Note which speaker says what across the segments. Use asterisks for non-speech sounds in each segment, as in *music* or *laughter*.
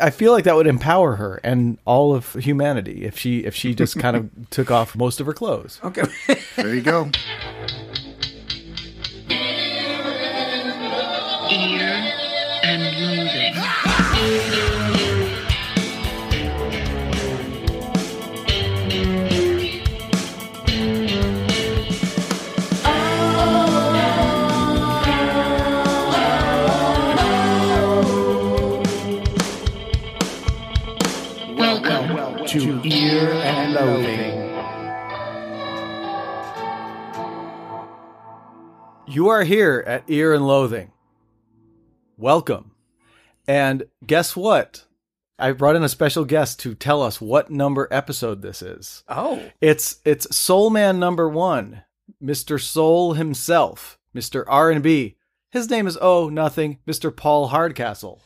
Speaker 1: I feel like that would empower her and all of humanity if she if she just kind of took off most of her clothes.
Speaker 2: Okay.
Speaker 3: There you go.
Speaker 4: Fear and loathing.
Speaker 2: *laughs*
Speaker 4: Welcome
Speaker 2: to ear and loathing.
Speaker 1: You are here at Ear and Loathing. Welcome. And guess what? I brought in a special guest to tell us what number episode this is.
Speaker 2: Oh.
Speaker 1: It's it's Soul Man number 1, Mr. Soul himself, Mr. R&B. His name is oh nothing, Mr. Paul Hardcastle.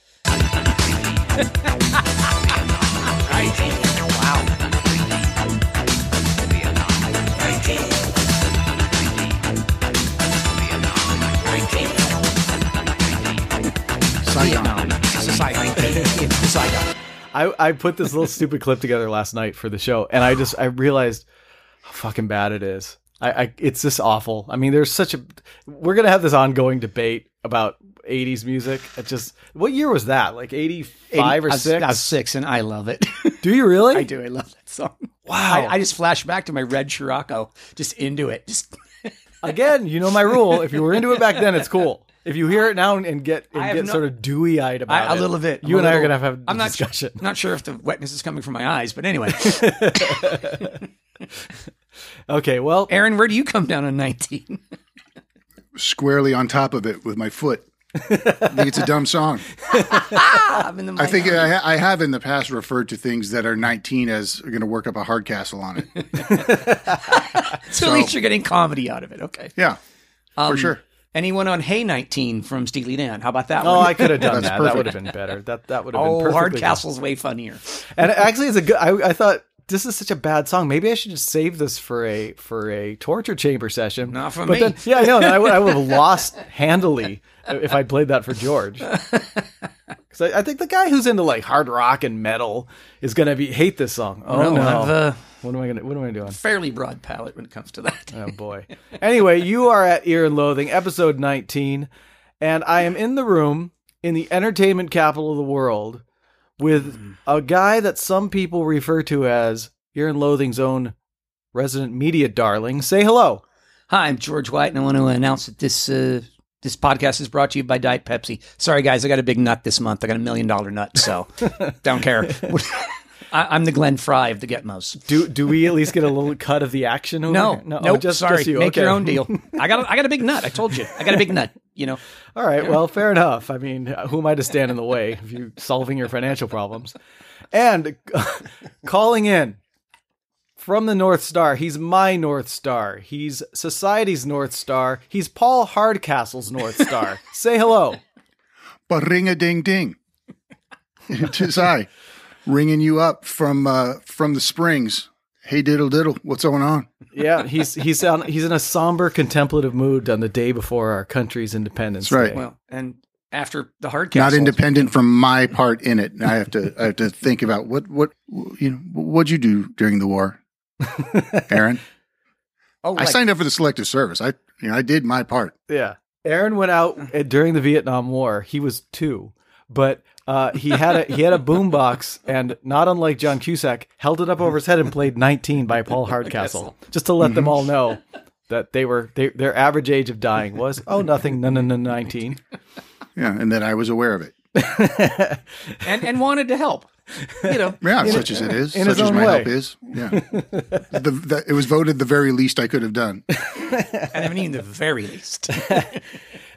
Speaker 3: Saigon.
Speaker 1: I, I put this little stupid clip together last night for the show, and I just I realized how fucking bad it is. I, I it's just awful. I mean, there's such a we're gonna have this ongoing debate about '80s music. It just what year was that? Like '85 or
Speaker 2: I was-
Speaker 1: six?
Speaker 2: I was six, and I love it.
Speaker 1: Do you really?
Speaker 2: *laughs* I do. I love that song.
Speaker 1: Wow.
Speaker 2: I, I just flash back to my red Scirocco, just into it. Just
Speaker 1: Again, you know my rule. If you were into it back then, it's cool. If you hear it now and get
Speaker 2: I
Speaker 1: and
Speaker 2: have
Speaker 1: get
Speaker 2: no-
Speaker 1: sort of dewy eyed about
Speaker 2: I, a
Speaker 1: it,
Speaker 2: little bit.
Speaker 1: you
Speaker 2: I'm
Speaker 1: and
Speaker 2: a
Speaker 1: I are
Speaker 2: little-
Speaker 1: gonna have a
Speaker 2: I'm not su-
Speaker 1: discussion.
Speaker 2: not sure if the wetness is coming from my eyes, but anyway, *laughs*
Speaker 1: okay, well,
Speaker 2: Aaron, where do you come down
Speaker 1: *laughs*
Speaker 2: on 19?
Speaker 3: Squarely on top of it with my foot. I think it's a dumb song.
Speaker 2: I'm in the
Speaker 3: I think I, ha- I have in the past referred to things that are 19 as going to work up a hard castle on it. uh,
Speaker 2: so at least you're getting comedy out of it. Okay.
Speaker 3: Yeah, for sure.
Speaker 2: Anyone on Hey 19 from Steely Dan? How about that
Speaker 1: oh,
Speaker 2: one?
Speaker 1: I could have done
Speaker 3: That's
Speaker 1: that. That would have been
Speaker 3: perfect.
Speaker 1: better. That that would have been
Speaker 2: oh,
Speaker 1: perfectly
Speaker 2: Hardcastle's way funnier.
Speaker 1: And actually, it's a good. I, I thought this is such a bad song. Maybe I should just save this for a for a torture chamber session.
Speaker 2: Not for
Speaker 1: but
Speaker 2: me.
Speaker 1: Then, yeah, I know. and I would, I would have lost handily if I played that for
Speaker 2: *laughs*
Speaker 1: George. Because I, I think the guy who's into like hard rock and metal is gonna be hate this song. Oh no!
Speaker 2: I have a
Speaker 1: What am I gonna? What am I doing?
Speaker 2: fairly broad palette when it comes to that.
Speaker 1: Oh boy. Anyway, you are at Ear and Loathing, episode 19, and I am in the room in the entertainment capital of the world with a guy that some people refer to as Ear and Loathing's own resident media darling. Say hello.
Speaker 2: Hi, I'm George White, and I want to announce that this uh, this podcast is brought to you by Diet Pepsi. Sorry, guys, I got a big nut this month. I got a million dollar nut,
Speaker 1: *laughs*
Speaker 2: so don't care. I, I'm the Glenn Fry of the Getmos.
Speaker 1: Do do we at least get a little cut of the action over
Speaker 2: No,
Speaker 1: here?
Speaker 2: no,
Speaker 1: oh,
Speaker 2: nope,
Speaker 1: just,
Speaker 2: sorry.
Speaker 1: just you.
Speaker 2: Make
Speaker 1: Okay.
Speaker 2: your
Speaker 1: *laughs*
Speaker 2: own deal. I got a, I got a big nut. I told you, I got a big nut. You know,
Speaker 1: All right. Well, fair enough. I mean, uh, who am I to stand in the way of *laughs* you solving your financial problems? And *laughs* calling in from the North Star, he's my North Star. He's society's North Star. He's Paul Hardcastle's North Star. *laughs* Say hello.
Speaker 3: But ring a ding ding. *laughs* it is I ringing you up from uh, from the springs. Hey diddle diddle, what's going on?
Speaker 1: Yeah, he's he's on he's in a somber contemplative mood on the day before our country's independence.
Speaker 3: That's right.
Speaker 1: Day.
Speaker 2: well, and after the hard
Speaker 3: Not
Speaker 2: castle,
Speaker 3: independent from my part in it. I have to I have to think about what what you know what'd you do during the war, Aaron?
Speaker 2: Oh,
Speaker 3: I
Speaker 2: like-
Speaker 3: signed up for the selective service. I you know I did my part.
Speaker 1: Yeah. Aaron went out uh, during the Vietnam War. He was two, but uh, he had a he had a boombox, and not unlike John Cusack, held it up over his head and played "19" by Paul Hardcastle, just to let them all know that they were they, their average age of dying was oh nothing no no no 19.
Speaker 3: Yeah, and then I was aware of it.
Speaker 2: and and wanted to help. You
Speaker 3: *laughs*
Speaker 2: know,
Speaker 3: Yeah, such as it is,
Speaker 1: in his
Speaker 3: such as
Speaker 1: own
Speaker 3: my
Speaker 1: way.
Speaker 3: help is. Yeah, the, the, it was voted the very least I could have done.
Speaker 2: and I mean the very least.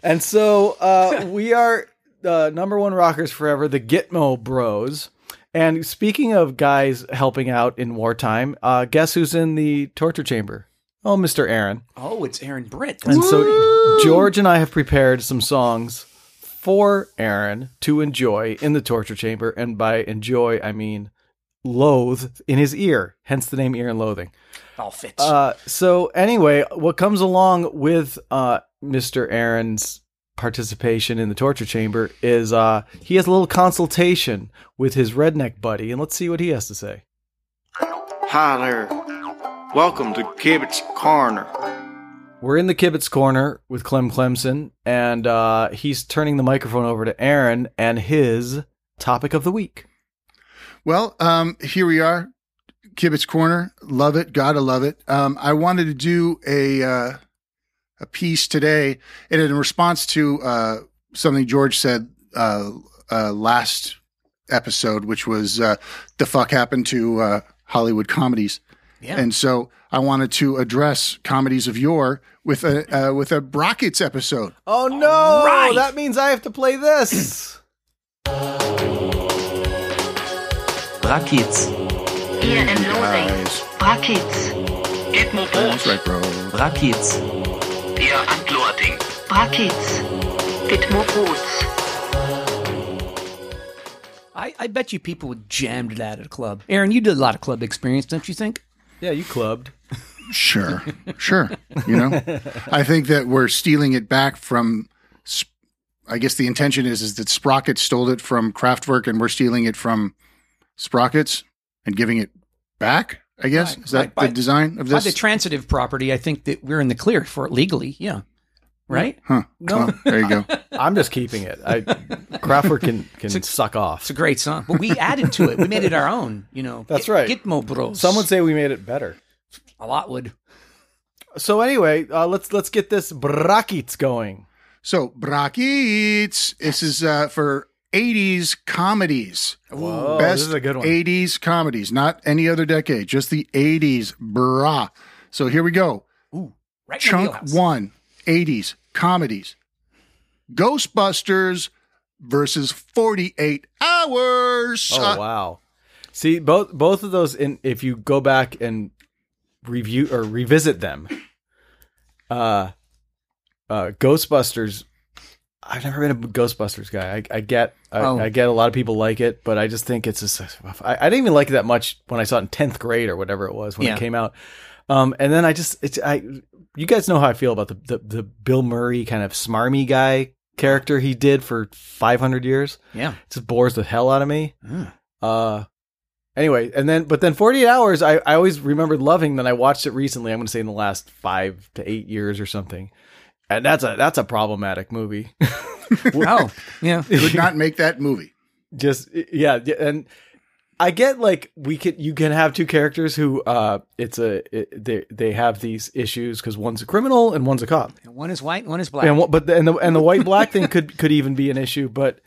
Speaker 1: And so uh, we are the number one rockers forever, the Gitmo Bros. And speaking of guys helping out in wartime, uh, guess who's in the torture chamber? Oh, Mr. Aaron.
Speaker 2: Oh, it's Aaron Britt.
Speaker 1: And so George and I have prepared some songs for Aaron to enjoy in the torture chamber. And by enjoy, I mean loathe in his ear, hence the name Ear and Loathing.
Speaker 2: All fits.
Speaker 1: Uh, so, anyway, what comes along with uh, Mr. Aaron's participation in the torture chamber is uh, he has a little consultation with his redneck buddy, and let's see what he has to say.
Speaker 5: Hi there. Welcome to Kibbutz Corner.
Speaker 1: We're in the Kibitz corner with Clem Clemson, and uh, he's turning the microphone over to Aaron and his topic of the week.
Speaker 3: Well, um, here we are, Kibitz Corner. Love it, gotta love it. Um, I wanted to do a uh, a piece today, and in response to uh, something George said uh, uh, last episode, which was uh, the fuck happened to uh, Hollywood comedies.
Speaker 2: Yeah.
Speaker 3: And so I wanted to address comedies of yore with a uh, with a Brockets episode.
Speaker 1: Oh no! That means I have to play this.
Speaker 6: Brackets,
Speaker 4: Here in Loathing.
Speaker 3: Guys,
Speaker 4: Brackets.
Speaker 7: Edmo
Speaker 3: that's
Speaker 7: Boot,
Speaker 3: right, bro.
Speaker 6: Brackets,
Speaker 7: ihr Antloating.
Speaker 4: Brackets. Ditmo Boots.
Speaker 2: I, I bet you people would jam to that at a club. Aaron, you did a lot of club experience, don't you think?
Speaker 1: *clears throat* Yeah, you clubbed.
Speaker 3: Sure, sure.
Speaker 2: *laughs*
Speaker 3: You know, I think that we're stealing it back from. Sp- I guess the intention is is that Sprocket stole it from Kraftwerk, and we're stealing it from Sprockets and giving it back. I guess
Speaker 2: Right.
Speaker 3: is that
Speaker 2: By- by-
Speaker 3: the design of
Speaker 2: By
Speaker 3: this?
Speaker 2: the transitive property, I think that we're in the clear for it legally. Yeah. Right?
Speaker 3: huh. Well, there
Speaker 2: *laughs*
Speaker 3: you go.
Speaker 1: I'm just keeping it. *laughs* I Crawford can can suck off.
Speaker 2: It's a great song. But we added to it. We made it our own, you know.
Speaker 1: That's right.
Speaker 2: Gitmo Bros.
Speaker 1: Some would say we made it better.
Speaker 2: a lot would.
Speaker 1: So anyway, uh, let's let's get this brackets going.
Speaker 3: So Brackets. This is uh, for '80s comedies.
Speaker 1: Whoa,
Speaker 3: Best
Speaker 1: this is a good one.
Speaker 3: 80s comedies, not any other decade, just the 80s. Brah. So here we go.
Speaker 2: Right in the
Speaker 3: Chunk
Speaker 2: wheelhouse.
Speaker 3: one, 80s comedies. Ghostbusters versus 48 hours.
Speaker 1: Oh
Speaker 3: Uh,
Speaker 1: wow! See both both of those. In if you go back and review or revisit them, uh, uh, Ghostbusters. I've never been a Ghostbusters guy. I, I get I,
Speaker 2: Oh.
Speaker 1: I get a lot of people like it, but I just think it's just I, I didn't even like it that much when I saw it in tenth grade or whatever it was when
Speaker 2: Yeah.
Speaker 1: it came out. Um, and then I just it's I you guys know how I feel about the, the the Bill Murray kind of smarmy guy character he did for five hundred years
Speaker 2: Yeah.
Speaker 1: *laughs* just bores the hell out of me.
Speaker 2: Mm.
Speaker 1: Uh, anyway, and then but then 48 hours I, I always remembered loving. Then I watched it recently. I'm going to say in the last five to eight years or something. And that's a that's a problematic movie. *laughs*
Speaker 2: Oh, yeah.
Speaker 3: Could not make that movie.
Speaker 1: Just yeah, and I get like we could you can have two characters who uh it's a it, they they have these issues because one's a criminal and one's a cop.
Speaker 2: One is white, one is black.
Speaker 1: and what but the, and the and the white black thing could could even be an issue but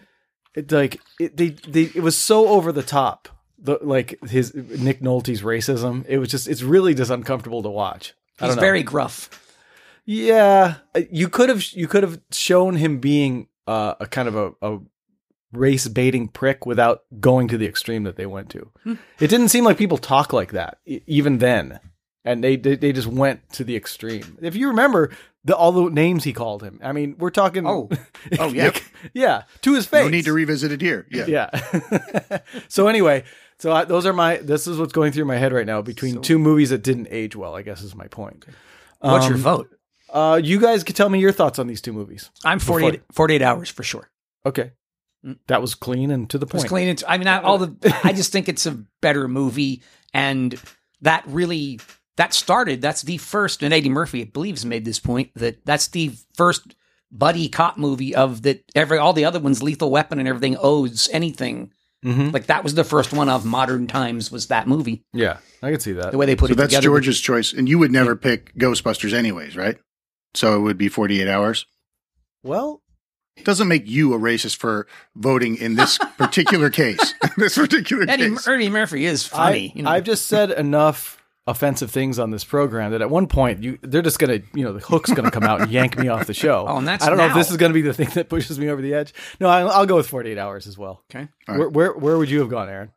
Speaker 1: it like it they, they it was so over the top the like his nick nolte's racism it was just it's really just uncomfortable to watch I
Speaker 2: He's
Speaker 1: don't know.
Speaker 2: very gruff.
Speaker 1: yeah Uh, you could have you could have shown him being uh, a kind of a, a race baiting prick without going to the extreme that they went to it didn't seem like people talk like that e- even then and they, they they just went to the extreme if you remember the all the names he called him i mean we're talking *laughs*
Speaker 2: Oh.
Speaker 1: Oh yeah, yeah, to his face.
Speaker 3: No need to revisit it here. Yeah.
Speaker 1: yeah. *laughs* so anyway, so I, those are my. This is what's going through my head right now between two movies that didn't age well. I guess is my point.
Speaker 2: What's your vote?
Speaker 1: Uh, you guys could tell me your thoughts on these two movies.
Speaker 2: I'm 48, 48 hours for sure.
Speaker 1: Okay,
Speaker 2: Mm.
Speaker 1: that was clean and to the
Speaker 2: It's
Speaker 1: point.
Speaker 2: clean. It's, I mean, I, all the. I just think it's a better movie, and that really that started. That's the first, and Eddie Murphy, I believe, has made this point that that's the first buddy cop movie of that. Every all the other ones, Lethal Weapon and everything, owes anything.
Speaker 1: Mm-hmm.
Speaker 2: Like that was the first one of modern times. Was that movie
Speaker 1: Yeah, I could see that.
Speaker 2: the way they put
Speaker 3: So
Speaker 2: it
Speaker 3: that's
Speaker 2: together?
Speaker 3: George's choice. And you would never pick Ghostbusters, anyways, right? So it would be 48 hours.
Speaker 1: Well,
Speaker 3: Doesn't make you a racist for voting in this particular case. *laughs* this particular
Speaker 2: Eddie,
Speaker 3: case.
Speaker 2: Eddie Murphy is funny.
Speaker 1: I,
Speaker 2: you know.
Speaker 1: I've just said enough offensive things on this program that at one point you they're just gonna you know the hook's gonna come out and yank me
Speaker 2: *laughs*
Speaker 1: off the show.
Speaker 2: Oh, and that's
Speaker 1: I don't know if
Speaker 2: now.
Speaker 1: this is gonna be the thing that pushes me over the edge. No, I, I'll go with forty eight hours as well.
Speaker 2: okay.
Speaker 3: All
Speaker 1: Where,
Speaker 3: right.
Speaker 1: where where would you have gone, Aaron?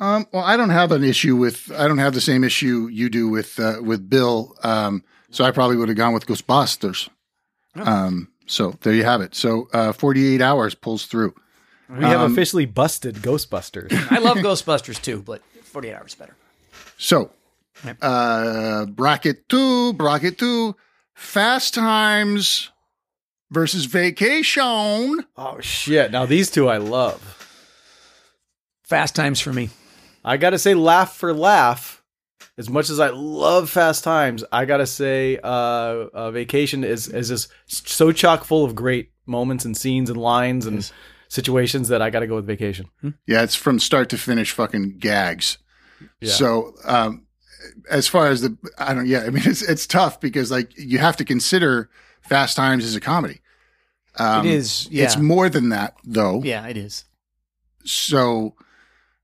Speaker 3: Um, well, I don't have an issue with. I don't have the same issue you do with uh, with Bill. Um, so I probably would have gone with Ghostbusters. Um, so there you have it. So uh, forty eight hours pulls through.
Speaker 1: We have officially busted Ghostbusters.
Speaker 2: I love Ghostbusters too, but 48 hours better.
Speaker 3: So uh, bracket two, bracket two, Fast Times versus Vacation.
Speaker 1: Oh *laughs* shit! Now these two I love.
Speaker 2: Fast times for me.
Speaker 1: I gotta say, laugh for laugh. As much as I love Fast Times, I gotta say, uh, uh, Vacation is is just so chock full of great moments and scenes and lines and situations that I gotta go with Vacation.
Speaker 3: Yeah, it's from start to finish fucking gags.
Speaker 1: Yeah.
Speaker 3: So, um, as far as the, I don't, yeah, I mean, *laughs* it's, it's tough because like you have to consider Fast Times as a comedy. Um,
Speaker 2: it is. Yeah.
Speaker 3: It's more than that though.
Speaker 2: yeah, it is.
Speaker 3: So,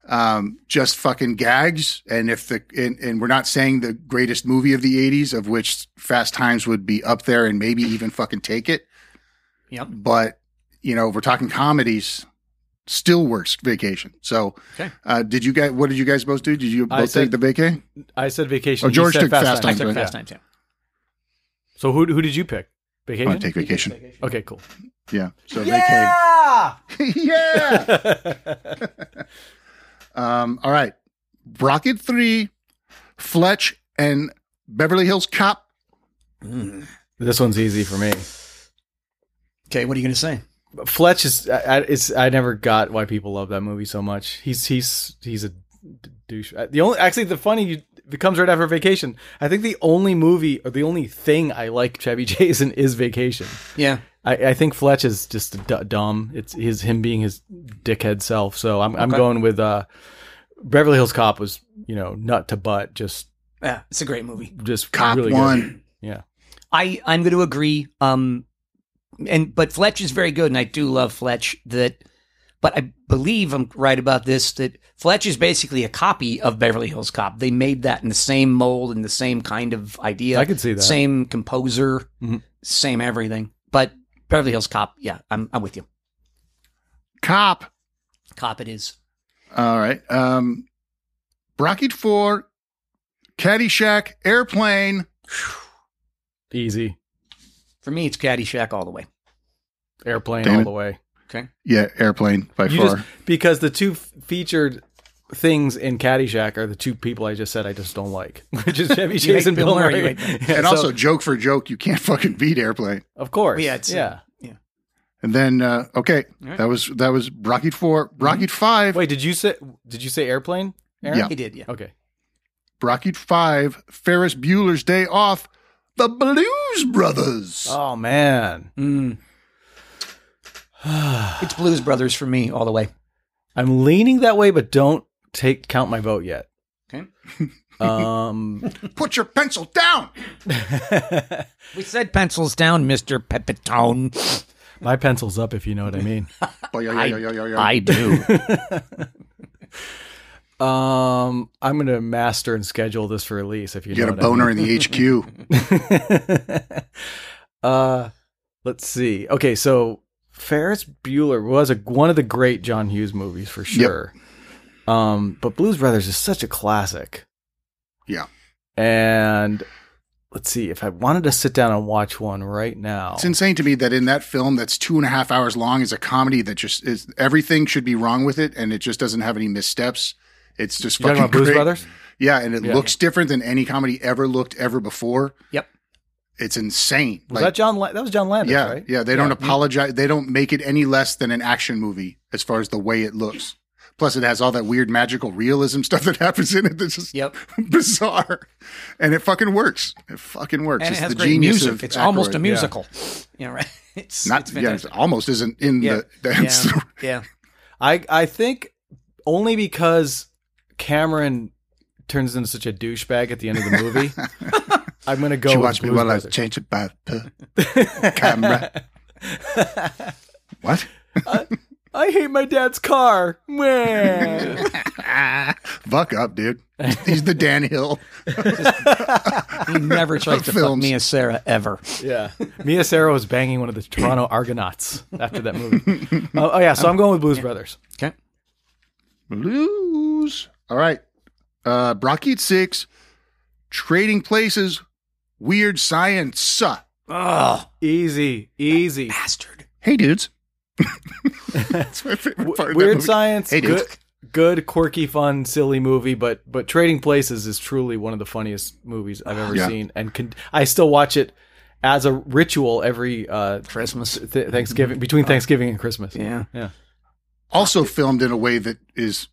Speaker 3: um, just fucking gags. And if the, and, and we're not saying the greatest movie of the eighties of which Fast Times would be up there and maybe even fucking take it.
Speaker 2: Yep.
Speaker 3: But, you know, if we're talking comedies, still works vacation. So,
Speaker 2: Okay.
Speaker 3: uh, did you guys, what did you guys both do? Did you
Speaker 1: I
Speaker 3: both
Speaker 1: said-
Speaker 3: take the vacay?
Speaker 1: I said Vacation.
Speaker 3: Oh,
Speaker 1: you
Speaker 3: George
Speaker 1: said
Speaker 3: took Fast
Speaker 2: I
Speaker 3: Times,
Speaker 2: took
Speaker 3: right?
Speaker 2: fast times. Yeah.
Speaker 1: So who who did you pick?
Speaker 3: I'm
Speaker 1: Vacation.
Speaker 3: going to take vacation.
Speaker 1: Okay, cool.
Speaker 3: Yeah. So yeah! *laughs* vacay. yeah.
Speaker 1: *laughs*
Speaker 3: Um, all right. Rocket three, Fletch and Beverly Hills Cop.
Speaker 1: this one's easy for me.
Speaker 2: Okay, what are you going to say?
Speaker 1: Fletch is I, I- it's I never got why people love that movie so much. He's he's he's a d- douche. Uh, The only actually the funny you, it comes right after Vacation. I think the only movie or the only thing I like Chevy *laughs* Chase in is Vacation.
Speaker 2: Yeah.
Speaker 1: I, I think Fletch is just d- dumb. It's his him being his dickhead self. So I'm I'm
Speaker 2: Okay.
Speaker 1: going with uh Beverly Hills Cop was you know nut to butt just
Speaker 2: Yeah, it's a great movie.
Speaker 1: just
Speaker 3: Cop
Speaker 1: really good.
Speaker 3: one.
Speaker 1: Yeah.
Speaker 2: I I'm going to agree. Um, and but Fletch is very good, and I do love Fletch. That, but I believe I'm right about this. That Fletch is basically a copy of Beverly Hills Cop. They made that in the same mold and the same kind of idea.
Speaker 1: I could see that.
Speaker 2: Same composer,
Speaker 1: Mhm.
Speaker 2: same everything. But Beverly Hills Cop, yeah, I'm I'm with you.
Speaker 3: Cop.
Speaker 2: Cop it is.
Speaker 3: All right. Um, Rocket four, Caddyshack, Airplane.
Speaker 1: Easy.
Speaker 2: For me, it's Caddyshack all the way.
Speaker 1: Airplane
Speaker 3: Damn
Speaker 1: all
Speaker 3: it.
Speaker 1: the way.
Speaker 3: Yeah, Airplane by
Speaker 1: You
Speaker 3: far.
Speaker 1: just because the two f- featured things in Caddyshack are the two people I just said I just don't like, *laughs* which is
Speaker 3: *laughs*
Speaker 1: Chevy Chase
Speaker 2: hate
Speaker 1: and Bill
Speaker 2: Bill Murray,
Speaker 1: Murray.
Speaker 2: right?
Speaker 1: Yeah,
Speaker 3: and
Speaker 1: so,
Speaker 3: also, joke for joke, you can't *laughs* fucking beat Airplane.
Speaker 1: of course,
Speaker 2: Yeah, it's-
Speaker 1: yeah.
Speaker 3: And then, uh, okay, that was that was Rocket Four, Rocket Five,
Speaker 1: Wait, did you say did you say airplane? Aaron?
Speaker 3: Yeah.
Speaker 2: He did, yeah.
Speaker 1: Okay.
Speaker 3: Rocket Five, Ferris Bueller's Day Off, The Blues Brothers.
Speaker 1: Oh man,
Speaker 2: Mm. it's Blues Brothers for me all the way.
Speaker 1: I'm leaning that way, but don't take count my vote yet.
Speaker 2: Okay.
Speaker 1: Um,
Speaker 3: Put your pencil down.
Speaker 2: We said pencils down, Mister Pepitone.
Speaker 1: my pencil's up if you know what I
Speaker 3: *laughs*
Speaker 1: mean.
Speaker 3: Oh, yeah, yeah, yeah, yeah, yeah, yeah.
Speaker 2: I do.
Speaker 1: Um, I'm gonna master and schedule this for release if you,
Speaker 3: you
Speaker 1: know
Speaker 3: got
Speaker 1: what I mean.
Speaker 3: a boner in the
Speaker 1: *laughs*
Speaker 3: HQ.
Speaker 1: uh, let's see. Okay, so Ferris Bueller was a, one of the great John Hughes movies for sure. Um, but Blues Brothers is such a classic.
Speaker 3: Yeah.
Speaker 1: And let's see if I wanted to sit down and watch one right now.
Speaker 3: It's insane to me that in that film that's two and a half hours long is a comedy that just is everything should be wrong with it and it just doesn't have any missteps. It's just
Speaker 1: you talking
Speaker 3: fucking
Speaker 1: about Blues
Speaker 3: great.
Speaker 1: Brothers?
Speaker 3: Yeah, and it
Speaker 1: Yeah.
Speaker 3: looks different than any comedy ever looked ever before.
Speaker 2: Yep.
Speaker 3: It's insane.
Speaker 1: Was that John? La- that was John Landis,
Speaker 3: yeah,
Speaker 1: right?
Speaker 3: yeah. They don't apologize. They don't make it any less than an action movie as far as the way it looks. Plus, it has all that weird magical realism stuff that *laughs* happens in it. That's just
Speaker 2: *laughs* Yep.
Speaker 3: *laughs* bizarre, and it fucking works. It fucking works.
Speaker 2: and it
Speaker 3: it's
Speaker 2: has
Speaker 3: the
Speaker 2: great
Speaker 3: genius
Speaker 2: music.
Speaker 3: of
Speaker 2: It's almost a
Speaker 3: Aykroyd.
Speaker 2: musical. *laughs* Yeah, right. It's
Speaker 3: Not
Speaker 2: it's
Speaker 3: yeah, it's *laughs*
Speaker 2: fantastic.
Speaker 3: almost isn't in
Speaker 2: Yeah.
Speaker 3: the. That's
Speaker 2: Yeah.
Speaker 3: the
Speaker 2: yeah.
Speaker 1: I I think only because Cameron turns into such a douchebag at the end of the movie.
Speaker 3: *laughs*
Speaker 1: I'm gonna go.
Speaker 3: She
Speaker 1: with
Speaker 3: watched me
Speaker 1: Blues
Speaker 3: while I was
Speaker 1: Brothers.
Speaker 3: changing by the *laughs*
Speaker 2: *laughs*
Speaker 3: camera. what?
Speaker 1: I hate my dad's
Speaker 3: *laughs*
Speaker 1: car. Meh.
Speaker 3: Fuck up, dude. He's
Speaker 2: *laughs*
Speaker 3: the Dan Hill.
Speaker 2: He never tries to fuck
Speaker 3: Films.
Speaker 2: me as Sarah ever.
Speaker 1: yeah. Mia Sarah was banging one of the Toronto Argonauts after that movie. oh, oh, yeah, so I'm going with Blues Brothers.
Speaker 2: Okay.
Speaker 3: Blues. All right. Uh Brocky at six. Trading places. Weird science.
Speaker 2: Oh,
Speaker 1: Easy, easy.
Speaker 2: bastard.
Speaker 3: Hey dudes. That's my favorite part of that
Speaker 1: Weird
Speaker 3: movie.
Speaker 1: Science,
Speaker 3: Hey, dude.
Speaker 1: good, good, quirky, fun, silly movie, but but Trading Places is truly one of the funniest movies I've ever
Speaker 3: Yeah.
Speaker 1: seen, and con- I still watch it as a ritual every uh,
Speaker 2: Christmas.
Speaker 1: th- Thanksgiving between
Speaker 3: Uh,
Speaker 1: Thanksgiving and Christmas.
Speaker 2: Yeah.
Speaker 3: Also filmed in a way that is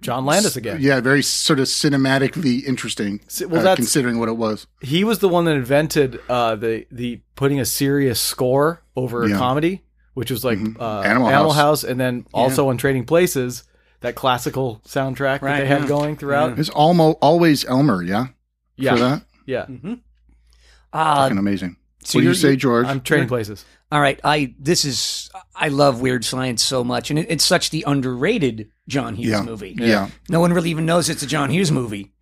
Speaker 1: John Landis again.
Speaker 3: yeah, very sort of cinematically interesting.
Speaker 1: Si- well,
Speaker 3: uh,
Speaker 1: that's-
Speaker 3: considering what it was.
Speaker 1: He was the one that invented uh, the the putting a serious score over
Speaker 3: Yeah. Mm-hmm.
Speaker 1: a comedy, which was like uh,
Speaker 3: Animal
Speaker 1: House. and then also on Trading Places, that classical soundtrack that
Speaker 2: Right,
Speaker 1: they had
Speaker 2: yeah.
Speaker 1: going throughout.
Speaker 3: It's almost always Elmer, yeah.
Speaker 1: Yeah,
Speaker 3: For that,
Speaker 1: yeah.
Speaker 2: Uh,
Speaker 3: fucking amazing.
Speaker 2: so
Speaker 3: what do you
Speaker 2: you're-
Speaker 3: say, George?
Speaker 1: I'm Trading Places.
Speaker 2: All right, I this is I love weird science so much, and it, it's such the underrated John Hughes
Speaker 3: Yeah.
Speaker 2: movie.
Speaker 3: yeah.
Speaker 2: No one really even knows it's a John Hughes movie,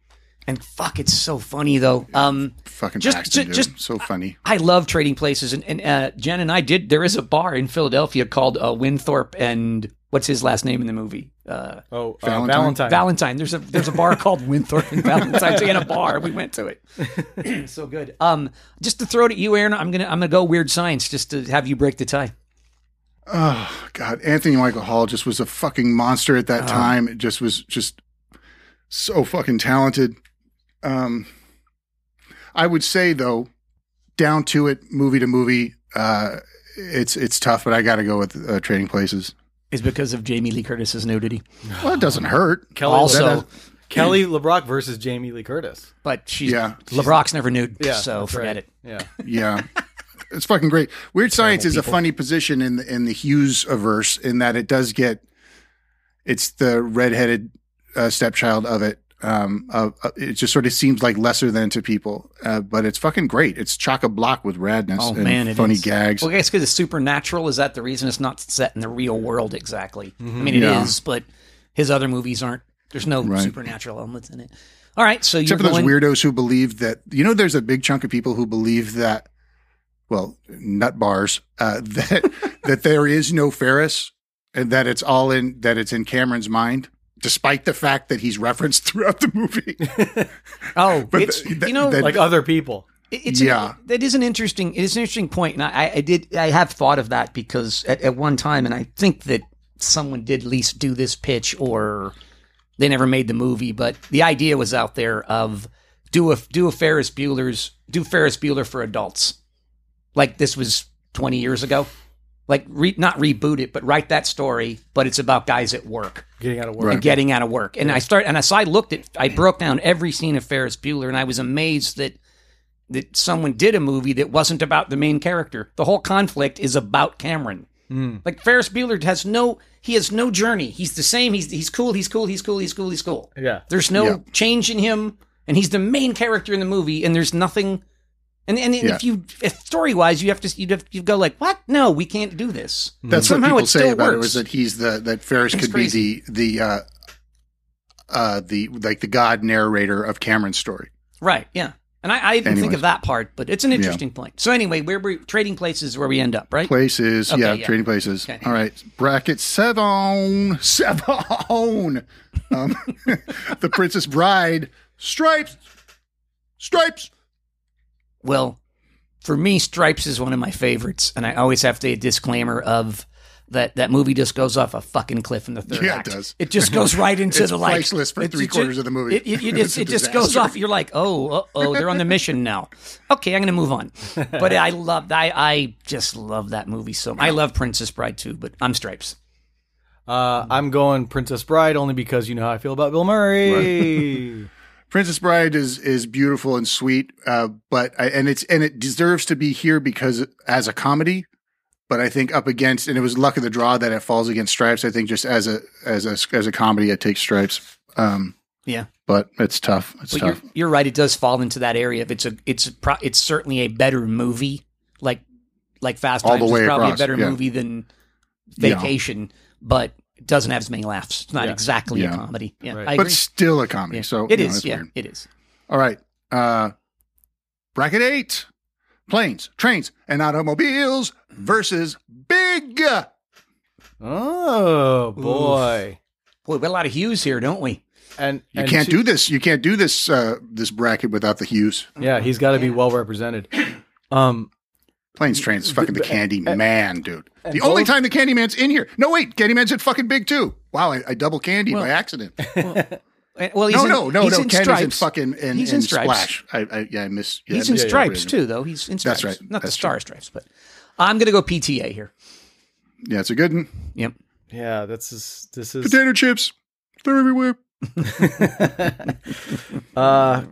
Speaker 2: and fuck, it's so funny though. Um,
Speaker 3: fucking
Speaker 2: Just-
Speaker 3: Paxton,
Speaker 2: ju-
Speaker 3: dude.
Speaker 2: just-
Speaker 3: so funny.
Speaker 2: I love trading places, and, and uh, Jen and I did. There is a bar in Philadelphia called uh, Winthorpe, and what's his last name in the movie? Uh,
Speaker 1: Oh, uh,
Speaker 3: Valentine?
Speaker 1: Valentine.
Speaker 2: Valentine. There's a there's a bar called Winthorpe and Valentine's in a bar. We went to it. so good. Um, just to throw it at you, Aaron. I'm gonna I'm gonna go weird science just to have you break the tie.
Speaker 3: Oh God, Anthony Michael Hall just was a fucking monster at that time. It just was just so fucking talented. Um, I would say though, down to it, movie to movie, uh, it's it's tough, but I got to go with uh, Trading Places.
Speaker 2: Is because of Jamie Lee Curtis's nudity.
Speaker 3: Well, it doesn't hurt.
Speaker 1: Kelly
Speaker 2: Also-
Speaker 1: LeBrock- Kelly LeBrock versus Jamie Lee Curtis.
Speaker 2: But she's
Speaker 3: Yeah.
Speaker 2: LeBrock's never nude,
Speaker 1: Yeah,
Speaker 2: so
Speaker 1: that's right.
Speaker 2: forget it.
Speaker 1: Yeah.
Speaker 3: Yeah. It's fucking great. Weird Science is a funny position in the, in the Hughes averse in that it does get it's the redheaded uh, stepchild of it. Um, uh, uh, it just sort of seems like lesser than to people, uh, but it's fucking great. It's chock a block with radness
Speaker 2: Oh
Speaker 3: and
Speaker 2: man, it
Speaker 3: funny
Speaker 2: is.
Speaker 3: gags.
Speaker 2: Well, I guess because it's supernatural. Is that the reason it's not set in the real world exactly? I mean, it is,
Speaker 3: Yeah.
Speaker 2: but his other movies aren't. There's no
Speaker 3: Right.
Speaker 2: supernatural elements in it. All right, so
Speaker 3: Except for
Speaker 2: you're
Speaker 3: those
Speaker 2: going
Speaker 3: weirdos who believe that you know, there's a big chunk of people who believe that, well, nut bars uh, *laughs* that that there is no Ferris and that it's all in that it's in Cameron's mind, despite the fact that he's referenced *laughs* throughout the
Speaker 2: *laughs*
Speaker 3: movie.
Speaker 2: Oh,
Speaker 3: *laughs* But
Speaker 2: it's
Speaker 3: th- th-
Speaker 2: you know,
Speaker 3: that-
Speaker 1: Like other people.
Speaker 2: It- It's
Speaker 3: Yeah.
Speaker 2: yeah. that is an interesting. It is an interesting point, and I, I did. I have thought of that because at, at one time, and I think that someone did at least do this pitch, or they never made the movie, but the idea was out there of do a do a Ferris Bueller's do Ferris Bueller for adults, like this was twenty years ago, like re, not reboot it, but write that story, but it's about guys at work
Speaker 1: Getting out of work.
Speaker 3: Right.
Speaker 2: and getting out of work. And I start and as I looked at I broke down every scene of Ferris Bueller and I was amazed that that someone did a movie that wasn't about the main character. The whole conflict is about Cameron.
Speaker 3: Hmm.
Speaker 2: Like Ferris Bueller has no he has no journey. He's the same. He's he's cool, he's cool, he's cool, he's cool, he's cool.
Speaker 1: Yeah.
Speaker 2: There's no
Speaker 3: Yeah.
Speaker 2: change in him and he's the main character in the movie and there's nothing and and, and
Speaker 3: Yeah.
Speaker 2: if you if story wise you have to you'd have you go like, "What? No, we can't do this."
Speaker 3: That's what
Speaker 2: Somehow
Speaker 3: people
Speaker 2: it still
Speaker 3: say about it
Speaker 2: works.
Speaker 3: was that he's the that Ferris could
Speaker 2: crazy.
Speaker 3: be the the uh, uh, the like the god narrator of Cameron's story.
Speaker 2: Right. Yeah. And I, I didn't think
Speaker 3: Anyways.
Speaker 2: of that part, but it's an interesting point. So anyway, we're, we're trading places where we end up, right?
Speaker 3: Places,
Speaker 2: Okay,
Speaker 3: yeah,
Speaker 2: yeah.
Speaker 3: trading places.
Speaker 2: Okay.
Speaker 3: All right, bracket seven, seven. Um, *laughs* the Princess Bride, stripes, stripes.
Speaker 2: Well, for me, Stripes is one of my favorites, and I always have the disclaimer of that that movie just goes off a fucking cliff in the third
Speaker 3: Yeah, it
Speaker 2: act.
Speaker 3: does.
Speaker 2: It just
Speaker 3: *laughs*
Speaker 2: goes right into
Speaker 3: It's
Speaker 2: the like
Speaker 3: priceless for
Speaker 2: it's-
Speaker 3: three
Speaker 2: it's-
Speaker 3: quarters of the movie.
Speaker 2: It, it, it,
Speaker 3: *laughs* It's a
Speaker 2: it just goes
Speaker 3: disaster.
Speaker 2: off. You're like, oh, oh, they're on the mission now. Okay, I'm gonna move on. But
Speaker 3: *laughs*
Speaker 2: I love, I, I just love that movie so. much. I love Princess Bride too, but I'm Stripes.
Speaker 1: Uh, I'm going Princess Bride only because you know how I feel about Bill Murray.
Speaker 3: Princess Bride is is beautiful and sweet, uh, but I, and it's and it deserves to be here because as a comedy. But I think up against, and it was luck of the draw that it falls against Stripes. I think just as a as a as a comedy, it takes Stripes. Um,
Speaker 2: Yeah.
Speaker 3: but it's tough. It's
Speaker 2: But
Speaker 3: tough.
Speaker 2: you're, you're right. It does fall into that area. If it's a, it's a pro, it's certainly a better movie. Like, like Fast
Speaker 3: All the
Speaker 2: Times is
Speaker 3: way
Speaker 2: probably
Speaker 3: across,
Speaker 2: a better
Speaker 3: yeah.
Speaker 2: movie than
Speaker 3: Yeah.
Speaker 2: Vacation, but it doesn't have as many laughs. It's not exactly
Speaker 3: Yeah.
Speaker 2: a comedy. Yeah,
Speaker 1: Right.
Speaker 2: I
Speaker 3: but
Speaker 2: agree.
Speaker 3: still a comedy.
Speaker 2: Yeah.
Speaker 3: So
Speaker 2: it
Speaker 3: you know,
Speaker 2: is.
Speaker 3: it's
Speaker 2: Yeah,
Speaker 3: weird.
Speaker 2: it is.
Speaker 3: All right. Uh, bracket eight: planes, trains, and automobiles versus big.
Speaker 1: *laughs* Oh boy!
Speaker 2: Boy, we got a lot of hues here, don't we?
Speaker 1: And
Speaker 3: You can't do this. You can't do this. Uh, this bracket without the Hughes.
Speaker 1: Yeah, he's got to be well represented. Um,
Speaker 3: Planes, trains, fucking the Candy Man, dude. The
Speaker 1: both-
Speaker 3: only time the
Speaker 2: *laughs*
Speaker 3: Candy Man's in here. No, wait, Candy Man's at fucking big too. Wow, I, I double candy by accident.
Speaker 2: Uh, Well, he's
Speaker 3: no,
Speaker 2: in,
Speaker 3: no, no,
Speaker 2: he's
Speaker 3: no.
Speaker 2: in
Speaker 3: Ken
Speaker 2: stripes.
Speaker 3: is in fucking in,
Speaker 2: He's
Speaker 3: in,
Speaker 2: in Stripes.
Speaker 3: Splash. I, I, yeah, I miss. Yeah,
Speaker 2: he's
Speaker 3: I
Speaker 2: in
Speaker 3: miss-
Speaker 2: stripes too, though. He's in
Speaker 3: That's
Speaker 2: stripes.
Speaker 3: right.
Speaker 2: Not the
Speaker 3: That's
Speaker 2: Star Stripes, but I'm going to go PTA here.
Speaker 3: Yeah, it's a good one.
Speaker 2: Yep.
Speaker 1: Yeah, this is this is
Speaker 3: Potato chips, they're everywhere.
Speaker 1: uh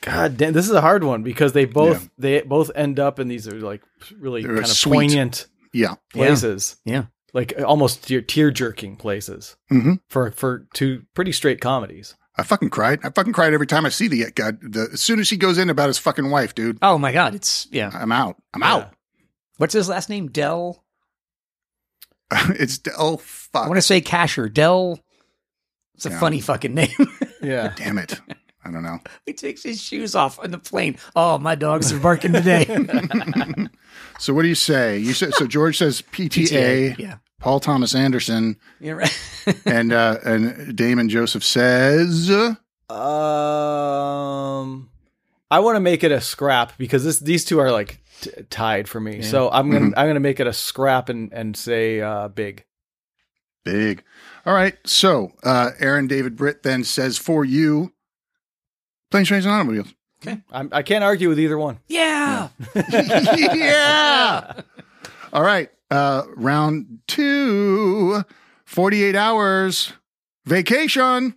Speaker 1: God damn, this is a hard one because they both
Speaker 3: Yeah.
Speaker 1: they both end up in these are like really
Speaker 3: They're
Speaker 1: kind of
Speaker 3: sweet.
Speaker 1: poignant
Speaker 3: Yeah.
Speaker 2: Yeah.
Speaker 1: places.
Speaker 2: Yeah.
Speaker 1: Like almost tear tear jerking places
Speaker 3: hmm
Speaker 1: for for two pretty straight comedies.
Speaker 3: I fucking cried. I fucking cried every time I see the uh, God. The, as soon as he goes in about his fucking wife, dude,
Speaker 2: Oh my God, it's yeah.
Speaker 3: I'm out. I'm out. *laughs*
Speaker 2: What's his last name? Dell.
Speaker 3: it's oh fuck.
Speaker 2: I want to say Casher. Dell. It's a
Speaker 3: Yeah.
Speaker 2: funny fucking *laughs* name.
Speaker 1: Yeah.
Speaker 3: Damn it. I don't know.
Speaker 2: he takes his shoes off on the plane. Oh, my dogs are barking *laughs* today.
Speaker 3: So what do you say? You said so.
Speaker 2: *laughs*
Speaker 3: George says PTA.
Speaker 2: Yeah.
Speaker 3: Paul Thomas Anderson
Speaker 2: You're right.
Speaker 3: and uh, and Damon Joseph says
Speaker 1: Um, I want to make it a scrap because this these two are like t- tied for me. So I'm gonna I'm gonna make it a scrap and and say uh, big.
Speaker 3: big. All right. So uh, Aaron David Britt then says for you, planes, trains, and automobiles.
Speaker 1: I'm, I can't argue with either one.
Speaker 2: *laughs* yeah.
Speaker 1: *laughs*
Speaker 3: yeah. All right. Uh, round two, 48 hours vacation.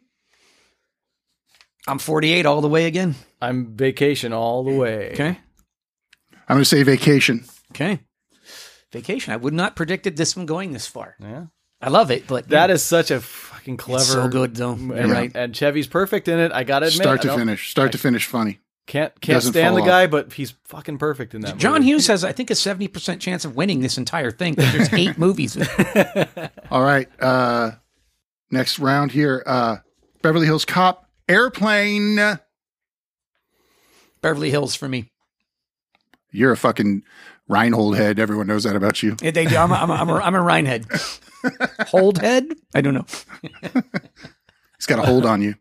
Speaker 2: I'm 48 all the way again.
Speaker 1: I'm vacation all the way.
Speaker 2: Okay.
Speaker 3: I'm going to say vacation.
Speaker 2: Okay. Vacation. I would not predicted this one going this far.
Speaker 1: Yeah,
Speaker 2: I love it, but
Speaker 1: that is such a fucking clever.
Speaker 2: it's so good though.
Speaker 1: And,
Speaker 2: You're right.
Speaker 1: and Chevy's perfect in it. I gotta admit,
Speaker 3: Start
Speaker 1: I
Speaker 3: to
Speaker 1: don't-
Speaker 3: finish. Start to finish funny.
Speaker 1: Can't can't
Speaker 3: Doesn't
Speaker 1: stand the
Speaker 3: fall
Speaker 1: guy, but he's fucking perfect in that.
Speaker 2: John
Speaker 1: movie.
Speaker 2: Hughes has, I think, a 70% chance of winning this entire thing. 'cause There's *laughs* eight movies.
Speaker 3: All right. Uh, next round here uh, Beverly Hills Cop, Airplane.
Speaker 2: Beverly Hills for me.
Speaker 3: You're a fucking Reinhold head. Everyone knows that about you.
Speaker 2: Yeah, They do. I'm a, I'm a, I'm a, I'm a Rhinehead. *laughs* Hold head? I don't know.
Speaker 3: He's got a hold on
Speaker 1: *laughs*
Speaker 3: you.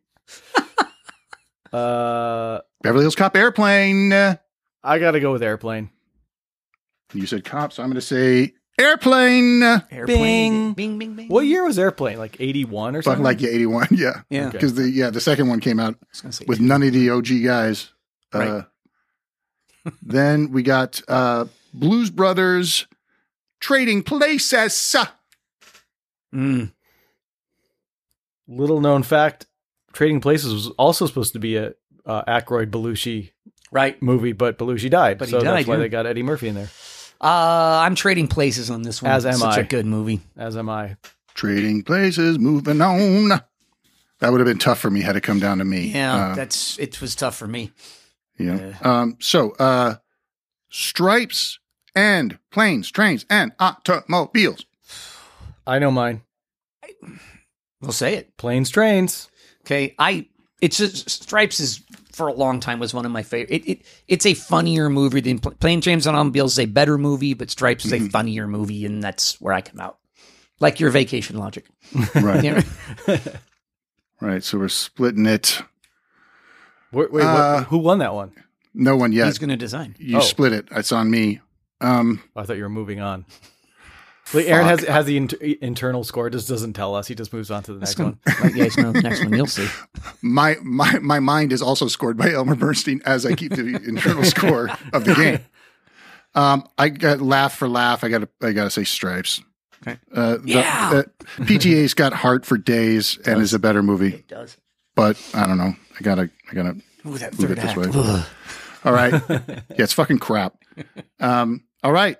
Speaker 1: Uh,
Speaker 3: Beverly Hills Cop, Airplane.
Speaker 1: I gotta go with airplane.
Speaker 3: You said cop, so I'm going to say airplane.
Speaker 2: Airplane. Bing, bing, bing.
Speaker 1: What year was airplane? Like eighty one or something.
Speaker 3: Fucking like you, 81. *laughs* Yeah.
Speaker 2: Yeah. I
Speaker 3: Because the yeah the second one came out
Speaker 2: was gonna say-
Speaker 3: with none of the OG guys. Uh,
Speaker 2: Right.
Speaker 3: *laughs* then we got uh, Blues Brothers Trading Places.
Speaker 2: Mm.
Speaker 1: Little known fact: Trading Places was also supposed to be a uh, Aykroyd Belushi
Speaker 2: Right.
Speaker 1: movie, but Belushi died,
Speaker 2: But he
Speaker 1: so
Speaker 2: died,
Speaker 1: that's why
Speaker 2: yeah.
Speaker 1: they got Eddie Murphy in there.
Speaker 2: Uh, I'm trading places on this one.
Speaker 1: As am
Speaker 2: Such a
Speaker 1: I.
Speaker 2: good movie.
Speaker 1: As am I.
Speaker 3: Trading Places, moving on. That would have been tough for me had it come down to me.
Speaker 2: Yeah,
Speaker 1: Uh-huh.
Speaker 3: Uh,
Speaker 2: that's it was tough for me.
Speaker 3: you know. Um, so uh, Stripes and Planes, Trains, and
Speaker 2: *laughs*
Speaker 3: Automobiles.
Speaker 1: I know mine.
Speaker 2: We'll say it.
Speaker 1: Planes, trains.
Speaker 2: Okay, I it's just, Stripes is for a long time was one of my favorite. It, it it's a funnier movie than Pl- Plain James on Automobiles is a better movie, but Stripes
Speaker 1: Mm-hmm.
Speaker 2: is a funnier movie, and that's where I come out. Like your vacation logic.
Speaker 3: Right.
Speaker 2: Yeah.
Speaker 3: Right. So we're splitting it.
Speaker 1: Wait, wait
Speaker 3: Uh,
Speaker 1: what, who won that one?
Speaker 3: No one yet.
Speaker 2: He's gonna design.
Speaker 3: You
Speaker 1: Oh.
Speaker 3: split it. It's on me. Um,
Speaker 1: I thought you were moving on. Wait, Aaron has has the inter- internal score. Just doesn't tell us. He just moves on to the next one.
Speaker 2: Right, yeah, it's no, next one
Speaker 1: *laughs*
Speaker 2: you'll see.
Speaker 3: my my my mind is also scored by Elmer Bernstein as I keep
Speaker 2: *laughs*
Speaker 3: the internal score of the game. Um, I got laugh for laugh. I got to I got to say stripes.
Speaker 2: Okay.
Speaker 3: Uh, the-
Speaker 2: Yeah.
Speaker 3: uh, PTA's got heart for days and is a better movie,
Speaker 2: It does.
Speaker 3: but I don't know. I gotta I gotta
Speaker 2: Ooh, that
Speaker 3: move
Speaker 2: third
Speaker 3: it this
Speaker 2: act.
Speaker 3: way.
Speaker 2: Ugh. *laughs*
Speaker 3: All right. yeah, it's fucking crap. Um, all right.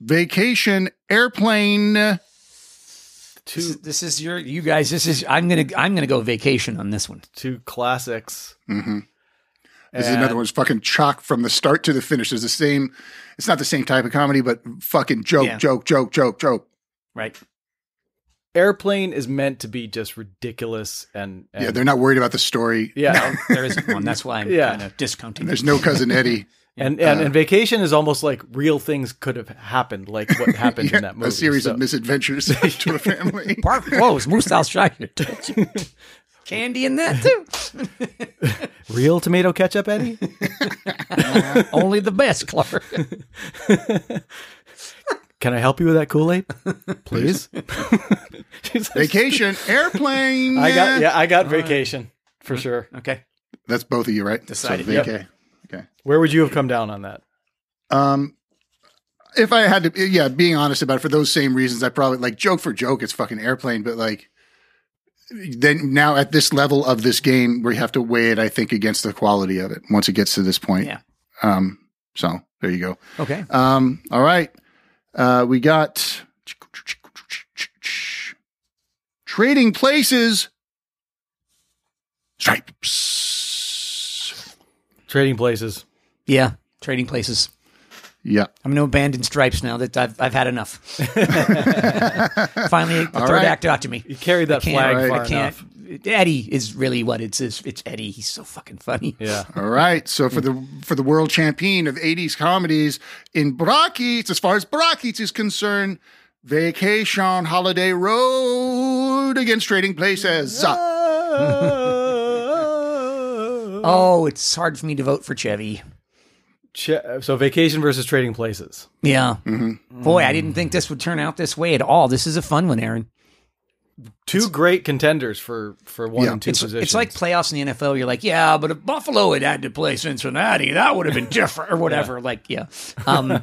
Speaker 3: Vacation airplane.
Speaker 2: This,
Speaker 1: Two
Speaker 3: *laughs*
Speaker 2: is, this is your you guys. This is I'm gonna I'm gonna go vacation on this one.
Speaker 1: two classics.
Speaker 3: hmm This is
Speaker 1: And-
Speaker 3: another one. It's fucking chalk from the start to the finish. It's the same. It's not the same type of comedy, but fucking joke,
Speaker 2: Yeah.
Speaker 3: joke, joke, joke, joke.
Speaker 2: Right.
Speaker 1: Airplane is meant to be just ridiculous and, and
Speaker 3: yeah, they're not worried about the story.
Speaker 1: yeah.
Speaker 2: No, there isn't one. That's why
Speaker 1: *laughs*
Speaker 2: I'm
Speaker 1: Yeah.
Speaker 2: kind of discounting.
Speaker 3: There's no cousin Eddie.
Speaker 1: And and,
Speaker 3: Uh,
Speaker 1: and vacation is almost like real things could have happened, like what happened
Speaker 3: *laughs* Yeah,
Speaker 1: *laughs* in that movie.
Speaker 3: a series
Speaker 1: so-
Speaker 3: of misadventures *laughs* to a family.
Speaker 2: Park closed. Moose House Shire. Candy in that too.
Speaker 1: real tomato ketchup, Eddie.
Speaker 3: *laughs*
Speaker 2: Only the best, Clark.
Speaker 1: Can I help you with that Kool Aid? *laughs*
Speaker 3: *laughs*
Speaker 1: Please. *laughs* She says,
Speaker 3: Vacation, airplane.
Speaker 1: I got yeah, I got vacation for sure.
Speaker 2: Okay.
Speaker 3: That's both of you, right?
Speaker 2: Decided,
Speaker 3: So
Speaker 1: yep.
Speaker 3: vacay.
Speaker 1: Where would you have come down on that?
Speaker 3: Um, if I had to, yeah, being honest about it, for those same reasons, I probably like joke for joke, it's fucking airplane, but like then now at this level of this game, we have to weigh it, I think, against the quality of it once it gets to this point.
Speaker 2: Yeah.
Speaker 3: Um, so there you go.
Speaker 2: Okay.
Speaker 3: Um, all right. Uh, we got trading places. Stripes.
Speaker 1: Trading places.
Speaker 2: Yeah. Trading places.
Speaker 3: Yeah.
Speaker 2: I'm going to abandon stripes now that I've, I've had enough. *laughs* Finally, the
Speaker 3: All
Speaker 2: third
Speaker 3: right.
Speaker 2: act got to me.
Speaker 1: You carried that
Speaker 2: Can't-
Speaker 1: flag
Speaker 3: right.
Speaker 1: far
Speaker 2: I can't.
Speaker 1: enough.
Speaker 2: Eddie is really what it's. It's it's Eddie. He's so fucking funny.
Speaker 1: Yeah.
Speaker 3: All right. So for the for the world champion of 80s comedies in Brackets, as far as Brackets is concerned, Vacation Holiday Road against Trading Places.
Speaker 2: Oh, it's hard for me to vote for Chevy.
Speaker 1: *laughs* Che- so vacation versus trading places.
Speaker 2: Yeah.
Speaker 1: Mm-hmm.
Speaker 2: Boy, I didn't think this would turn out this way at all. This is a fun one, Aaron.
Speaker 1: Two great contenders for for one
Speaker 3: Yeah.
Speaker 1: and two
Speaker 2: It's,
Speaker 1: positions.
Speaker 2: it's like playoffs in the NFL. You're like, yeah, but if Buffalo had had to play Cincinnati, that would have been different or whatever. Like, yeah. Um,
Speaker 3: Yeah,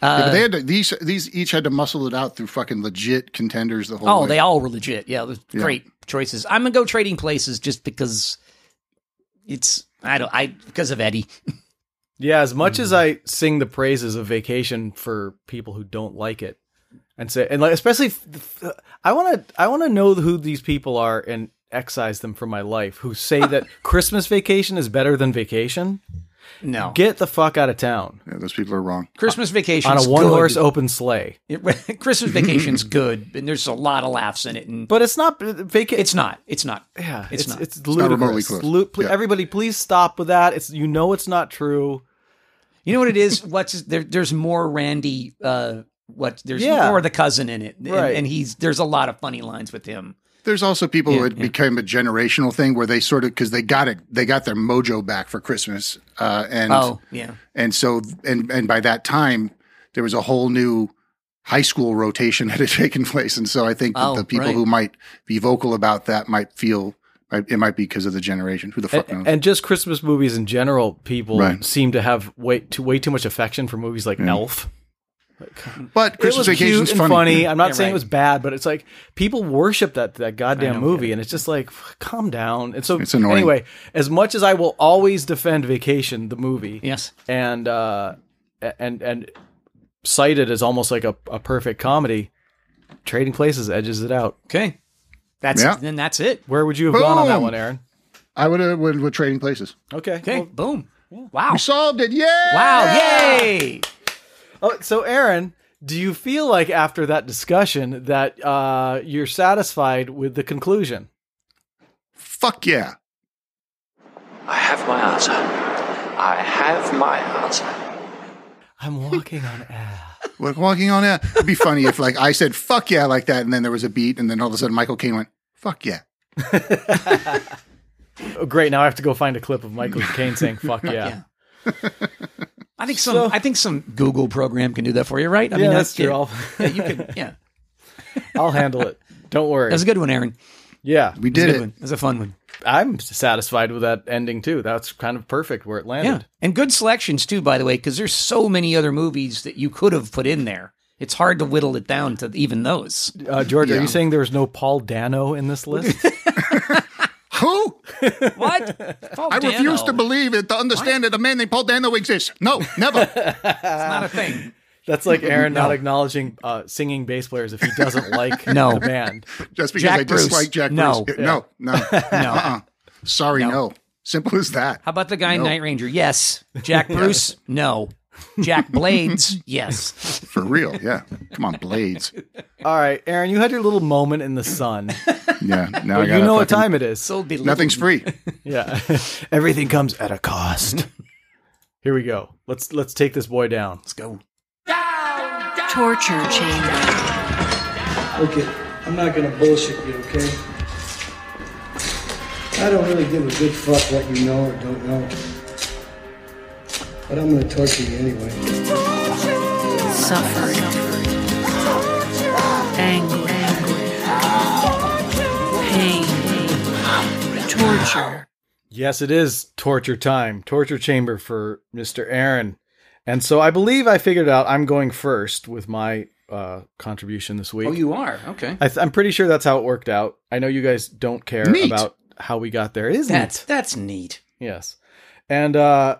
Speaker 3: but they had to, these these each had to muscle it out through fucking legit contenders the whole
Speaker 2: oh,
Speaker 3: way.
Speaker 2: they all were legit. Yeah, those great choices. I'm gonna go trading places just because it's I don't I because of Eddie.
Speaker 1: yeah. As much
Speaker 2: Hmm.
Speaker 1: as I sing the praises of vacation for people who don't like it, and say and like especially, f- f- I want to I want to know who these people are and excise them from my life who
Speaker 2: *laughs*
Speaker 1: say that Christmas vacation is better than vacation.
Speaker 2: No,
Speaker 1: Get the fuck out of town
Speaker 3: Yeah, those people are wrong.
Speaker 2: Christmas vacation
Speaker 1: on a one horse open sleigh.
Speaker 2: *laughs*
Speaker 1: *laughs*
Speaker 2: Christmas vacation's good, and there's a lot of laughs in it, and
Speaker 1: But it's not vacation.
Speaker 2: it's not. It's not.
Speaker 1: Yeah,
Speaker 2: It's not.
Speaker 1: It's,
Speaker 3: not
Speaker 1: ludicrous.
Speaker 3: remotely close.
Speaker 1: Lu- pl-
Speaker 3: Yeah.
Speaker 1: Everybody, please stop with that. It's you know it's not true.
Speaker 2: You know what it is? *laughs* What's there, there's more Randy. Uh, what there's
Speaker 1: Yeah.
Speaker 2: more the cousin in it, and,
Speaker 1: Right.
Speaker 2: and he's there's a lot of funny lines with him.
Speaker 3: There's also people who
Speaker 2: Yeah,
Speaker 3: it
Speaker 2: yeah.
Speaker 3: became a generational thing where they sort of because they got it they got their mojo back for Christmas uh, and
Speaker 2: Oh yeah,
Speaker 3: and so and and by that time there was a whole new high school rotation *laughs* that had taken place and so i think that
Speaker 2: Oh,
Speaker 3: the people
Speaker 2: right.
Speaker 3: who might be vocal about that might feel might- it might be because of the generation who the fuck knows
Speaker 1: And, and just Christmas movies in general, people
Speaker 3: Right.
Speaker 1: seem to have way too way too much affection for movies like Elf.
Speaker 3: but christmas
Speaker 1: it was
Speaker 3: vacation
Speaker 1: cute
Speaker 3: is
Speaker 1: and
Speaker 3: funny,
Speaker 1: funny. I'm not
Speaker 2: Yeah,
Speaker 1: saying
Speaker 2: right.
Speaker 1: it was bad, but it's like people worship that that goddamn
Speaker 2: I know,
Speaker 1: movie, and it's just like calm down. And so
Speaker 3: It's annoying.
Speaker 1: Anyway, as much as I will always defend Vacation, the movie,
Speaker 2: yes.
Speaker 1: and uh, and and cite it as almost like a, a perfect comedy. Trading Places edges it out.
Speaker 2: Okay, that's
Speaker 3: Yeah.
Speaker 2: then that's it.
Speaker 1: Where would you have gone on that
Speaker 3: Boom.
Speaker 1: one, Aaron?
Speaker 3: i would have went with trading places
Speaker 1: Okay.
Speaker 2: Okay,
Speaker 1: Well,
Speaker 2: boom. Wow.
Speaker 3: we solved it yeah
Speaker 2: Wow! Yay!
Speaker 1: oh, so Aaron, do you feel like after that discussion that uh, you're satisfied with the conclusion?
Speaker 3: fuck yeah
Speaker 6: I have my answer. I have my answer.
Speaker 1: I'm walking on air.
Speaker 3: like walking on air it'd be funny if like i said fuck yeah like that and then there was a beat and then all of a sudden michael Caine went fuck yeah
Speaker 1: Oh, great. Now I have to go find a clip of *laughs* Michael Caine saying "fuck yeah."
Speaker 2: Yeah. I think some. I think some Google program can do that for you, right? I
Speaker 1: Yeah, that's true. *laughs*
Speaker 2: yeah.
Speaker 1: I'll,
Speaker 2: Yeah, you could. Yeah,
Speaker 1: I'll handle it. Don't worry.
Speaker 2: that was a good one, Aaron.
Speaker 1: yeah,
Speaker 3: we
Speaker 2: That
Speaker 3: did
Speaker 2: was a good
Speaker 3: it
Speaker 2: one. That was a fun one.
Speaker 1: I'm satisfied with that ending too. That's kind of perfect where it
Speaker 2: Yeah,
Speaker 1: landed.
Speaker 2: and good selections too, by the way, because there's so many other movies that you could have put in there. It's hard to whittle it down to
Speaker 1: *laughs*
Speaker 2: even those.
Speaker 1: Uh, George, are
Speaker 3: Yeah.
Speaker 1: you saying there's no Paul Dano in this *laughs* list?
Speaker 3: who
Speaker 2: What? Paul
Speaker 3: i
Speaker 2: Dano.
Speaker 3: refuse to believe it to understand that a man named paul dano exists no never
Speaker 2: It's not a
Speaker 3: *laughs*
Speaker 2: thing.
Speaker 1: That's like Aaron not acknowledging uh, singing bass players if he doesn't *laughs* like
Speaker 2: No.
Speaker 1: the band.
Speaker 3: Just because
Speaker 2: Jack
Speaker 3: I
Speaker 2: Bruce.
Speaker 3: dislike Jack
Speaker 2: No.
Speaker 3: Bruce. No,
Speaker 1: *laughs*
Speaker 3: no,
Speaker 2: No.
Speaker 3: Uh-uh. Sorry, no. Simple as that.
Speaker 2: How about the guy in Night Ranger? Yes.
Speaker 3: *laughs*
Speaker 2: Jack Bruce? No. Jack Blades?
Speaker 3: *laughs*
Speaker 2: Yes.
Speaker 3: For real. Yeah. Come on, Blades.
Speaker 1: All right, Aaron, you had your little moment in the *laughs* sun.
Speaker 3: Yeah. Now I
Speaker 1: But
Speaker 3: got
Speaker 1: you know what time it is.
Speaker 2: So belittled.
Speaker 3: Nothing's free.
Speaker 1: *laughs* yeah. Everything comes at a cost. *laughs* Here we go. Let's let's take this boy down.
Speaker 2: Let's go.
Speaker 4: Torture chamber.
Speaker 8: Look it, I'm not gonna bullshit you, okay? I don't really give a good fuck what you know or don't know. But I'm gonna torture you anyway.
Speaker 4: Suffering. torture.
Speaker 1: Yes, it is torture time, torture chamber for Mr. Aaron. And so I believe I figured out I'm going first with my uh, contribution this week.
Speaker 2: Oh, you are okay.
Speaker 1: I th- I'm pretty sure that's how it worked out. I know you guys don't care
Speaker 3: Neat.
Speaker 1: about how we got there, isn't
Speaker 2: That's
Speaker 1: it?
Speaker 2: that's neat.
Speaker 1: Yes. And uh,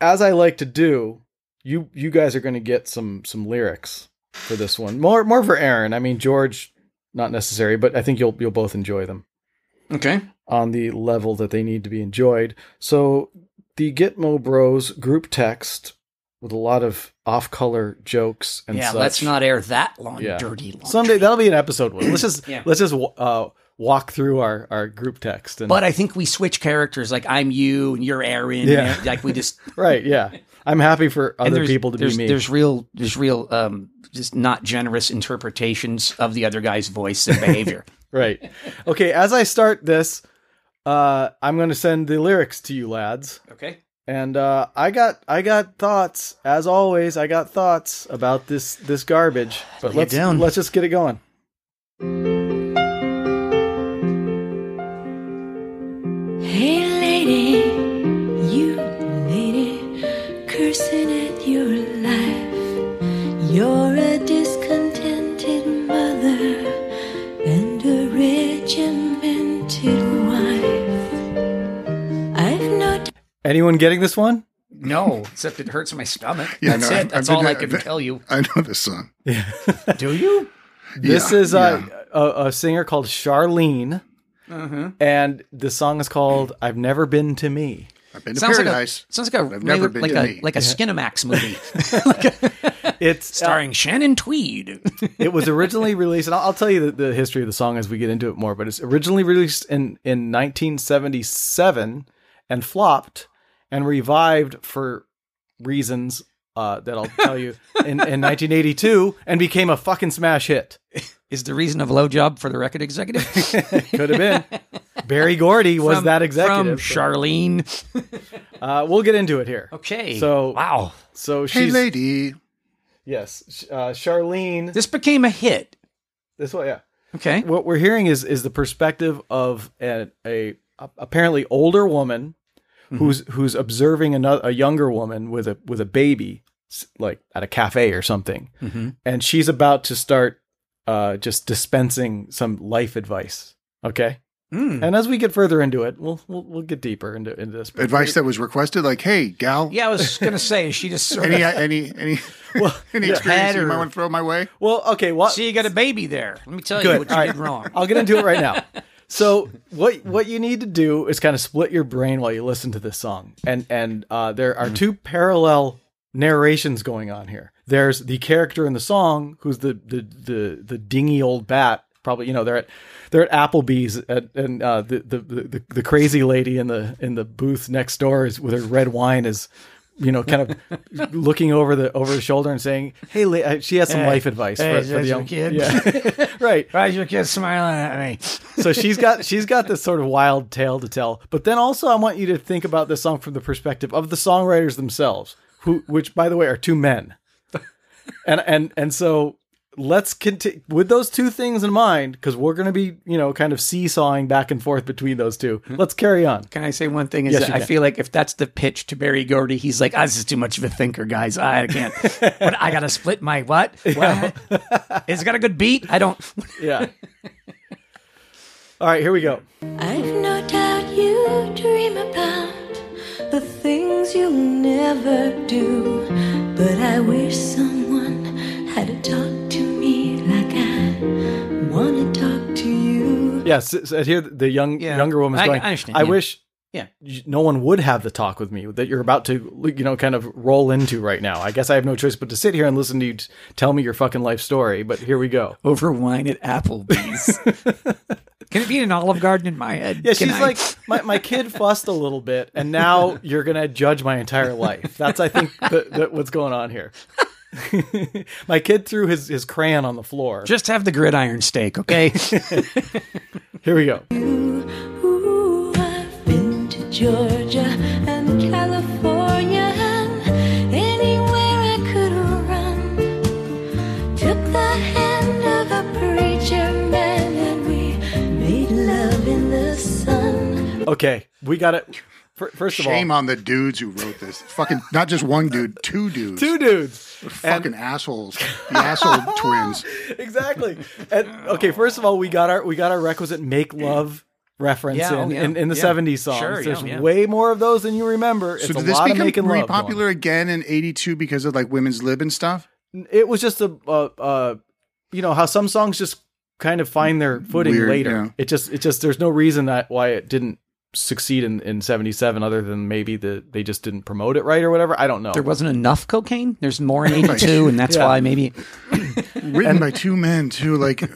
Speaker 1: as I like to do, you you guys are going to get some some lyrics for this one. More more for Aaron. I mean George, not necessary, but I think you'll you'll both enjoy them
Speaker 2: Okay.
Speaker 1: on the level that they need to be enjoyed. So the Gitmo Bros group text with a lot of off-color jokes and
Speaker 2: yeah,
Speaker 1: such.
Speaker 2: let's not air that long,
Speaker 1: Yeah.
Speaker 2: dirty laundry.
Speaker 1: Someday that'll be an episode one. Let's just
Speaker 2: Yeah.
Speaker 1: let's just uh, walk through our our group text and
Speaker 2: But I think we switch characters. Like I'm you and you're Aaron.
Speaker 1: Yeah.
Speaker 2: and, like we *laughs* just
Speaker 1: right, yeah. I'm happy for
Speaker 2: and
Speaker 1: other
Speaker 2: there's-
Speaker 1: people to be
Speaker 2: there's-
Speaker 1: me.
Speaker 2: There's real there's real um just not generous interpretations of the other guy's voice and behavior.
Speaker 1: Right. Okay, as I start this, uh I'm going to send the lyrics to you lads.
Speaker 2: okay.
Speaker 1: And uh I got I got thoughts as always, I got thoughts about this this garbage. But
Speaker 2: Lay it
Speaker 1: let's
Speaker 2: down.
Speaker 1: let's just get it going.
Speaker 4: Hey, lady, you lady, cursing at your life. You're a discontented mother and a regimented wife. I've no
Speaker 1: Anyone getting this one?
Speaker 2: *laughs* No, except it hurts my stomach.
Speaker 3: Yeah,
Speaker 2: that's
Speaker 3: no, I-
Speaker 2: it. That's
Speaker 3: I've
Speaker 2: all I
Speaker 3: been-
Speaker 2: can tell you.
Speaker 3: I know this song.
Speaker 2: Do
Speaker 3: *laughs*
Speaker 2: you?
Speaker 1: This
Speaker 3: Yeah,
Speaker 1: is uh, a a singer called Charlene
Speaker 2: Uh-huh.
Speaker 1: and the song is called I've Never Been to Me.
Speaker 3: I've been to
Speaker 2: Sounds like a
Speaker 3: paradise.
Speaker 2: sounds like a
Speaker 3: I've never been
Speaker 2: like
Speaker 3: to
Speaker 2: a
Speaker 3: me.
Speaker 2: like *laughs* a Skinamax movie
Speaker 1: It's uh,
Speaker 2: starring Shannon Tweed.
Speaker 1: it was originally released, and I'll, I'll tell you the, the history of the song as we get into it more. But it's originally released in in 1977 and flopped and revived for reasons uh, that I'll tell
Speaker 2: *laughs*
Speaker 1: you in, in 1982 and became a fucking smash hit.
Speaker 2: *laughs* Is the reason of low job for the record *laughs* executive?
Speaker 1: Could have been Barry Gordy was
Speaker 2: From-
Speaker 1: that executive.
Speaker 2: from Charlene?
Speaker 1: uh, we'll get into it here.
Speaker 2: Okay.
Speaker 1: So-
Speaker 2: wow,
Speaker 1: So she's
Speaker 3: Hey, lady.
Speaker 1: yes, sh- uh, Charlene.
Speaker 2: this became a hit.
Speaker 1: This one, yeah.
Speaker 2: Okay.
Speaker 1: what we're hearing is is the perspective of a, a apparently older woman who's who's observing another a younger woman with a with a baby s- like at a cafe or something and she's about to start uh just dispensing some life advice okay
Speaker 2: Mm.
Speaker 1: and as we get further into it we'll we'll, we'll get deeper into into this
Speaker 3: Advice that was requested, like, hey, gal.
Speaker 2: Yeah, I was gonna say she just sort
Speaker 3: Any uh,
Speaker 2: of.
Speaker 3: any any
Speaker 1: *laughs* well,
Speaker 3: *laughs*
Speaker 1: *laughs*
Speaker 3: any
Speaker 1: yeah.
Speaker 3: experience you
Speaker 2: Header.
Speaker 3: might want to throw my way?
Speaker 1: well okay what
Speaker 2: See, you got a baby there. Let me tell you
Speaker 1: Good.
Speaker 2: what you
Speaker 1: All right.
Speaker 2: did wrong.
Speaker 1: I'll get into it right
Speaker 2: *laughs*
Speaker 1: now. So what what you need to do is kind of split your brain while you listen to this song, and and uh, there
Speaker 2: Mm.
Speaker 1: are two parallel narrations going on here. There's the character in the song who's the the the the dingy old bat. Probably you know they're at they're at Applebee's at, and uh, the, the the the crazy lady in the in the booth next door is with her red wine is you know kind
Speaker 2: *laughs*
Speaker 1: of looking over the over her shoulder and saying hey la-, uh, she has some life advice
Speaker 2: hey,
Speaker 1: for,
Speaker 2: is
Speaker 1: for
Speaker 2: that
Speaker 1: the
Speaker 2: your
Speaker 1: young
Speaker 2: kid?
Speaker 1: yeah *laughs* right
Speaker 2: Why is your kid smiling at me?
Speaker 1: so she's got she's got this sort of wild tale to tell. But then also I want you to think about this song from the perspective of the songwriters themselves, who which by the way are two men. And and and so let's continue with those two things in mind because we're going to be you know kind of seesawing back and forth between those two.
Speaker 2: Hmm.
Speaker 1: Let's carry on.
Speaker 2: Can I say one thing? Is
Speaker 1: Yes,
Speaker 2: that
Speaker 1: you
Speaker 2: I
Speaker 1: can.
Speaker 2: feel like if that's the pitch to Barry Gordy, he's like, "Ah, "This is too much of a thinker, guys. I
Speaker 1: *laughs*
Speaker 2: can't. what, I gotta split my what? What? Is it got a good beat? I don't. *laughs*
Speaker 1: Yeah. All right, here we go.
Speaker 4: I've no doubt you dream about the things you'll never do. But I wish someone had to talk to me like I want to talk to you.
Speaker 1: Yes, yeah, so, so here the young
Speaker 2: Yeah.
Speaker 1: younger woman's
Speaker 2: I-
Speaker 1: going.
Speaker 2: I understand, yeah.
Speaker 1: wish
Speaker 2: Yeah.
Speaker 1: y- no one would have the talk with me that you're about to you know kind of roll into right now i guess i have no choice but to sit here and listen to you t- tell me your fucking life story but here we go
Speaker 2: Over wine at Applebee's.
Speaker 1: *laughs*
Speaker 2: Can it be an Olive Garden in my head?
Speaker 1: yeah
Speaker 2: Can
Speaker 1: she's
Speaker 2: I-
Speaker 1: like my, my kid *laughs* fussed a little bit and now you're gonna judge my entire life that's i think that, that what's going on here *laughs* my kid threw his, his crayon on the floor
Speaker 2: just have the gridiron
Speaker 1: *laughs*
Speaker 2: steak, okay?
Speaker 1: here we go
Speaker 4: Ooh, I've been to Georgia and California and anywhere I could run. Took the hand of a preacher man and we made love in the sun.
Speaker 1: Okay, we got it. Fir- First of
Speaker 3: Shame
Speaker 1: all,
Speaker 3: on the dudes who wrote this. Fucking not just one dude, two dudes.
Speaker 1: two dudes.
Speaker 3: fucking assholes.
Speaker 1: *laughs*
Speaker 3: The asshole twins.
Speaker 1: exactly. And okay, first of all, we got our we got our requisite make love reference
Speaker 2: Yeah, oh,
Speaker 1: in,
Speaker 2: yeah,
Speaker 1: in, in the
Speaker 2: yeah.
Speaker 1: 70s songs.
Speaker 2: Sure, yeah,
Speaker 1: There's
Speaker 2: yeah.
Speaker 1: way more of those than you remember. It's
Speaker 3: So
Speaker 1: a
Speaker 3: did this
Speaker 1: lot of making
Speaker 3: become really
Speaker 1: love. going
Speaker 3: popular again in '82 because of like women's lib and stuff?
Speaker 1: on. It was just a uh, uh you know how some songs just kind of find their footing
Speaker 3: Weird,
Speaker 1: later.
Speaker 3: yeah.
Speaker 1: It just it just there's no reason that why it didn't succeed in, in 77 other than maybe the they just didn't promote it right or whatever. I don't know.
Speaker 2: There wasn't enough cocaine. There's more in 82, and that's
Speaker 1: Yeah.
Speaker 2: why maybe.
Speaker 3: Written by two men too. *laughs* Like you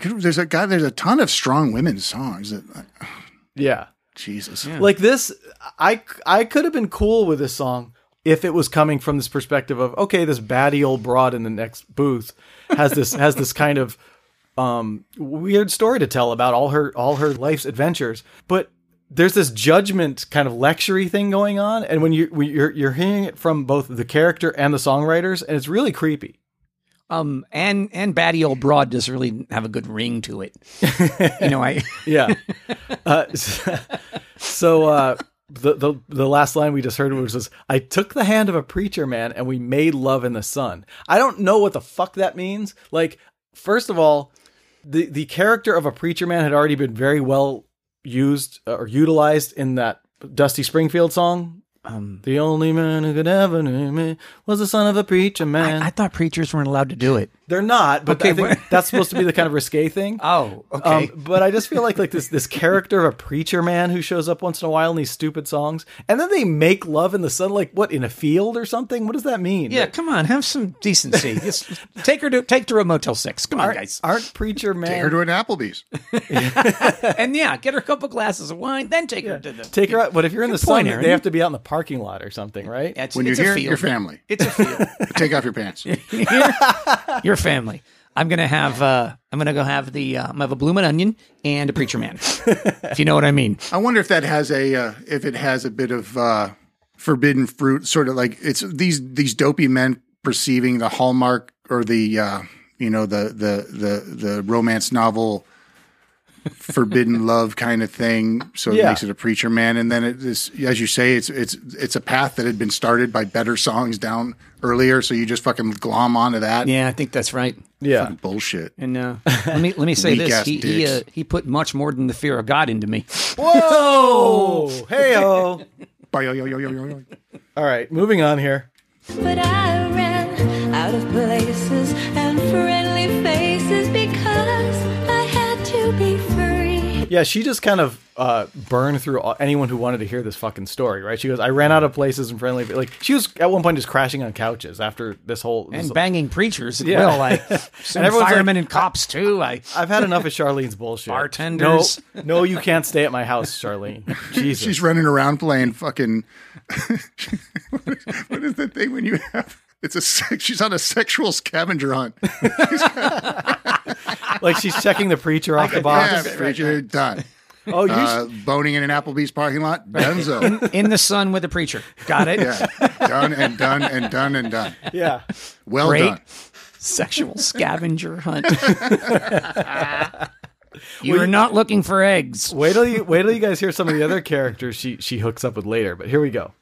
Speaker 3: could- there's a guy. There's a ton of strong women's songs. That,
Speaker 1: yeah.
Speaker 3: Jesus.
Speaker 1: like this i i could have been cool with this song if it was coming from this perspective of okay this batty old broad in the next booth has this has this kind of um weird story to tell about all her all her life's adventures but there's this judgment kind of lectury thing going on and when you when you're you're hearing it from both the character and the songwriters and it's really creepy
Speaker 2: Um, and and Batty Old Broad does really have a good ring to it. you know, I
Speaker 1: yeah. Uh, *laughs* so so, uh, the, the the last line we just heard was, was I took the hand of a preacher man and we made love in the sun. I don't know what the fuck that means. Like, first of all, the the character of a preacher man had already been very well used uh, or utilized in that Dusty Springfield song.
Speaker 2: Um,
Speaker 1: the only man who could ever know me was the son of a preacher man.
Speaker 2: *laughs* I thought preachers weren't allowed to do it.
Speaker 1: They're not, but
Speaker 2: Okay,
Speaker 1: I think
Speaker 2: but-
Speaker 1: that's supposed to be the kind of risque thing.
Speaker 2: *laughs* Oh, okay.
Speaker 1: Um, but I just feel like like this this character of a preacher man who shows up once in a while in these stupid songs, and then they make love in the sun, like what in a field or something. What does that mean?
Speaker 2: yeah, come on, have some *laughs* decency. Just take her to take her to a Motel Six. Come on,
Speaker 1: aren't,
Speaker 2: guys,
Speaker 1: aren't
Speaker 2: *laughs*
Speaker 1: preacher man
Speaker 3: Take her to an *laughs* Applebee's.
Speaker 2: and yeah, get her a couple glasses of wine, then take her to the.
Speaker 1: take her out? But if you're in the
Speaker 2: Good point,
Speaker 1: sun,
Speaker 2: Aaron.
Speaker 1: they have to be out in the parking lot or something, right?
Speaker 2: It's-
Speaker 3: When you're
Speaker 2: it's a
Speaker 3: here,
Speaker 2: field.
Speaker 3: your family.
Speaker 2: It's a field.
Speaker 3: Take off your *laughs* pants.
Speaker 2: your family. I'm gonna have. Uh, I'm gonna go have the. Uh, I'm gonna have a bloomin' onion and a preacher man. if you know what I mean.
Speaker 3: I wonder if that has a uh, if it has a bit of uh, forbidden fruit, sort of like it's these these dopey men perceiving the hallmark or the uh, you know the the the the romance novel
Speaker 1: *laughs*
Speaker 3: forbidden love kind of thing. So it
Speaker 1: Yeah.
Speaker 3: makes it a preacher man, and then it is as you say, it's it's it's a path that had been started by better songs down earlier. So you just fucking glom onto that.
Speaker 2: Yeah, I think that's right.
Speaker 1: Yeah.
Speaker 3: Bullshit.
Speaker 2: And uh, let me let me say this:
Speaker 3: Weak-ass
Speaker 2: he he,
Speaker 3: dicks.
Speaker 2: uh, he put much more than the fear of God into me. *laughs*
Speaker 1: Whoa! hey ho!
Speaker 3: Yo-yo-yo-yo-yo-yo.
Speaker 1: All right, moving on here.
Speaker 4: But I ran out of places and friendly faces because I had to be free.
Speaker 1: Yeah, she just kind of uh, burned through all, anyone who wanted to hear this fucking story, right? She goes, "I ran out of places and friendly." Like she was at one point just crashing on couches after this whole this
Speaker 2: And banging preachers at
Speaker 1: Yeah.
Speaker 2: will, like *laughs* some
Speaker 1: everyone's
Speaker 2: firemen
Speaker 1: like,
Speaker 2: and cops too. I
Speaker 1: I've had enough of Charlene's bullshit.
Speaker 2: Bartenders.
Speaker 1: No, no, you can't stay at my house, Charlene. Jesus.
Speaker 3: *laughs* She's running around playing fucking. *laughs* what is the thing when you have? It's a sex, she's on a sexual scavenger
Speaker 2: *laughs*
Speaker 3: hunt.
Speaker 1: like she's checking the preacher off the
Speaker 3: Yeah,
Speaker 1: box.
Speaker 3: preacher done.
Speaker 1: Oh, you
Speaker 3: Uh, boning in an Applebee's parking lot,
Speaker 2: *laughs*
Speaker 3: donezo.
Speaker 2: in the sun with a preacher. Got it.
Speaker 3: yeah, done and done and done and done.
Speaker 1: sh- yeah.
Speaker 3: Well
Speaker 2: Great.
Speaker 3: done.
Speaker 2: Sexual scavenger *laughs* hunt. You're not looking for eggs.
Speaker 1: Wait till you wait till you guys hear some of the other characters she she hooks up with later. But here we go.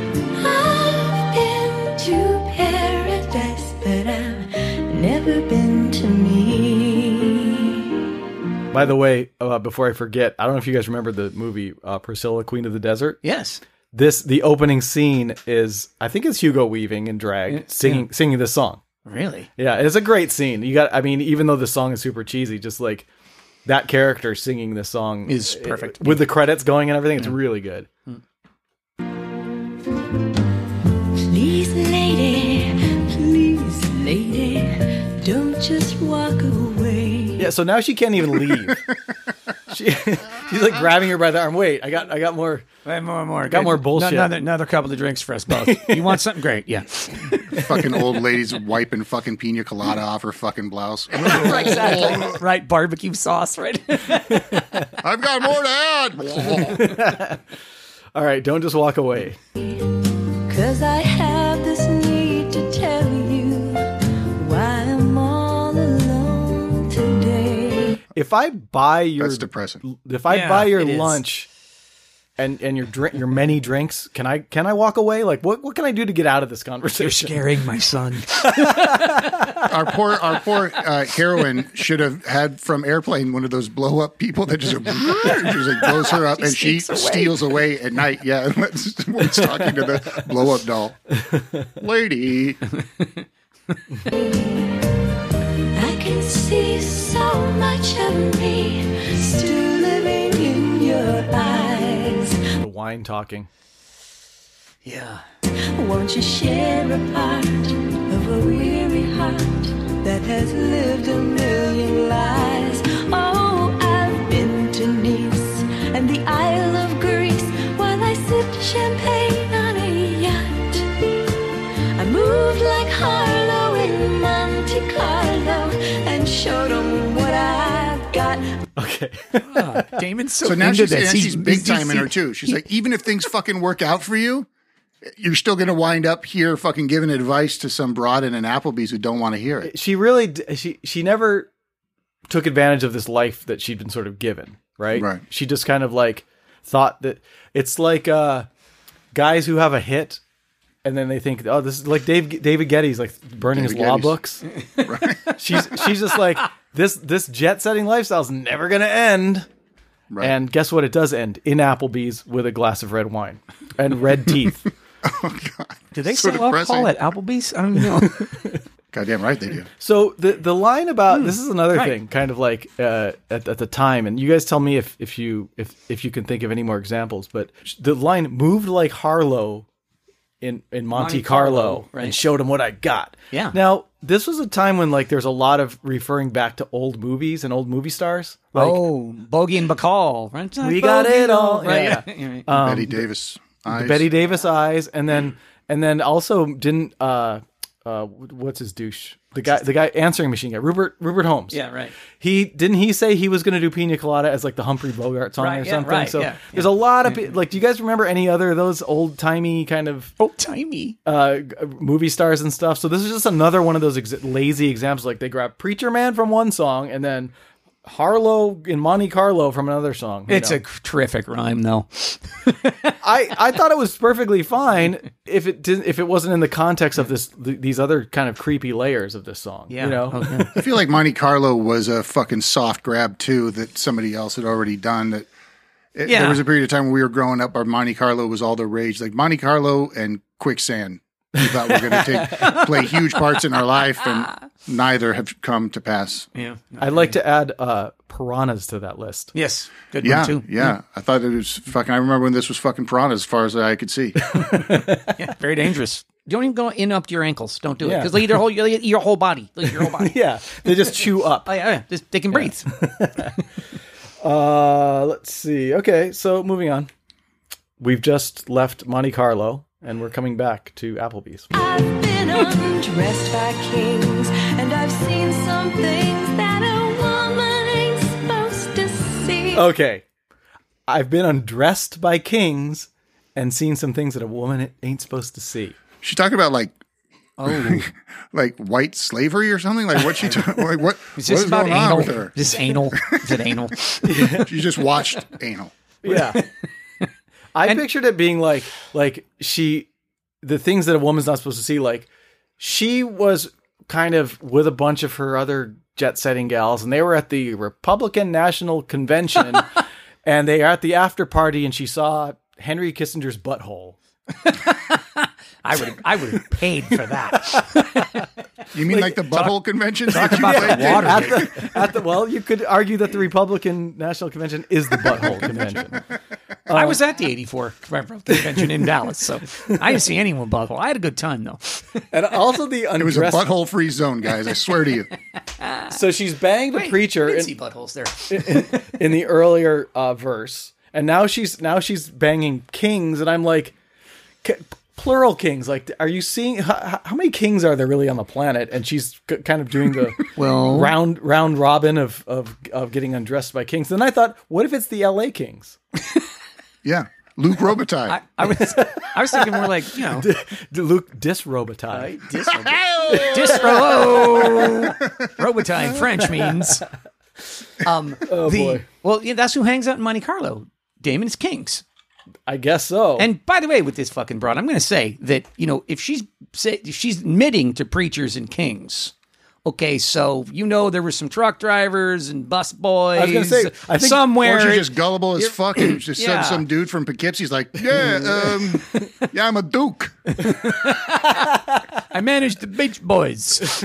Speaker 4: I've been to paradise, but I've never been to me.
Speaker 1: By the way, uh, before I forget, I don't know if you guys remember the movie uh, Priscilla, Queen of the Desert.
Speaker 2: Yes.
Speaker 1: This the opening scene is I think it's Hugo Weaving in drag singing singing this song.
Speaker 2: Really?
Speaker 1: Yeah, it's a great scene. You got I mean, even though the song is super cheesy, just like that character singing this song
Speaker 2: Is perfect.
Speaker 1: with the credits going and everything. It's really good.
Speaker 4: Please, lady, please, lady, don't just walk away.
Speaker 1: Yeah, so now she can't even leave. she, *laughs* she's like grabbing her by the arm. Wait, I got I got more.
Speaker 2: Hey, more, more.
Speaker 1: Got more bullshit.
Speaker 2: Another, another couple of drinks for us both. you want something great? Yeah.
Speaker 3: Fucking old
Speaker 2: *laughs*
Speaker 3: lady's wiping fucking pina colada off her fucking blouse.
Speaker 2: right, *laughs* exactly. *laughs* Right, barbecue sauce. Right.
Speaker 3: I've got more to
Speaker 2: *laughs*
Speaker 3: add.
Speaker 1: All right, don't just walk away.
Speaker 4: Cause I have this need to tell you why I'm all alone today.
Speaker 1: if I buy your
Speaker 3: That's depressing.
Speaker 1: if I
Speaker 2: Yeah,
Speaker 1: buy your
Speaker 2: it is.
Speaker 1: lunch and and your drink your many drinks, can I can I walk away? Like what what can I do to get out of this conversation?
Speaker 9: You're scaring my son.
Speaker 3: Our poor, our poor uh, heroine should have had from airplane one of those blow up people that just, *laughs* just like blows her up and she steals away at night. Yeah, *laughs* and let's, we're talking to the blow up doll lady.
Speaker 4: I can see so much of me still living in your eyes.
Speaker 1: The wine talking.
Speaker 2: Yeah.
Speaker 4: Won't you share a part of a weary heart that has lived a million lies? Oh, I've been to Nice and the Isle of Greece while I sipped champagne on a yacht. I moved like Harlow in Monte Carlo and showed 'em what I've got.
Speaker 1: Okay.
Speaker 2: Damon's so,
Speaker 3: So now
Speaker 2: into
Speaker 3: she's,
Speaker 2: this.
Speaker 3: and
Speaker 2: He's-
Speaker 3: she's big
Speaker 2: he's-
Speaker 3: time in her too. She's like, even if things fucking work out for you, you're still going to wind up here fucking giving advice to some broad in an Applebee's who don't want to hear it.
Speaker 1: She really d- she she never took advantage of this life that she'd been sort of given, right?
Speaker 3: Right.
Speaker 1: She just kind of like thought that it's like uh guys who have a hit and then they think, oh, this is like Dave, David Getty's like burning
Speaker 3: David
Speaker 1: his law
Speaker 3: Geddes. *laughs*
Speaker 1: books. she's she's just like this this jet setting lifestyle's never gonna end.
Speaker 3: Right.
Speaker 1: And guess what? It does end in Applebee's with a glass of red wine and red teeth.
Speaker 2: Do they
Speaker 3: So
Speaker 2: sell alcohol at
Speaker 3: depressing.
Speaker 2: Applebee's? I don't *laughs* know.
Speaker 3: Goddamn right they do.
Speaker 1: So the the line about this is another
Speaker 2: Hmm. right.
Speaker 1: thing, kind of like uh, at, at the time, and you guys tell me if if you if if you can think of any more examples. But sh- the line moved like Harlow in in Monte,
Speaker 2: Monte
Speaker 1: Carlo,
Speaker 2: Carlo, right.
Speaker 1: and showed him what I got.
Speaker 2: Yeah.
Speaker 1: Now this was a time when like there's a lot of referring back to old movies and old movie stars. Like,
Speaker 2: oh, Bogey and Bacall. Right?
Speaker 1: We got it all.
Speaker 2: Right.
Speaker 1: Yeah.
Speaker 2: *laughs* Right.
Speaker 3: Betty Davis.
Speaker 1: the
Speaker 3: eyes.
Speaker 1: Betty Davis eyes, and then and then also didn't uh uh what's his douche the guy the guy answering machine guy Rupert Rupert Holmes
Speaker 2: Yeah, right.
Speaker 1: he didn't he say he was going to do Pina Colada as like the Humphrey Bogart song
Speaker 2: Right,
Speaker 1: or
Speaker 2: yeah,
Speaker 1: something
Speaker 2: right,
Speaker 1: so
Speaker 2: yeah, Mm-hmm.
Speaker 1: there's a lot of pe- like do you guys remember any other of those old timey kind of
Speaker 2: Oh, timey.
Speaker 1: uh g- movie stars and stuff so this is just another one of those ex- lazy examples like they grab Preacher Man from one song and then Harlow in Monte Carlo from another song you
Speaker 2: It's
Speaker 1: know?
Speaker 2: a terrific rhyme, though.
Speaker 1: I, I thought it was perfectly fine if it didn't if it wasn't in the context of this th- these other kind of creepy layers of this song.
Speaker 2: Yeah.
Speaker 1: you know,
Speaker 2: Okay.
Speaker 3: I feel like Monte Carlo was a fucking soft grab too that somebody else had already done. That it,
Speaker 2: Yeah.
Speaker 3: there was a period of time when we were growing up, our Monte Carlo was all the rage. Like Monte Carlo and quicksand, we thought were going to
Speaker 2: *laughs*
Speaker 3: take play huge parts in our life, and neither have come to pass.
Speaker 2: yeah.
Speaker 1: I'd like to add uh, piranhas to that list.
Speaker 2: Yes. Good
Speaker 3: Yeah,
Speaker 2: one, too.
Speaker 3: yeah, I thought it was fucking. I remember when this was fucking Piranha, as far as I
Speaker 2: *laughs*
Speaker 3: could see.
Speaker 2: Yeah, very dangerous. Don't even go in up to your ankles. Don't do it
Speaker 1: Yeah.
Speaker 2: because they eat their whole, they eat your whole body, They eat your whole body.
Speaker 1: *laughs* Yeah, they just chew up.
Speaker 2: Oh, yeah, yeah. Just, they can breathe.
Speaker 1: Uh, let's see. Okay, so moving on, we've just left Monte Carlo and we're coming back to Applebee's.
Speaker 4: I've been undressed by kings, and I've seen some things that a woman ain't supposed to see.
Speaker 1: Okay, I've been undressed by kings and seen some things that a woman ain't supposed to see.
Speaker 3: She talked about like
Speaker 2: Oh,
Speaker 3: *laughs* like white slavery or something. Like what she ta-
Speaker 2: *laughs*
Speaker 3: like what
Speaker 2: it's
Speaker 3: what
Speaker 2: just
Speaker 3: is
Speaker 2: about
Speaker 3: going on
Speaker 2: anal.
Speaker 3: with her?
Speaker 2: Just anal. Is it anal?
Speaker 3: She just
Speaker 2: *laughs*
Speaker 3: watched anal.
Speaker 1: *laughs* Yeah. I pictured it being like like she the things that a woman's not supposed to see like she was kind of with a bunch of her other jet setting gals and they were at the Republican National *laughs* Convention and they are at the after party and she saw Henry Kissinger's butthole.
Speaker 2: I would, I would have paid for that.
Speaker 3: You mean like, the butthole convention? Talk
Speaker 2: about water.
Speaker 1: At the, *laughs* at the well, you could argue that the Republican National Convention is the *laughs* butthole convention. Uh,
Speaker 2: I was at the '84 convention in Dallas, so I didn't see anyone butthole. I had a good time though.
Speaker 1: And also the
Speaker 3: It was a
Speaker 1: undressed.
Speaker 3: butthole free zone, guys. I
Speaker 2: *laughs*
Speaker 3: swear to you.
Speaker 1: so she's banged a preacher
Speaker 2: I didn't
Speaker 1: and
Speaker 2: see buttholes there.
Speaker 1: in the earlier uh, verse, and now she's now she's banging kings, and I'm like, k- plural kings. Like, are you seeing how, how many kings are there really on the planet? And she's k- kind of doing *laughs* the
Speaker 2: Well-
Speaker 1: round round robin of of of getting undressed by kings. Then I thought, what if it's the L.A. Kings?
Speaker 3: Yeah. Luke Robitaille.
Speaker 2: I, I was, I was thinking more like
Speaker 1: *laughs*
Speaker 2: you know,
Speaker 1: D- Luke disrobotai. *laughs*
Speaker 2: disro. Disro. Robotine French means Um,
Speaker 1: Oh,
Speaker 2: the-
Speaker 1: boy.
Speaker 2: Well, yeah, that's who hangs out in Monte Carlo. Damon is Kings.
Speaker 1: I guess so.
Speaker 2: And by the way, with this fucking broad, I'm going to say that you know if she's say, if she's admitting to preachers and kings. Okay, so you know there were some truck drivers and bus boys.
Speaker 1: I was gonna say, I think-
Speaker 2: somewhere
Speaker 3: Aren't you just gullible as fuck and just
Speaker 2: Yeah.
Speaker 3: some, some dude from Poughkeepsie's like, yeah,
Speaker 2: *laughs*
Speaker 3: um, yeah, I'm a duke.
Speaker 2: I managed the
Speaker 1: *laughs*
Speaker 2: beach boys.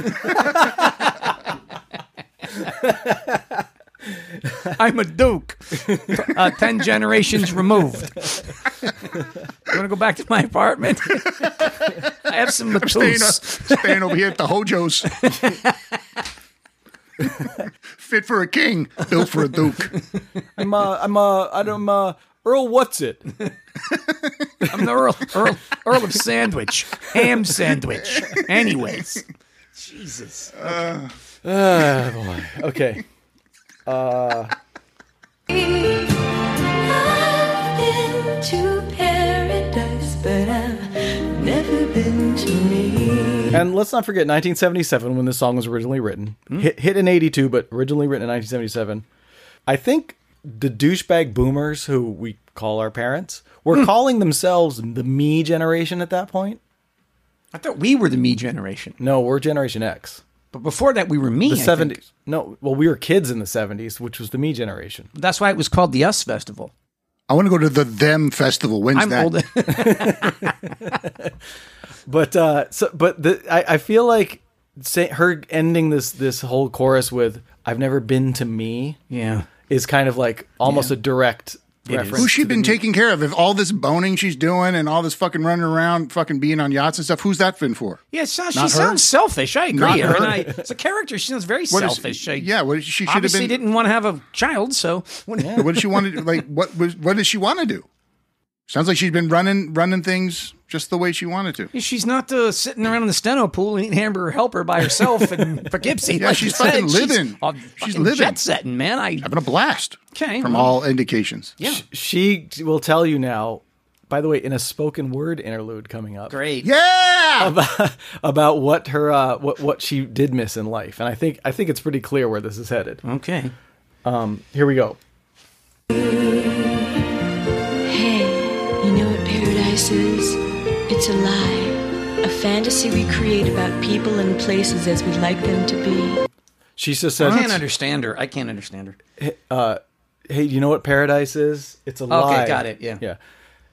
Speaker 2: I'm a duke, uh, ten
Speaker 1: *laughs*
Speaker 2: generations removed. you want to go back to my apartment? *laughs* I have some
Speaker 3: Staying, uh,
Speaker 2: matus.
Speaker 3: staying over here at
Speaker 2: *laughs*
Speaker 3: the Hojo's. Fit for a king, built for a duke.
Speaker 1: I'm uh, I'm uh, I'm uh, Earl. What's it?
Speaker 2: I'm the Earl, Earl, Earl of Sandwich, ham sandwich. Anyways, Jesus.
Speaker 1: *laughs* Okay.
Speaker 4: I've been to paradise, but I've never been to me.
Speaker 1: And let's not forget 1977 when this song was originally written.
Speaker 2: Hmm?
Speaker 1: Hit, hit in 82, but originally written in 1977. I think the douchebag boomers, who we call our parents, were
Speaker 2: Hmm.
Speaker 1: calling themselves the me generation at that point.
Speaker 2: I thought we were the me generation,
Speaker 1: No, we're Generation X.
Speaker 2: but before that we were me.
Speaker 1: The
Speaker 2: I think.
Speaker 1: 70s. No, well, we were kids in the 70s, which was the me generation.
Speaker 2: That's why it was called the Us Festival.
Speaker 3: I want to go to the Them Festival. When's
Speaker 2: I'm
Speaker 3: that?
Speaker 2: old.
Speaker 3: *laughs*
Speaker 1: But uh, so, but the, I, I feel like say, her ending this this whole chorus with "I've never been to me"
Speaker 2: yeah.
Speaker 1: is kind of like almost a direct reference.
Speaker 3: Who's she
Speaker 1: to the
Speaker 3: been
Speaker 1: me-
Speaker 3: taking care of? If all this boning she's doing and all this fucking running around, fucking being on yachts and stuff, who's that been for?
Speaker 2: Yeah, so, she
Speaker 3: Not her?
Speaker 2: sounds selfish. I agree.
Speaker 3: Not
Speaker 2: Her.
Speaker 3: her.
Speaker 2: and I, it's a character. She sounds very
Speaker 3: What is-
Speaker 2: selfish. I
Speaker 3: yeah, what, she should have
Speaker 2: obviously
Speaker 3: been.
Speaker 2: didn't want to have a child, so
Speaker 3: What does she want to do? Like, what was, what does she want to do? Sounds like she's been running running things just the way she wanted to.
Speaker 2: she's not uh, sitting around in the steno pool and eating hamburger helper by herself
Speaker 3: *laughs*
Speaker 2: in Poughkeepsie.
Speaker 3: Yeah,
Speaker 2: like
Speaker 3: she's
Speaker 2: you said.
Speaker 3: fucking living.
Speaker 2: She's, uh,
Speaker 3: She's
Speaker 2: fucking
Speaker 3: living.
Speaker 2: Jet setting, man. I
Speaker 3: Having a blast.
Speaker 2: Okay,
Speaker 3: From
Speaker 2: well-
Speaker 3: all indications.
Speaker 2: yeah,
Speaker 1: She will tell you now. By the way, in a spoken word interlude coming up
Speaker 2: great. Oh,
Speaker 3: Yeah.
Speaker 1: about what her uh, what what she did miss in life, and I think I think it's pretty clear where this is headed.
Speaker 2: Okay.
Speaker 1: Here we go.
Speaker 4: Hey, you know what paradise is? It's a lie. A fantasy we create about people and places as we'd like them to be.
Speaker 1: She just
Speaker 2: I can't
Speaker 1: says,
Speaker 2: understand her. I can't understand her.
Speaker 1: "Hey, you know what paradise is? It's a lie."
Speaker 2: got it, yeah.
Speaker 1: yeah.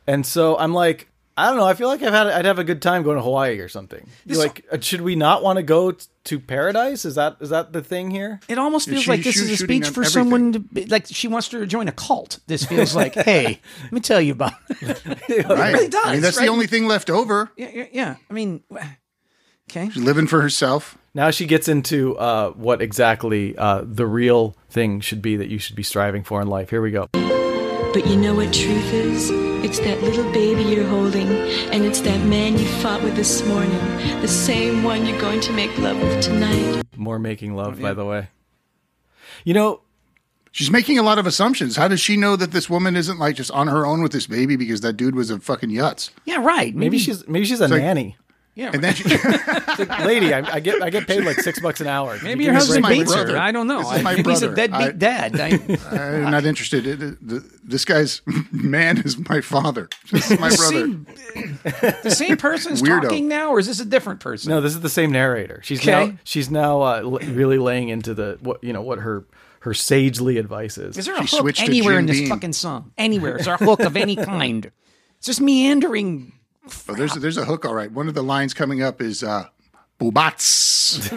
Speaker 1: And so I'm like, I don't know. I feel like I've had I'd have a good time going to Hawaii or something. You're like, uh, should we not want to go t- to paradise? Is that is that the thing here?
Speaker 2: It almost feels
Speaker 3: she-
Speaker 2: like this
Speaker 3: she's
Speaker 2: is a
Speaker 3: shooting
Speaker 2: speech
Speaker 3: on
Speaker 2: for
Speaker 3: everything.
Speaker 2: someone to be, like she wants her to join a cult. This feels
Speaker 3: *laughs*
Speaker 2: like, hey, let me tell you about. *laughs*
Speaker 3: Right.
Speaker 2: really does,
Speaker 3: I mean, that's
Speaker 2: right?
Speaker 3: the only thing left over.
Speaker 2: yeah, yeah, yeah. I mean, okay.
Speaker 3: She's living for herself.
Speaker 1: Now she gets into uh, what exactly uh, the real thing should be that you should be striving for in life. Here we go.
Speaker 4: But you know what truth is? It's that little baby you're holding, and it's that man you fought with this morning, the same one you're going to make love with tonight.
Speaker 1: More making love, by the way. You know,
Speaker 3: She's making a lot of assumptions. How does she know that this woman isn't like just on her own with this baby because that dude was a fucking yutz?
Speaker 2: Yeah, right.
Speaker 1: maybe she's maybe she's a
Speaker 3: like-
Speaker 1: nanny.
Speaker 2: yeah.
Speaker 3: And then she, *laughs*
Speaker 1: Lady, I, I get I get paid like six bucks an hour. Can
Speaker 2: Maybe
Speaker 1: you
Speaker 2: your
Speaker 1: give me a
Speaker 3: this is
Speaker 2: husband
Speaker 3: my
Speaker 1: break?
Speaker 2: beats
Speaker 3: brother.
Speaker 2: her. I don't know.
Speaker 3: This is my
Speaker 2: I think he's a
Speaker 3: brother.
Speaker 2: deadbeat
Speaker 3: I-
Speaker 2: dad. I,
Speaker 3: I'm not interested. It- it- the- This guy's *laughs* man is my father. This is my brother.
Speaker 2: same, the
Speaker 3: *laughs*
Speaker 2: same person's
Speaker 3: Weirdo.
Speaker 2: talking now, or is this a different person?
Speaker 1: No, this is the same narrator. She's
Speaker 2: Okay.
Speaker 1: now she's now uh, l- really laying into the what you know what her her sagely advice is.
Speaker 2: Is there a
Speaker 3: She
Speaker 2: hook
Speaker 3: switched to
Speaker 2: anywhere
Speaker 3: Jim
Speaker 2: in this
Speaker 3: Beam.
Speaker 2: fucking song? Anywhere? Is there a
Speaker 3: *laughs*
Speaker 2: hook of any kind? It's just meandering.
Speaker 3: Oh, there's there's a hook, all right. One of the lines coming up is uh,
Speaker 2: *laughs*
Speaker 3: "bubats."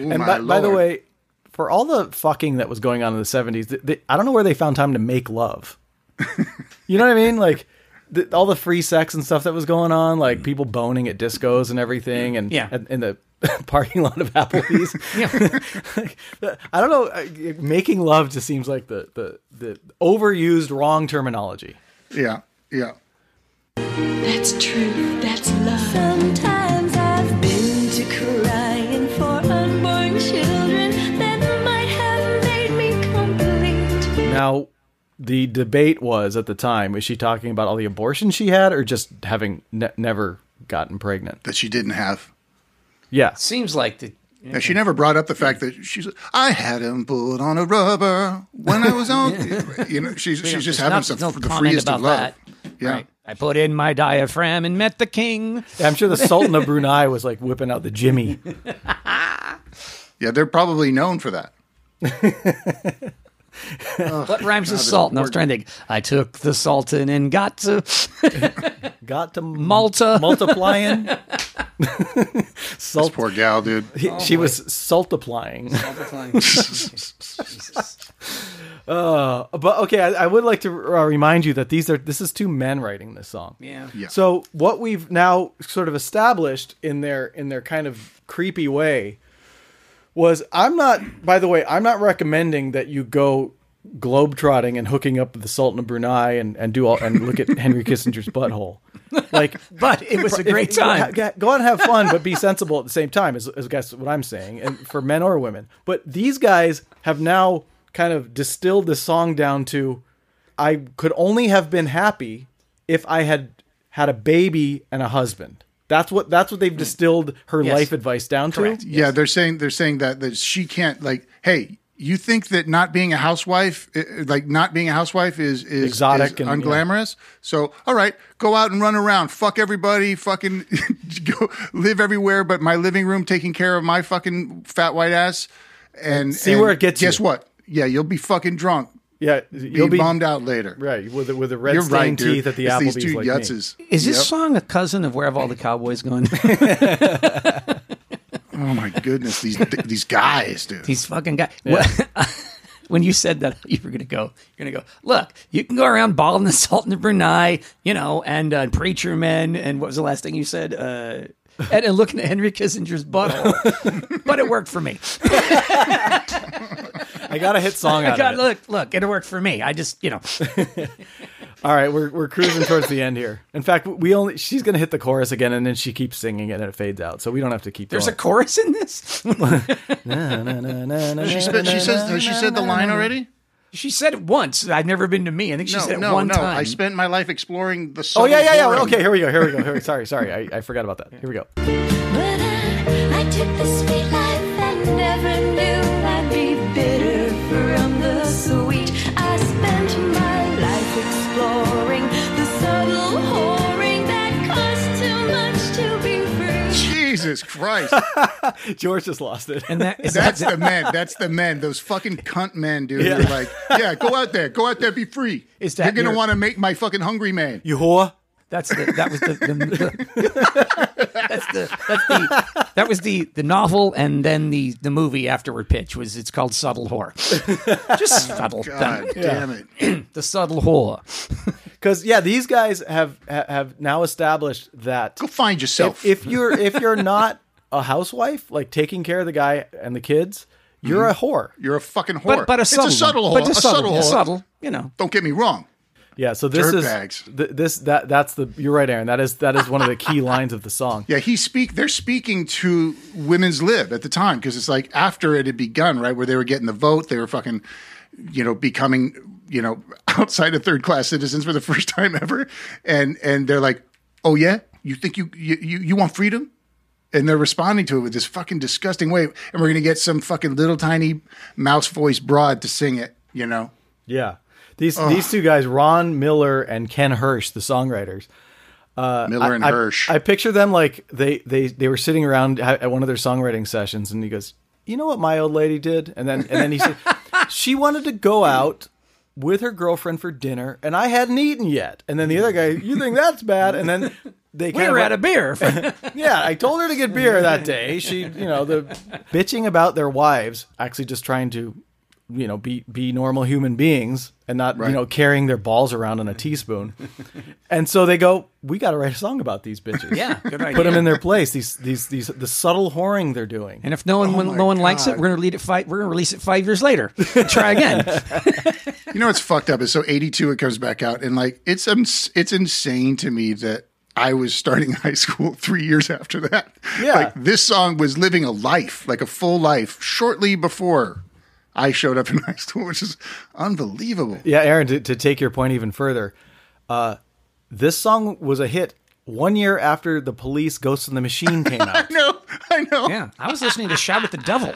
Speaker 3: Ooh,
Speaker 1: and
Speaker 3: my
Speaker 1: by, by the
Speaker 3: lord.
Speaker 1: way, for all the fucking that was going on in the seventies, th th I don't know where they found time to make
Speaker 3: *laughs*
Speaker 1: love. you know what I mean? Like the, all the free sex and stuff that was going on,
Speaker 3: Mm.
Speaker 1: like people boning at discos and everything, and
Speaker 2: Yeah.
Speaker 1: and- in the *laughs* parking lot of
Speaker 3: *laughs*
Speaker 1: Applebee's. Like, *laughs* I don't know. uh, Making love just seems like the the the overused wrong terminology.
Speaker 3: yeah, yeah.
Speaker 4: That's truth, that's love. Sometimes I've been to crying for unborn children that might have made me complete.
Speaker 1: Now, the debate was at the time: is she talking about all the abortions she had, or just having ne- never gotten pregnant?
Speaker 3: That she didn't have.
Speaker 1: Yeah,
Speaker 2: Seems like the
Speaker 3: Now, she never brought up the fact that she's. I had him put on a rubber when I
Speaker 2: *laughs*
Speaker 3: was on. You know, she's she's just
Speaker 2: There's
Speaker 3: having
Speaker 2: not-
Speaker 3: some
Speaker 2: no
Speaker 3: the
Speaker 2: comment
Speaker 3: freest
Speaker 2: about
Speaker 3: of love.
Speaker 2: that.
Speaker 3: Yeah.
Speaker 2: Right. I put in my diaphragm and met the king.
Speaker 1: I'm sure the Sultan of Brunei was like whipping out the Jimmy.
Speaker 3: Yeah, they're probably known for that.
Speaker 2: What rhymes with salt? And I was trying to think. I took the Sultan and got to.
Speaker 1: Got to m-
Speaker 2: Malta.
Speaker 1: multiplying. *laughs* Salt.
Speaker 3: Poor gal, dude.
Speaker 1: he-
Speaker 2: Oh,
Speaker 1: she was saltiplying. *laughs* Uh, but okay, I, I would like to uh, remind you that these are this is two men writing this song.
Speaker 2: Yeah.
Speaker 3: Yeah.
Speaker 1: So what we've now sort of established in their in their kind of creepy way was I'm not by the way, I'm not recommending that you go globetrotting and hooking up with the Sultan of Brunei and, and do all and look at
Speaker 2: *laughs*
Speaker 1: Henry Kissinger's butthole. Like
Speaker 2: But it was a great
Speaker 1: if-
Speaker 2: time.
Speaker 1: ha- Go out and have fun, but be *laughs* sensible at the same time. Is, is I guess what I'm saying, and for men or women. But these guys have now kind of distilled the song down to, I could only have been happy if I had had a baby and a husband. That's what that's what
Speaker 3: Hmm.
Speaker 1: they've distilled her
Speaker 2: Yes.
Speaker 1: life advice down
Speaker 2: Correct.
Speaker 1: to.
Speaker 3: Yeah, they're saying they're saying that that she can't like. Hey, you think that not being a housewife, eh, eh, like not being a housewife, is is
Speaker 1: Exotic
Speaker 3: is
Speaker 1: and-
Speaker 3: unglamorous. So, all right, go out and run around, fuck everybody, fucking *laughs* go live everywhere, but my living room taking care of my fucking fat white ass, and
Speaker 1: See
Speaker 3: and
Speaker 1: where it gets
Speaker 3: Guess
Speaker 1: you.
Speaker 3: what? Yeah, you'll be fucking drunk,
Speaker 1: Yeah,
Speaker 3: be
Speaker 1: you'll be
Speaker 3: bombed out later.
Speaker 1: right with the, with the red
Speaker 3: You're
Speaker 1: stained
Speaker 3: right, dude.
Speaker 1: teeth at the
Speaker 3: it's
Speaker 1: Applebee's
Speaker 3: these two
Speaker 1: like me.
Speaker 3: yutzes.
Speaker 2: Is this
Speaker 3: Yep.
Speaker 2: song a cousin of Where Have All the Cowboys
Speaker 3: *laughs*
Speaker 2: Gone? *laughs*
Speaker 3: Oh my goodness, these *laughs* these guys, dude.
Speaker 2: These fucking guys. *laughs* when you said that, you were gonna go. You're gonna go. Look, you can go around balling the Sultan of Brunei, you know, and uh, preacher men, and what was the last thing you said? Uh,
Speaker 3: *laughs*
Speaker 2: and, and looking at Henry Kissinger's butthole, but it worked for me.
Speaker 1: I got a hit
Speaker 3: *laughs*
Speaker 1: song out
Speaker 2: God,
Speaker 1: of it.
Speaker 2: look, look, it worked for me. I just, you know,
Speaker 1: All right, we're we're cruising towards the end here. In fact, we only she's gonna hit the chorus again, and then she keeps singing it, and it fades out, so we don't have to keep.
Speaker 2: there's a
Speaker 1: going.
Speaker 2: chorus in this.
Speaker 3: she, said- she says has she said the line already.
Speaker 2: she said it once. I've never been to me. I think she said it
Speaker 3: no,
Speaker 2: one
Speaker 3: no.
Speaker 2: time.
Speaker 3: I spent my life exploring the.
Speaker 1: Oh yeah, yeah, yeah.
Speaker 3: subtle
Speaker 1: Okay, here we go. Here we go. Here, sorry, sorry. I, I forgot about that. Here we go.
Speaker 4: But I, I took the sweet life and never knew I'd be bitter from the sweet. I spent my life exploring the subtle whoring that cost too much to be free.
Speaker 3: Jesus
Speaker 2: *laughs*
Speaker 3: Christ,
Speaker 1: George just lost it.
Speaker 2: and
Speaker 1: *laughs*
Speaker 2: that is
Speaker 3: that's the men. That's the men. Those fucking cunt men, dude. They're like, yeah, go out there, go out there, be free.
Speaker 2: Is that
Speaker 3: You're gonna
Speaker 2: your-
Speaker 3: want to make my fucking hungry man.
Speaker 1: you whore.
Speaker 2: That's the that was the, the, that's the *laughs* that's the that was the the novel and then the the movie afterward pitch was it's called subtle
Speaker 3: *laughs*
Speaker 2: whore, just subtle
Speaker 3: God
Speaker 2: the,
Speaker 3: damn it.
Speaker 2: the subtle whore.
Speaker 1: Because yeah, these guys have ha- have now established that
Speaker 3: Go find yourself.
Speaker 1: if, if you're if you're not a housewife, like taking care of the guy and the kids, you're
Speaker 2: Mm-hmm.
Speaker 1: a whore.
Speaker 3: You're a fucking whore.
Speaker 2: But but a subtle
Speaker 3: It's a subtle
Speaker 2: one.
Speaker 3: whore.
Speaker 2: but
Speaker 3: a subtle whore.
Speaker 2: subtle you know.
Speaker 3: Don't get me wrong.
Speaker 1: Yeah. So this is
Speaker 3: Dirtbags.
Speaker 1: th- this that that's the you're right, Aaron. That is that is one of the key lines of the song.
Speaker 3: Yeah, he speak. They're speaking to women's lib at the time because it's like after it had begun, right, where they were getting the vote, they were fucking, you know, becoming, you know, *laughs* outside of third class citizens for the *laughs* first time ever, and and they're like, oh yeah, you think you you you, you want freedom? And they're responding to it with this fucking disgusting way, and we're gonna get some fucking little tiny mouse voice broad to sing it, you know.
Speaker 1: Yeah. These these two guys, Ron Miller and Ken Hirsch, the songwriters.
Speaker 3: Miller and
Speaker 1: Uh, I-
Speaker 3: Hirsch.
Speaker 1: I picture them like they they they were sitting around ha- at one of their songwriting sessions, and he goes, "You know what my old lady did?" And then and then he said, "She wanted to go out." With her girlfriend for dinner, and I hadn't eaten yet. And then the other guy, you think that's bad? And then they kind
Speaker 2: We were
Speaker 1: of
Speaker 2: at a
Speaker 3: *laughs*
Speaker 2: beer.
Speaker 1: yeah. I told her to get beer that day. She, you know, the bitching about their wives, actually just trying to, you know, be be normal human beings and not you know carrying their balls around on a teaspoon. and so they go, we got to write a song about these bitches.
Speaker 2: yeah, good idea.
Speaker 1: Put them in their place. These, these, these, the subtle whoring they're doing.
Speaker 2: And if no
Speaker 3: Oh
Speaker 2: one no one likes it, we're gonna lead it five. We're gonna release it five years
Speaker 3: *laughs*
Speaker 2: later. Try again.
Speaker 3: You know what's fucked up is so eighty two it comes back out and like it's um, it's insane to me that I was starting *laughs* high school three years after that.
Speaker 1: Yeah.
Speaker 3: like this song was living a life, like a full life, shortly before I showed up in *laughs* high school, which is unbelievable.
Speaker 1: Yeah, Aaron, to, to take your point even further, uh, this song was a hit one year after the police Ghost in the Machine came
Speaker 2: *laughs*
Speaker 1: out.
Speaker 3: No, I know.
Speaker 2: Yeah, I was listening to Shout at the Devil.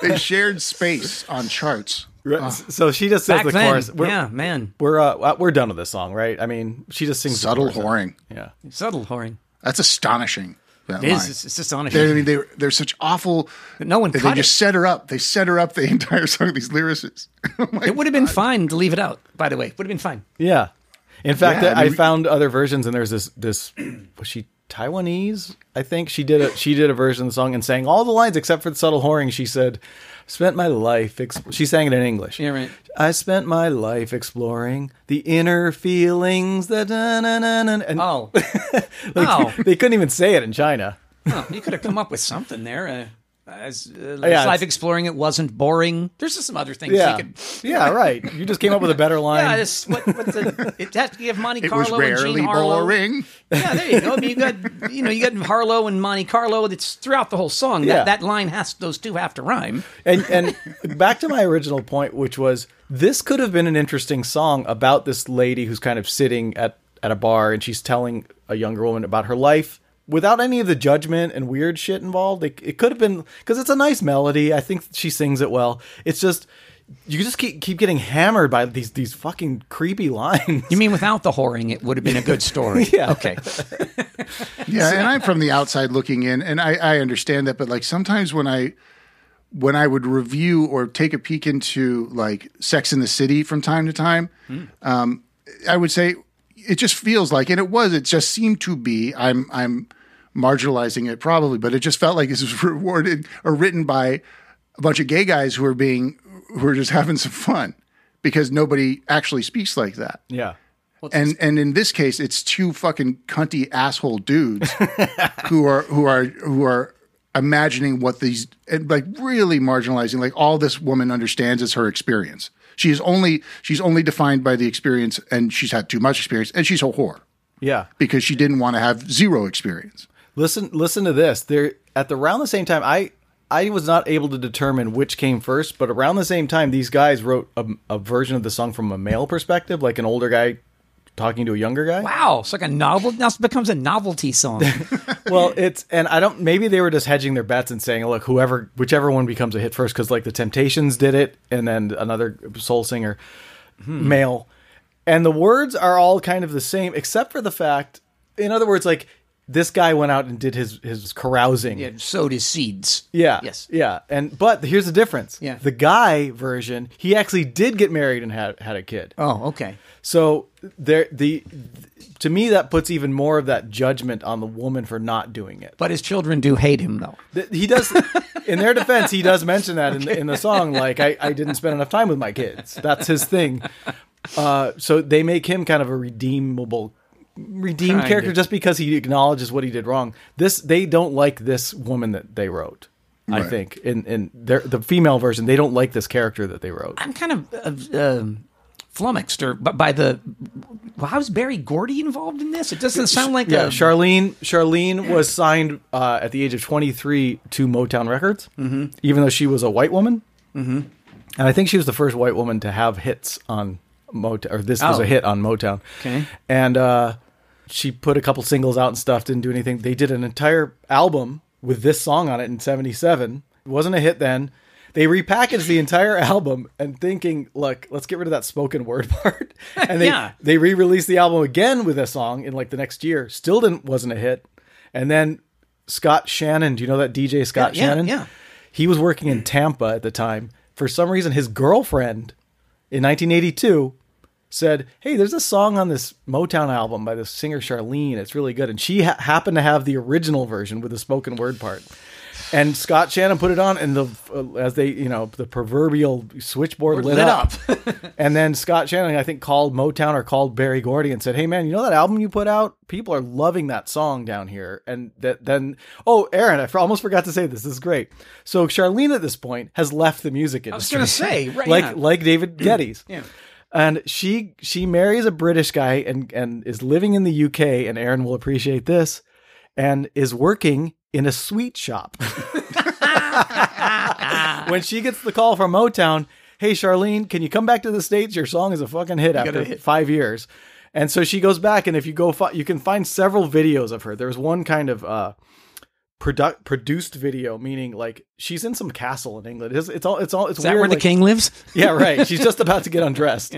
Speaker 3: They shared space on charts.
Speaker 1: Right. So she just says
Speaker 2: Back
Speaker 1: the
Speaker 2: then,
Speaker 1: chorus. We're,
Speaker 2: yeah, man,
Speaker 1: we're uh, we're done with this song, right? I mean, she just sings the
Speaker 3: Subtle
Speaker 1: chorus.
Speaker 3: whoring.
Speaker 1: Yeah.
Speaker 2: subtle whoring.
Speaker 3: That's astonishing. That
Speaker 2: It
Speaker 1: Oh
Speaker 3: line.
Speaker 2: is. It's, it's astonishing.
Speaker 3: They're, I mean, they they're such awful.
Speaker 2: no one
Speaker 3: They
Speaker 2: caught
Speaker 3: just set her up. They set her up the *laughs* entire song. These lyricists. Oh my
Speaker 2: it. It would have been fine to leave it out. By the way, would have been fine.
Speaker 1: Yeah. In fact,
Speaker 3: Yeah, I
Speaker 1: I,
Speaker 3: mean, we-
Speaker 1: found other versions, and there's this this *clears throat* was she Taiwanese? I think she did a she did a version of the song and sang all the lines except for the subtle whoring. She said, "Spent my life." Exp-, she sang it in English.
Speaker 2: Yeah, right.
Speaker 1: I spent my life exploring the inner feelings that na na na na. And *laughs*
Speaker 2: Oh,
Speaker 1: like,
Speaker 2: oh.
Speaker 1: they couldn't even say it in China.
Speaker 2: Huh, you could have come up with something there. Uh, as uh, as
Speaker 1: it's-
Speaker 2: life exploring, it wasn't boring. There's just some other things
Speaker 1: Yeah,
Speaker 2: you could.
Speaker 1: yeah, right. You just came up with a better line.
Speaker 2: *laughs* Yeah, this, what,
Speaker 1: *laughs*
Speaker 2: what the, it has to give Monte
Speaker 3: It
Speaker 2: Carlo and
Speaker 3: was rarely
Speaker 2: Gene Harlow.
Speaker 3: boring.
Speaker 2: Yeah, there you go. I mean, you got you know you got Harlow and Monte Carlo. It's throughout the whole song.
Speaker 1: Yeah.
Speaker 2: That that line has those two have to rhyme.
Speaker 1: and and back to my original point, which was this could have been an interesting song about this lady who's kind of sitting at at a bar and she's telling a younger woman about her life without any of the judgment and weird shit involved. It, it could have been because it's a nice melody. I think she sings it well. It's just you just keep keep getting hammered by these these fucking creepy *laughs* lines.
Speaker 2: You mean without the whoring, it would have been a good story?
Speaker 1: *laughs* Yeah.
Speaker 2: Okay.
Speaker 3: *laughs* Yeah, and I'm from the outside looking in, and I, I understand that. But like sometimes when I when I would review or take a peek into like Sex in the City from time to time, um, I would say it just feels like, and it was, it just seemed to be. I'm I'm marginalizing it probably, but it just felt like this was *laughs* rewarded or written by a bunch of gay guys who are being who are just having some fun because nobody actually speaks like that.
Speaker 1: yeah.
Speaker 3: And and in this case, it's two fucking cunty
Speaker 2: *laughs*
Speaker 3: asshole dudes who are who are who are imagining what these and like really marginalizing. Like all this woman understands is her experience. She is only she's only defined by the experience, and she's had too much experience, and she's a whore
Speaker 1: Yeah.
Speaker 3: because she didn't want to have zero experience.
Speaker 1: Listen, listen to this. There at the around the same time, I I was not able to determine which came first, but around the same time, these guys wrote a, a version of the song from a male perspective, like an older guy talking to a younger guy.
Speaker 2: Wow. It's like a novel. Now it becomes a
Speaker 1: *laughs*
Speaker 2: novelty song.
Speaker 1: Well, it's and I don't. Maybe they were just hedging their bets and saying, "Look, whoever, whichever one becomes a hit first, because like the Temptations did it, and then another soul singer, male, and the words are all kind of the same, except for the fact, in other words, like this guy went out and did his his carousing,
Speaker 2: Yeah, sowed his seeds.
Speaker 1: Yeah.
Speaker 2: Yes.
Speaker 1: Yeah. And but here's the difference.
Speaker 2: Yeah.
Speaker 1: The guy version, he actually did get married and had had a kid.
Speaker 2: Oh, okay.
Speaker 1: So there the to me that puts even more of that judgment on the woman for not doing it.
Speaker 2: But his children do hate him, though.
Speaker 1: Th- He does in their defense, he does mention that in, in the song like I, I didn't spend enough time with my kids. That's his thing. Uh, so they make him kind of a redeemable redeemed
Speaker 2: Kinda.
Speaker 1: character just because he acknowledges what he did wrong. This they don't like this woman that they wrote. I
Speaker 3: Right.
Speaker 1: think in in their the female version they don't like this character that they wrote.
Speaker 2: I'm kind of uh, um flummoxed or but by the. Well, how's Barry Gordy involved in this? It doesn't sound like um,
Speaker 1: Yeah,
Speaker 2: a.
Speaker 1: Charlene Charlene was signed uh, at the age of 23 to Motown Records, mm-hmm. even though she was a white woman. Mm-hmm. And I think she was the first white woman to have hits on Motown, or this was
Speaker 2: Oh.
Speaker 1: a hit on Motown.
Speaker 2: Okay.
Speaker 1: And uh, she put a couple singles out and stuff, didn't do anything. They did an entire album with this song on it in 77. It wasn't a hit then. They repackaged the entire *laughs* album and thinking, look, let's get rid of that spoken word *laughs*
Speaker 2: *laughs*
Speaker 1: part. And they
Speaker 2: Yeah.
Speaker 1: they re-released the album again with a song in like the next year. Still didn't wasn't a hit. And then Scott Shannon, do you know that DJ Scott
Speaker 2: Yeah, yeah,
Speaker 1: Shannon?
Speaker 2: yeah.
Speaker 1: He was working in Tampa at the time. For some reason, his girlfriend in 1982 said, "Hey, there's a song on this Motown album by this singer Charlene. It's really good." And she ha- happened to have the original version with the spoken word part. And Scott Shannon put it on, and the uh, as they you know the proverbial switchboard lit,
Speaker 2: lit
Speaker 1: up.
Speaker 2: *laughs*
Speaker 1: and then Scott Shannon, I think, called Motown or called Barry Gordy and said, "Hey, man, you know that album you put out? People are loving that song down here." And that then, oh, Aaron, I f- almost forgot to say this. This is great. So Charlene at this point has left the music industry. I
Speaker 2: was gonna say,
Speaker 1: *laughs*
Speaker 2: right,
Speaker 1: like
Speaker 2: *clears throat* yeah.
Speaker 1: like David Geddes.
Speaker 2: Yeah.
Speaker 1: And she she marries a British guy and and is living in the UK and Aaron will appreciate this and is working in a sweet shop. *laughs* when she gets the call from Motown, "Hey Charlene, can you come back to the states? Your song is a fucking hit after
Speaker 2: hit."
Speaker 1: 5 years." And so she goes back, and if you go, fi- you can find several videos of her. There's one kind of uh, produ- produced video, meaning like she's in some castle in England. It's, it's all, it's all, it's
Speaker 2: Is that
Speaker 1: weird,
Speaker 2: where the
Speaker 1: like-
Speaker 2: king lives?
Speaker 1: yeah, right. She's just about to get undressed.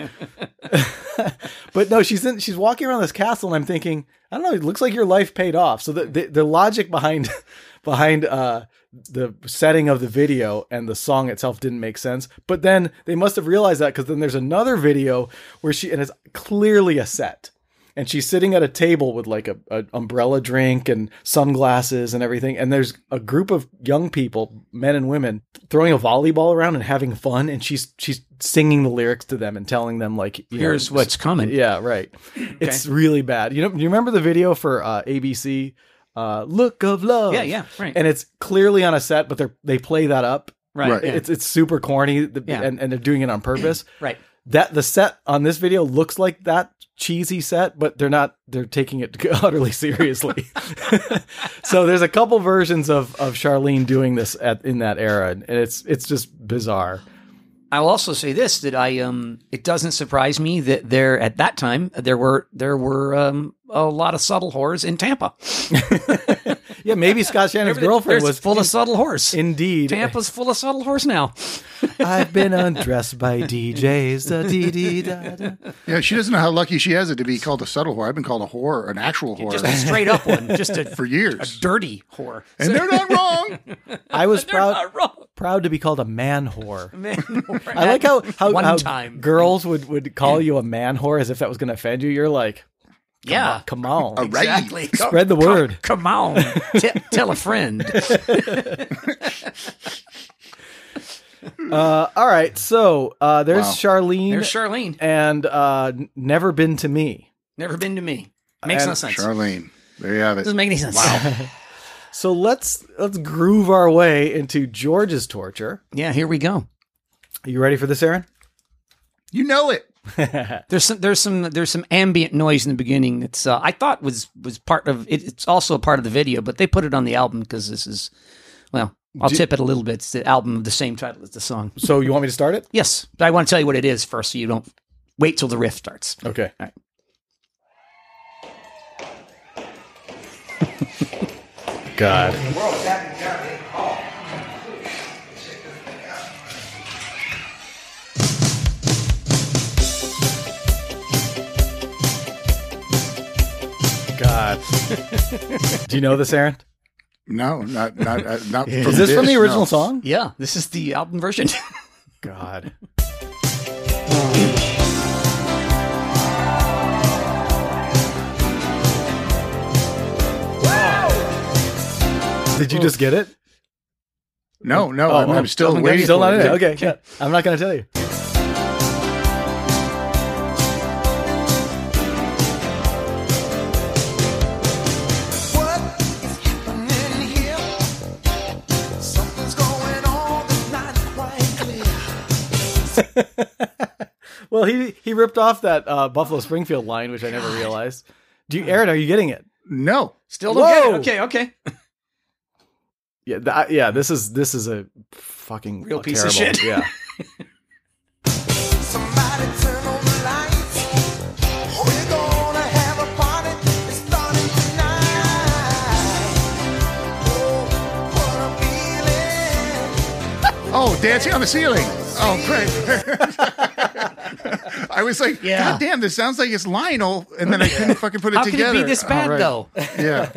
Speaker 1: but no, she's in. She's walking around this castle, and I'm thinking, I don't know. It looks like your life paid off. So the the, the logic behind *laughs* behind uh, the setting of the video and the song itself didn't make sense. But then they must have realized that because then there's another video where she and it's clearly a set. And she's sitting at a table with like a, a umbrella drink and sunglasses and everything. And there's a group of young people, men and women, throwing a volleyball around and having fun. And she's she's singing the lyrics to them and telling them like, you know,
Speaker 2: Here's what's coming.
Speaker 1: yeah, right. It's really bad. You know, you remember the video for uh, ABC, uh, "Look of Love"?
Speaker 2: Yeah, yeah, right.
Speaker 1: And it's clearly on a set, but they are they play that up.
Speaker 2: Right.
Speaker 3: Right.
Speaker 2: Yeah.
Speaker 1: It's it's super corny, the,
Speaker 2: Yeah.
Speaker 1: and and they're doing it on purpose.
Speaker 2: *clears throat* Right.
Speaker 1: That the set on this video looks like that cheesy set, but they're not. They're taking it *laughs* utterly seriously. *laughs* so there's a couple versions of of Charlene doing this at in that era, and it's it's just bizarre.
Speaker 2: I'll also say this that I um it doesn't surprise me that there at that time there were there were um a lot of subtle whores in *laughs* Tampa.
Speaker 1: Yeah, maybe Scott Shannon's girlfriend
Speaker 2: There's
Speaker 1: was
Speaker 2: full of subtle whores.
Speaker 1: indeed
Speaker 2: Tampa's full of subtle whores now.
Speaker 1: I've been undressed by DJs. Da, dee, dee, da, da.
Speaker 3: Yeah, she doesn't know how lucky she has it to be called a subtle whore. I've been called a whore, an actual whore,
Speaker 2: Just a straight up one,
Speaker 1: *laughs*
Speaker 2: just *laughs* a
Speaker 3: for years.
Speaker 2: dirty whore.
Speaker 3: and they're not wrong.
Speaker 1: I was
Speaker 2: *laughs* They're
Speaker 1: proud
Speaker 2: not wrong.
Speaker 1: proud to be called a man whore.
Speaker 2: Man, whore.
Speaker 1: I like how how,
Speaker 2: One
Speaker 1: how
Speaker 2: time.
Speaker 1: girls would, would call you a man whore as if that was going to offend you. You're like,
Speaker 2: yeah.
Speaker 1: come *laughs* on,
Speaker 2: *laughs*
Speaker 3: Right.
Speaker 2: Exactly.
Speaker 1: spread the word.
Speaker 2: Come on.
Speaker 1: *laughs*
Speaker 2: T- tell a friend.
Speaker 1: Uh, all right, so uh, there's
Speaker 3: Wow.
Speaker 1: Charlene
Speaker 2: There's Charlene.
Speaker 1: and uh, N- never been to me.
Speaker 2: Never been to me. Makes no sense.
Speaker 3: Charlene, there you have it.
Speaker 2: Doesn't make any sense.
Speaker 1: So let's let's groove our way into George's torture.
Speaker 2: yeah, here we go.
Speaker 1: Are you ready for this, Aaron?
Speaker 3: You know it.
Speaker 2: There's some there's some there's some ambient noise in the beginning that's uh, I thought was was part of it, it's also a part of the video, but they put it on the album because this is well, I'll tip it a little bit. It's the album of the same title as the song.
Speaker 1: So you want me to start it?
Speaker 2: Yes, but I want to tell you what it is first, so you don't wait till the riff starts.
Speaker 1: Okay. God. God. Do you know this, Aaron?
Speaker 3: No, not not uh, not. From
Speaker 1: Is this from the
Speaker 3: no.
Speaker 1: original song?
Speaker 2: Yeah, this is the album version. *laughs*
Speaker 1: God. Did you just get it?
Speaker 3: No, no,
Speaker 1: Oh,
Speaker 3: I'm, I'm still
Speaker 1: I'm
Speaker 3: waiting.
Speaker 1: Still
Speaker 3: for
Speaker 1: not in it.
Speaker 3: it.
Speaker 1: Okay, yeah. I'm not going to tell you. Well, he he ripped off that uh, Buffalo Springfield line, which I never realized. Do you, Aaron? Are you getting it?
Speaker 3: No,
Speaker 2: Still don't get it.
Speaker 1: Whoa!
Speaker 2: Okay, okay.
Speaker 1: Yeah, th- I- yeah. This is this is a fucking
Speaker 2: Real piece of
Speaker 1: terrible-
Speaker 2: shit.
Speaker 1: Yeah.
Speaker 9: Somebody turn on the lights. We're gonna have a party. It's starting tonight. Oh, what a feeling.
Speaker 3: Oh, dancing on the ceiling. Oh, great. *laughs* I was like,
Speaker 2: Yeah.
Speaker 3: God damn, this sounds like it's Lionel, and then I couldn't fucking put it
Speaker 2: How
Speaker 3: together.
Speaker 2: could it be this
Speaker 3: Oh,
Speaker 2: bad
Speaker 3: right.
Speaker 2: though?
Speaker 3: Yeah.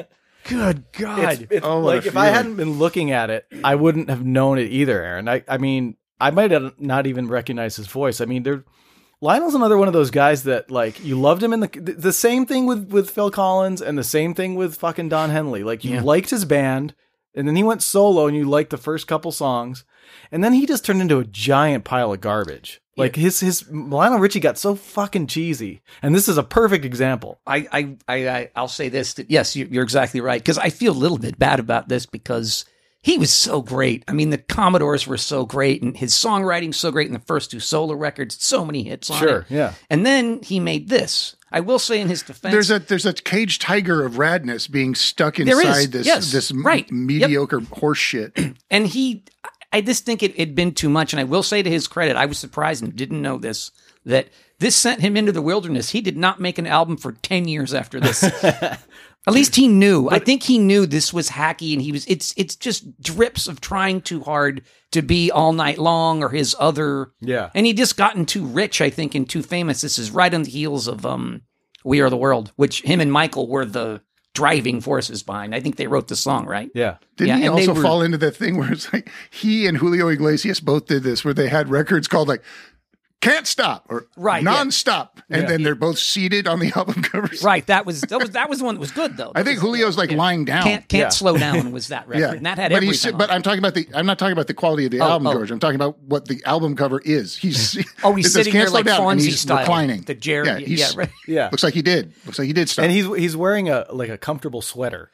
Speaker 2: Good God!
Speaker 1: It's- it's
Speaker 3: Oh, what
Speaker 1: like
Speaker 3: a
Speaker 1: if I
Speaker 3: feeling.
Speaker 1: hadn't been looking at it, I wouldn't have known it either, Aaron. I, I mean, I might have not even recognized his voice. I mean, there, Lionel's another one of those guys that like you loved him in the the the same thing with with Phil Collins and the same thing with fucking Don Henley. Like you
Speaker 2: Yeah.
Speaker 1: liked his band, and then he went solo, and you liked the first couple songs, and then he just turned into a giant pile of garbage. Like his his Lionel Richie got so fucking cheesy, and this is a perfect example.
Speaker 2: I, I, I, I, I'll say this. That yes, you, you're exactly right. Because I feel a little bit bad about this because he was so great. I mean, the Commodores were so great, and his songwriting's so great in the first two solo records. So many hits on
Speaker 1: Sure,
Speaker 2: it.
Speaker 1: yeah.
Speaker 2: And then he made this. I will say in his defense,
Speaker 3: There's a there's a caged tiger of radness being stuck
Speaker 2: There is,
Speaker 3: inside this
Speaker 2: yes,
Speaker 3: this m-
Speaker 2: right. Yep.
Speaker 3: mediocre horse shit.
Speaker 2: and he. I- I just think it had been too much. And I will say to his credit, I was surprised and didn't know this that this sent him into the wilderness. He did not make an album for 10 years after this. At least he knew. I think he knew this was hacky and he was it's it's just drips of trying too hard to be all night long or his other
Speaker 1: Yeah.
Speaker 2: And he just gotten too rich, I think, and too famous. This is right on the heels of um We Are the World, which him and Michael were the driving forces behind. I think they wrote the song, right?
Speaker 1: Yeah.
Speaker 3: Didn't
Speaker 2: Yeah,
Speaker 3: he
Speaker 2: and they
Speaker 3: also
Speaker 2: were-
Speaker 3: fall into that thing where it's like he and Julio Iglesias both did this, where they had records called like "Can't Stop" or
Speaker 2: Right, yeah.
Speaker 3: "Nonstop," and then they're both seated on the *laughs* album covers.
Speaker 2: *laughs* Right. That was that was that was the one that was good though.
Speaker 3: I think Julio's like lying down.
Speaker 2: can't can't
Speaker 1: Yeah.
Speaker 2: slow
Speaker 3: *laughs*
Speaker 2: down was that record,
Speaker 3: yeah,
Speaker 2: and that had
Speaker 3: but,
Speaker 2: everything. on
Speaker 3: but
Speaker 2: it.
Speaker 3: I'm talking about the. I'm not talking about the quality of the
Speaker 2: Oh,
Speaker 3: album,
Speaker 2: oh.
Speaker 3: George. I'm talking about what the album cover is. He's
Speaker 2: oh, he's
Speaker 3: it says,
Speaker 2: sitting
Speaker 3: "Can't
Speaker 2: there
Speaker 3: Slow
Speaker 2: like
Speaker 3: Down," and
Speaker 2: Fonzie
Speaker 3: he's
Speaker 2: style,
Speaker 3: reclining.
Speaker 2: the Jerry,
Speaker 3: Yeah,
Speaker 2: yeah,
Speaker 3: he's-
Speaker 2: right.
Speaker 1: Yeah.
Speaker 3: Looks like he did. Looks like he did stop.
Speaker 1: And he's he's wearing a like a comfortable sweater.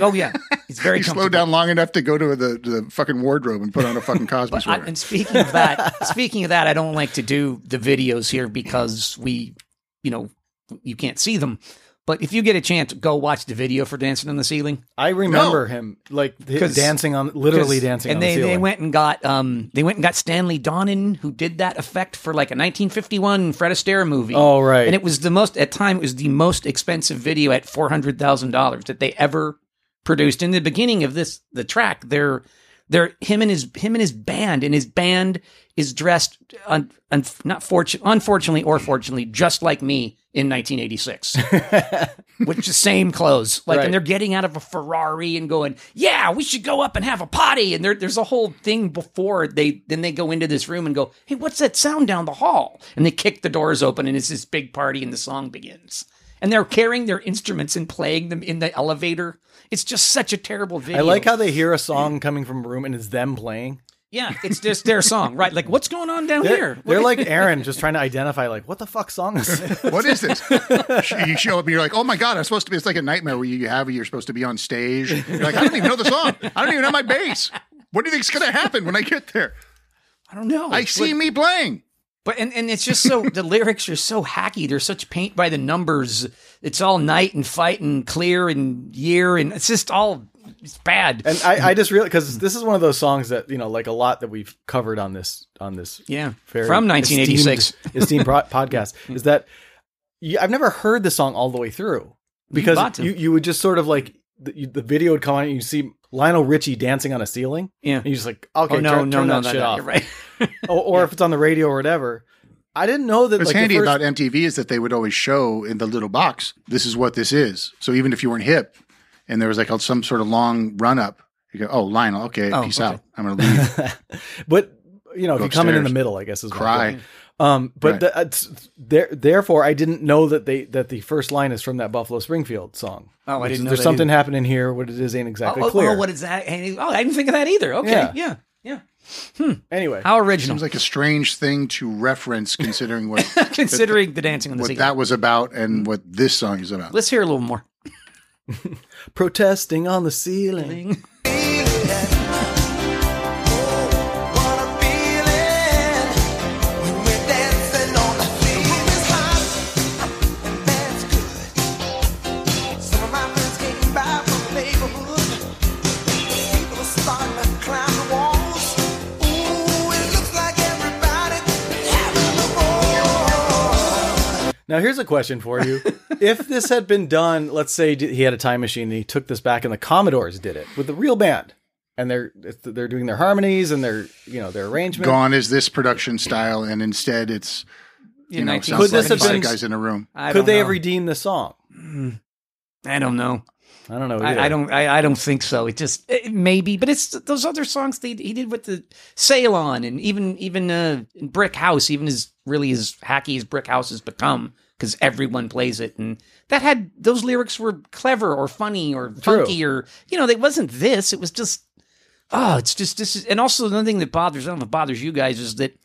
Speaker 2: Oh yeah, he's very
Speaker 3: *laughs* he
Speaker 2: comfortable.
Speaker 3: slowed down long enough to go to the, to the fucking wardrobe and put on
Speaker 2: *laughs*
Speaker 3: a fucking Cosby
Speaker 2: I,
Speaker 3: sweater.
Speaker 2: and speaking of that, speaking of that, I don't like to do the videos here because we, you know, you can't see them. But if you get a chance, go watch the video for Dancing on the Ceiling.
Speaker 1: I remember him like hi-
Speaker 2: 'Cause-
Speaker 1: dancing on literally
Speaker 2: 'Cause-
Speaker 1: dancing
Speaker 2: and
Speaker 1: on
Speaker 2: they,
Speaker 1: the ceiling.
Speaker 2: they went and got um they went and got stanley donen who did that effect for like a 1951 fred astaire movie
Speaker 1: Oh, right.
Speaker 2: and it was the most at time it was the most expensive video at $400000 that they ever produced in the beginning of this the track they're they're him and his him and his band and his band is dressed un, un, not fortune, unfortunately or fortunately just like me in 1986 with the same clothes. Like,
Speaker 1: Right.
Speaker 2: and they're getting out of a Ferrari and going, "Yeah, we should go up and have a potty." And there, there's a whole thing before they then they go into this room and go, "Hey, what's that sound down the hall?" And they kick the doors open, and it's this big party, and the song begins. And they're carrying their instruments and playing them in the elevator. It's just such a terrible video.
Speaker 1: I like how they hear a song coming from a room and it's them playing.
Speaker 2: yeah, it's just their song, right? Like, what's going on down
Speaker 1: They're,
Speaker 2: here?
Speaker 1: they're
Speaker 2: *laughs*
Speaker 1: like Aaron, just trying to identify like what the fuck song *laughs* is this?
Speaker 3: what is this? you show up and you're like, oh my God, I'm supposed to be, it's like a nightmare where you have, you're supposed to be on stage. You're like, I don't even know the song. I don't even know my bass. What do you think's going to happen when I get there?
Speaker 2: I don't know.
Speaker 3: I see me playing.
Speaker 2: But and, and it's just
Speaker 3: *laughs*
Speaker 2: so the lyrics are so hacky. They're such paint by the numbers. It's all night and fight and clear and year and it's just all it's bad.
Speaker 1: And I, I just really because this is one of those songs that you know, like a lot that we've covered on this on this
Speaker 2: yeah,
Speaker 1: very
Speaker 2: from 1986.
Speaker 1: esteemed, *laughs* esteemed pro-
Speaker 2: *laughs*
Speaker 1: podcast is that you, I've never heard the song all the way through
Speaker 2: got
Speaker 1: because
Speaker 2: to.
Speaker 1: you, you would just sort of like the, you, the video would come on and you see Lionel Richie dancing on a ceiling
Speaker 2: Yeah.
Speaker 1: and you're just like okay
Speaker 2: oh no,
Speaker 1: turn,
Speaker 2: no,
Speaker 1: turn
Speaker 2: no,
Speaker 1: that
Speaker 2: no,
Speaker 1: shit
Speaker 2: no,
Speaker 1: off
Speaker 2: you're right.
Speaker 1: or, or if it's on the radio or whatever I didn't know that
Speaker 3: What's
Speaker 1: like the
Speaker 3: handy
Speaker 1: first-
Speaker 3: about MTV is that they would always show in the little box, this is what this is. So even if you weren't hip and there was like some sort of long run up, you go, oh, Lionel, okay, peace out. I'm going to leave.
Speaker 1: but you know if you come in in
Speaker 3: upstairs.
Speaker 1: the middle I guess is my
Speaker 3: Cry.
Speaker 1: point. um but
Speaker 3: Right.
Speaker 1: the, it's, there, therefore I didn't know that they that the first line is from that Buffalo Springfield song
Speaker 2: Oh, I
Speaker 1: Which is,
Speaker 2: didn't know
Speaker 1: there's
Speaker 2: that
Speaker 1: something
Speaker 2: either.
Speaker 1: happening here what it is ain't exactly
Speaker 2: oh,
Speaker 1: clear
Speaker 2: oh, what is that? And- Oh, I didn't think of that either. Okay,
Speaker 1: Yeah.
Speaker 2: yeah, yeah.
Speaker 1: anyway
Speaker 2: How original, *laughs*
Speaker 3: Seems like a strange thing to reference considering what,
Speaker 2: considering the dancing on the
Speaker 3: what
Speaker 2: scene.
Speaker 3: that was about and what this song is about.
Speaker 2: Let's hear a little more.
Speaker 1: protesting on the ceiling.
Speaker 2: *laughs*
Speaker 9: What a feeling when we're dancing on the floor. The room is hot, and that's good. Some of my friends came by from the neighborhood. People are starting to climb the walls. Ooh, it looks like everybody's having a ball.
Speaker 1: Now here's a question for
Speaker 2: *laughs*
Speaker 1: you: If this had been done, let's say d- he had a time machine and he took this back, and the Commodores did it with the real band, and they're they're doing their harmonies and their you know their arrangement.
Speaker 3: Gone is this production style, and instead it's you know,
Speaker 1: Could
Speaker 3: sounds
Speaker 1: this have
Speaker 3: like five
Speaker 1: been-
Speaker 3: guys in a room.
Speaker 2: I
Speaker 1: Could
Speaker 2: don't
Speaker 1: they
Speaker 2: know.
Speaker 1: have redeemed the song?
Speaker 2: I don't know.
Speaker 1: I don't know. either.
Speaker 2: I, I don't. I, I don't think so. It just it, maybe, but it's those other songs they, he did with the Ceylon and even even uh, Brick House, even as really as hacky as Brick House has become, because everyone plays it, and that had those lyrics were clever or funny or funky or you know they wasn't this. It was just oh, it's just this is, and also another thing that bothers I don't know if it bothers you guys is that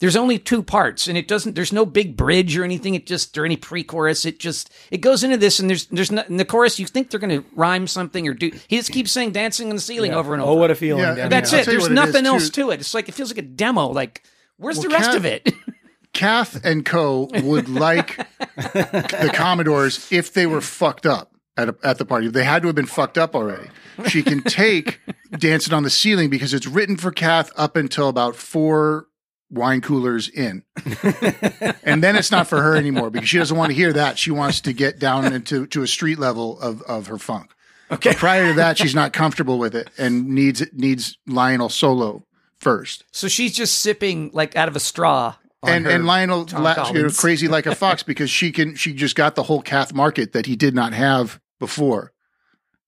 Speaker 2: there's only two parts and it doesn't there's no big bridge or anything it just or any pre-chorus it just it goes into this and there's there's not in the chorus you think they're going to rhyme something or do he just keeps saying dancing on the ceiling over and over
Speaker 1: Oh, what a feeling!
Speaker 3: Yeah,
Speaker 1: down
Speaker 3: and
Speaker 2: that's
Speaker 1: here.
Speaker 3: I'll
Speaker 2: it
Speaker 3: tell you
Speaker 2: there's
Speaker 3: what it is,
Speaker 2: nothing
Speaker 3: too.
Speaker 2: else to it it's like it feels like a demo like where's
Speaker 3: Well,
Speaker 2: the rest
Speaker 3: Kat-
Speaker 2: of it *laughs*
Speaker 3: Kath and Co. would like the Commodores if they were fucked up at, a, at the party. They had to have been fucked up already she can take dancing on the ceiling because it's written for Kath up until about four wine coolers in. and then it's not for her anymore because she doesn't want to hear that. She wants to get down into to a street level of, of her funk. Okay. prior to that, she's not comfortable with it and needs needs Lionel solo first.
Speaker 2: So she's just sipping like out of a straw. on
Speaker 3: and
Speaker 2: her
Speaker 3: and Lionel
Speaker 2: Tom
Speaker 3: la- you know,
Speaker 2: Collins.
Speaker 3: crazy like
Speaker 1: *laughs*
Speaker 3: a fox because she can she just got the whole Cath market that he did not have before.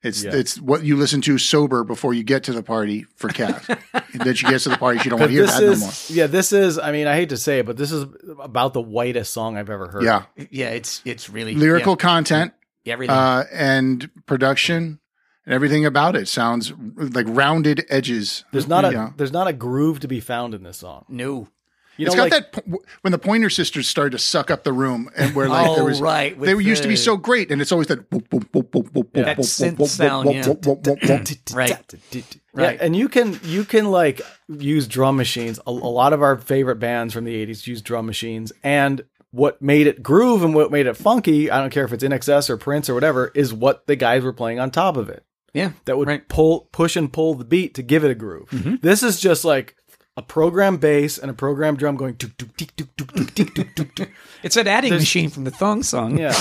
Speaker 3: It's
Speaker 1: Yeah.
Speaker 3: it's what you listen to sober before you get to the party
Speaker 1: *laughs*
Speaker 3: for Cath. and then she gets to the party, she don't
Speaker 1: But
Speaker 3: want to hear
Speaker 1: this
Speaker 3: that
Speaker 1: is
Speaker 3: no more.
Speaker 1: yeah, this is. I mean, I hate to say it, but this is about the whitest song I've ever heard.
Speaker 3: Yeah,
Speaker 2: yeah, it's it's really
Speaker 3: lyrical content
Speaker 2: yeah, everything.
Speaker 3: uh, and production and everything about it sounds like rounded edges.
Speaker 1: there's not a
Speaker 3: Yeah.
Speaker 1: there's not a groove to be found in this song.
Speaker 2: no.
Speaker 1: You
Speaker 3: It's
Speaker 1: know,
Speaker 3: got
Speaker 1: like,
Speaker 3: that po- when the Pointer Sisters started to suck up the room, and where like there
Speaker 2: oh
Speaker 3: was
Speaker 2: right, with
Speaker 3: they were used to be
Speaker 2: the-
Speaker 3: so great, and it's always that. boop, boop, boop, boop, boop,
Speaker 1: Yeah.
Speaker 3: boop,
Speaker 1: That
Speaker 3: boop,
Speaker 2: synth
Speaker 3: boop, boop,
Speaker 2: sound,
Speaker 3: boop,
Speaker 2: yeah.
Speaker 3: boop, boop, boop,
Speaker 2: *laughs*
Speaker 3: boop.
Speaker 2: right.
Speaker 1: Yeah,
Speaker 2: Right.
Speaker 1: and you can you can like use drum machines. A, a lot of our favorite bands from the '80s use drum machines, and what made it groove and what made it funky, I don't care if it's NXS or Prince or whatever, is what the guys were playing on top of it.
Speaker 2: Yeah,
Speaker 1: That would
Speaker 2: Right. Mm-hmm.
Speaker 1: pull push and pull the beat to give it a groove. This is just like a program bass and a program drum going tuk tuk tik tuk tuk tuk tik tuk tuk tuk.
Speaker 2: it's an adding machine from the thong song. *laughs*
Speaker 1: Yeah.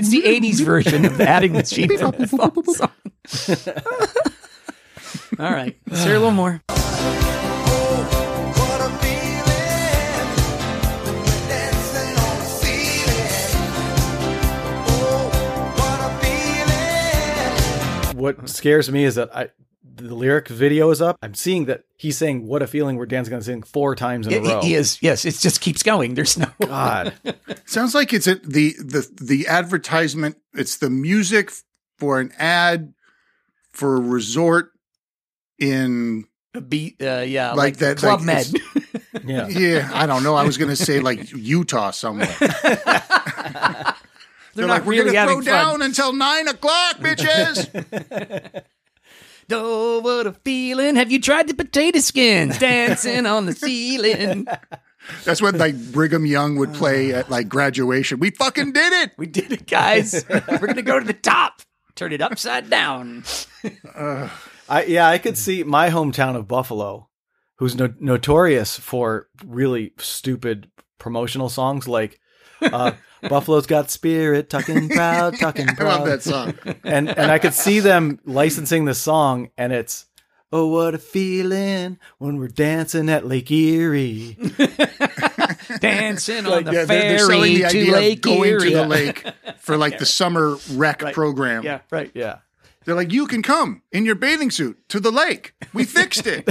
Speaker 2: It's the '80s version of the adding machine from the thong song. *laughs* All right, let's hear a little more.
Speaker 9: What a feeling when we're dancing on the ceiling. Oh, what a feeling.
Speaker 2: *laughs*
Speaker 1: what scares me is that I the lyric video is up. I'm seeing that he's saying "What a feeling." We're dancing on the ceiling four times in a row.
Speaker 2: It, it is yes, it just keeps going. There's no *laughs*
Speaker 1: God,
Speaker 3: Sounds like it's a, the the the advertisement. It's the music for an ad for a resort in
Speaker 2: beat. Uh, yeah, like,
Speaker 3: Like that- like
Speaker 2: Club
Speaker 3: it's-
Speaker 2: Med.
Speaker 1: yeah.
Speaker 3: yeah. I don't know. I was gonna
Speaker 2: *laughs*
Speaker 3: say like Utah somewhere. *laughs* They're, like
Speaker 2: not
Speaker 3: we're
Speaker 2: really
Speaker 3: gonna
Speaker 2: having
Speaker 3: throw
Speaker 2: fun."
Speaker 3: down until nine o'clock,
Speaker 2: *laughs*
Speaker 3: bitches.
Speaker 2: Oh, what a feeling! Have you tried the potato
Speaker 3: *laughs*
Speaker 2: skins dancing on the ceiling?
Speaker 3: That's what like Brigham Young would play at like graduation. We fucking did it.
Speaker 2: We did it, guys. We're gonna go to the top. Turn it upside down.
Speaker 1: I yeah, I
Speaker 3: Hmm.
Speaker 1: could see my hometown of Buffalo, who's no- notorious for really stupid promotional songs
Speaker 3: *laughs*
Speaker 1: like uh, "Buffalo's Got Spirit," "Tucking
Speaker 3: *laughs*
Speaker 1: Proud," "Tucking
Speaker 3: I
Speaker 1: Proud."
Speaker 3: love that song.
Speaker 1: *laughs* and and I could see them licensing the song, and it's oh what a feeling when we're dancing at Lake Erie.
Speaker 2: Dancing on the
Speaker 3: yeah,
Speaker 2: ferry
Speaker 3: they're, they're selling the
Speaker 2: to
Speaker 3: idea
Speaker 2: Lake
Speaker 3: of going
Speaker 2: Erie.
Speaker 3: to the lake for like the summer rec program.
Speaker 2: Yeah, right.
Speaker 1: Yeah.
Speaker 3: They're like, you can come in your bathing suit to the lake. We fixed
Speaker 2: *laughs*
Speaker 3: it.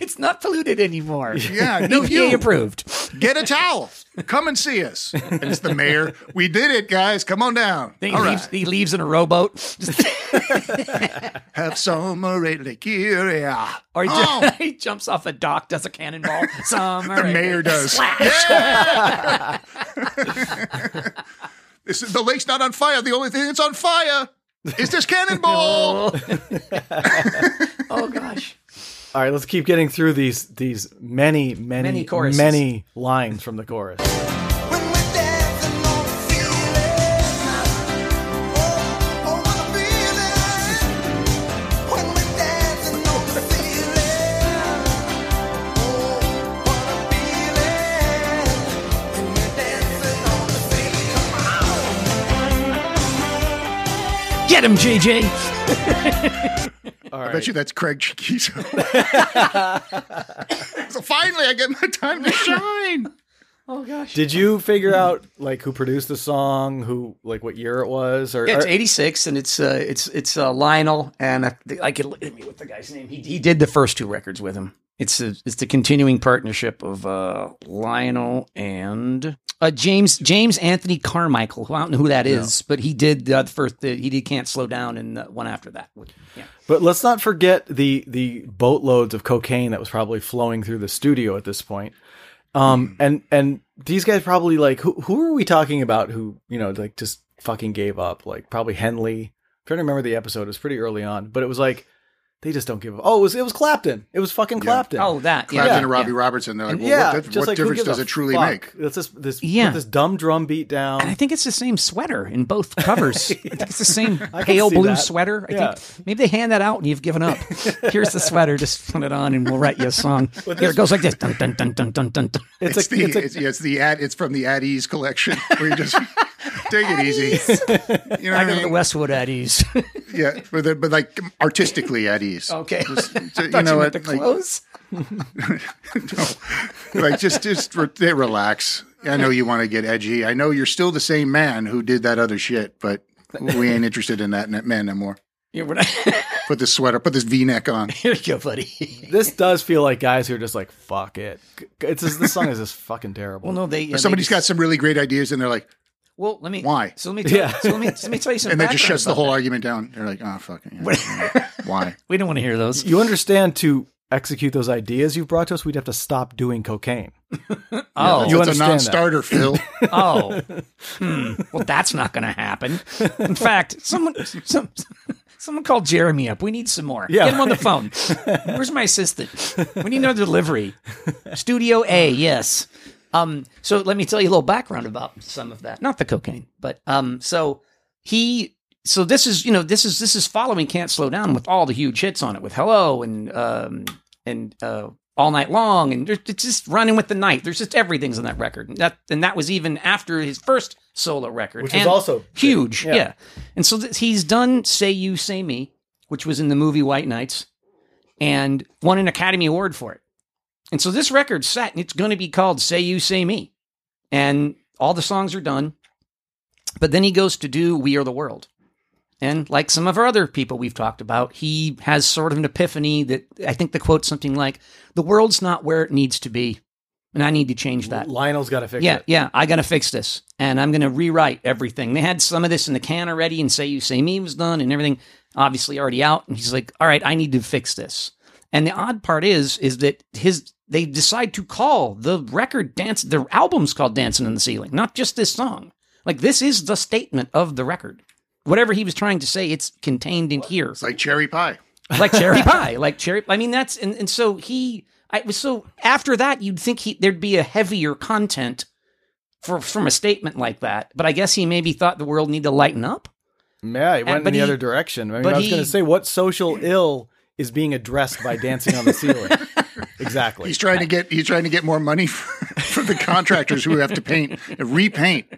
Speaker 2: It's not polluted *laughs* anymore.
Speaker 3: Yeah, no,
Speaker 2: EPA
Speaker 3: you
Speaker 2: approved.
Speaker 3: get a towel. Come and see us. And it's the mayor. We did it, guys. Come on down.
Speaker 2: Then he,
Speaker 3: All right.
Speaker 2: leaves, he leaves in a
Speaker 3: *laughs*
Speaker 2: rowboat. Just-
Speaker 3: Have summer at
Speaker 2: *laughs*
Speaker 3: Lake Erie.
Speaker 2: or he, ju-
Speaker 3: Oh.
Speaker 2: he jumps off a dock, does a
Speaker 3: *laughs*
Speaker 2: cannonball. Summer.
Speaker 3: The mayor does.
Speaker 2: *laughs*
Speaker 3: Yeah. *laughs* This is- the lake's not on fire. The only thing that's on fire is
Speaker 2: *laughs*
Speaker 3: this cannonball.
Speaker 2: Oh gosh.
Speaker 1: All right, let's keep getting through these these many many
Speaker 2: Many choruses.
Speaker 1: many lines from the chorus.
Speaker 9: When we're dancing on the ceiling. Oh, oh, what a feeling. When we're dancing on the ceiling. Oh, what a feeling. When we're dancing on the ceiling. Come on.
Speaker 2: Get him, JJ.
Speaker 1: All
Speaker 3: I
Speaker 1: right.
Speaker 3: bet you that's Craig Chiquizo. *laughs* so finally, I get my time to shine.
Speaker 1: Did you figure out like who produced the song, who like what year it was or
Speaker 2: Yeah, it's
Speaker 1: or-
Speaker 2: 86, and it's uh, it's it's uh, Lionel, and I, I can let me with the guy's name. He, he did the first two records with him. It's a, it's the continuing partnership of uh, Lionel and uh, James James Anthony Carmichael, who I don't know who that is, but he did uh, the first. The, he did Can't Slow Down, and the one after that. Yeah.
Speaker 1: But let's not forget the the boatloads of cocaine that was probably flowing through the studio at this point.
Speaker 3: Hmm.
Speaker 1: Um, and and these guys probably like who who are we talking about? Who you know like just fucking gave up? Like probably Henley. I'm trying to remember the episode. It was pretty early on, but it was like They just don't give. a Oh, it was it was Clapton. It was fucking Clapton.
Speaker 2: Oh, that.
Speaker 1: Yeah,
Speaker 3: Clapton and
Speaker 2: yeah.
Speaker 3: Robbie Robertson. They're like, well,
Speaker 1: yeah,
Speaker 3: what, dif-
Speaker 1: just
Speaker 3: what
Speaker 1: like, who
Speaker 3: difference
Speaker 1: gives
Speaker 3: does
Speaker 1: a
Speaker 3: it truly
Speaker 1: fuck?
Speaker 3: make?
Speaker 1: Let's just this
Speaker 2: Yeah.
Speaker 1: put this dumb drum beat down.
Speaker 2: And I think it's the same sweater in both covers. I think it's the same
Speaker 1: can
Speaker 2: pale
Speaker 1: see
Speaker 2: blue
Speaker 1: that.
Speaker 2: sweater. I
Speaker 1: Yeah.
Speaker 2: think maybe they hand that out and you've given up. Here's the sweater. Just put it on and we'll write you a song. Here it goes like this. Dun, dun, dun, dun, dun, dun, dun.
Speaker 1: it's,
Speaker 3: It's,
Speaker 1: a,
Speaker 3: the
Speaker 1: it's
Speaker 3: it's,
Speaker 1: a,
Speaker 3: yeah, it's the ad it's from the At Ease collection where you just take it easy. You know
Speaker 2: I go
Speaker 3: what I
Speaker 2: to the
Speaker 3: mean?
Speaker 2: Westwood Eddies. *laughs*
Speaker 3: Yeah, but, the- but like artistically at ease.
Speaker 2: okay.
Speaker 3: Just-
Speaker 2: I
Speaker 3: you
Speaker 2: thought
Speaker 3: know
Speaker 2: meant
Speaker 3: what,
Speaker 2: the
Speaker 3: like-
Speaker 2: clothes.
Speaker 3: no, like just just re- they relax. I know you want to get edgy. I know you're still the same man who did that other shit, but we ain't interested in that n- man no more.
Speaker 2: Yeah, we're not- *laughs*
Speaker 3: Put this sweater, put this
Speaker 1: *laughs*
Speaker 3: V-neck on.
Speaker 2: Here you go, buddy.
Speaker 1: this does feel like guys who are just like fuck it. It's just, this song is just fucking terrible.
Speaker 2: Well, no, they.
Speaker 3: Or
Speaker 2: somebody's
Speaker 3: somebody's got some really great ideas, and they're like,
Speaker 2: Well, let me.
Speaker 3: Why?
Speaker 2: So let me. Tell,
Speaker 1: Yeah.
Speaker 2: So let me. so let me tell you some.
Speaker 3: and that just
Speaker 2: background
Speaker 3: shuts the
Speaker 2: about
Speaker 3: whole
Speaker 2: that.
Speaker 3: argument down. They're like, oh fucking,
Speaker 1: *laughs*
Speaker 3: why?
Speaker 2: We don't want to hear those.
Speaker 1: you understand to execute those ideas you've brought to us, we'd have to stop doing cocaine.
Speaker 2: Oh,
Speaker 1: You understand
Speaker 3: That's a
Speaker 1: that. *laughs*
Speaker 3: non-starter, Phil.
Speaker 2: oh. Hmm. Well, that's not going to happen. In fact, someone, some, someone called Jeremy up. We need some more.
Speaker 1: Yeah.
Speaker 2: Get him on the phone. Where's my assistant? We need another delivery. Studio A, yes. Um, so let me tell you a little background about some of that. Not the cocaine, but um, so he so this is you know this is this is following can't slow down with all the huge hits on it with hello and um and uh all night long and there- it's just running with the night there's just everything's on that record and that and that was even after his first solo record
Speaker 1: Which was
Speaker 2: and
Speaker 1: also big.
Speaker 2: huge
Speaker 1: Yeah.
Speaker 2: yeah, and so th- he's done say you say me which was in the movie white nights and won an academy award for it and so this record set and it's going to be called say you say me and all the songs are done but then he goes to do We Are the World. And like some of our other people we've talked about, he has sort of an epiphany that I think the quote's something like, The world's not where it needs to be. And I need to change that.
Speaker 1: Lionel's got to fix
Speaker 2: Yeah,
Speaker 1: it.
Speaker 2: yeah, I got to fix this. And I'm going to rewrite everything. They had some of this in the can already, and Say You Say Me was done, and everything obviously already out. And he's like, All right, I need to fix this. And the odd part is, is that his they decide to call the record dance their album's called Dancing in the Ceiling, not just this song. Like this is the statement of the record. Whatever he was trying to say, it's contained in here
Speaker 3: It's like cherry pie.
Speaker 2: *laughs* like cherry pie, like cherry. I mean, that's and, and so he. I was so after that, you'd think he there'd be a heavier content for from a statement like that. But I guess he maybe thought the world needed to lighten up.
Speaker 1: Yeah, it went in
Speaker 2: but
Speaker 1: the
Speaker 2: he-
Speaker 1: other direction. I mean,
Speaker 2: but
Speaker 1: I was going
Speaker 2: he-
Speaker 1: to say, what social ill is being addressed by dancing on the
Speaker 2: *laughs*
Speaker 1: ceiling? exactly.
Speaker 3: He's trying to get he's trying to get more money *laughs* for, for the contractors who have to paint repaint.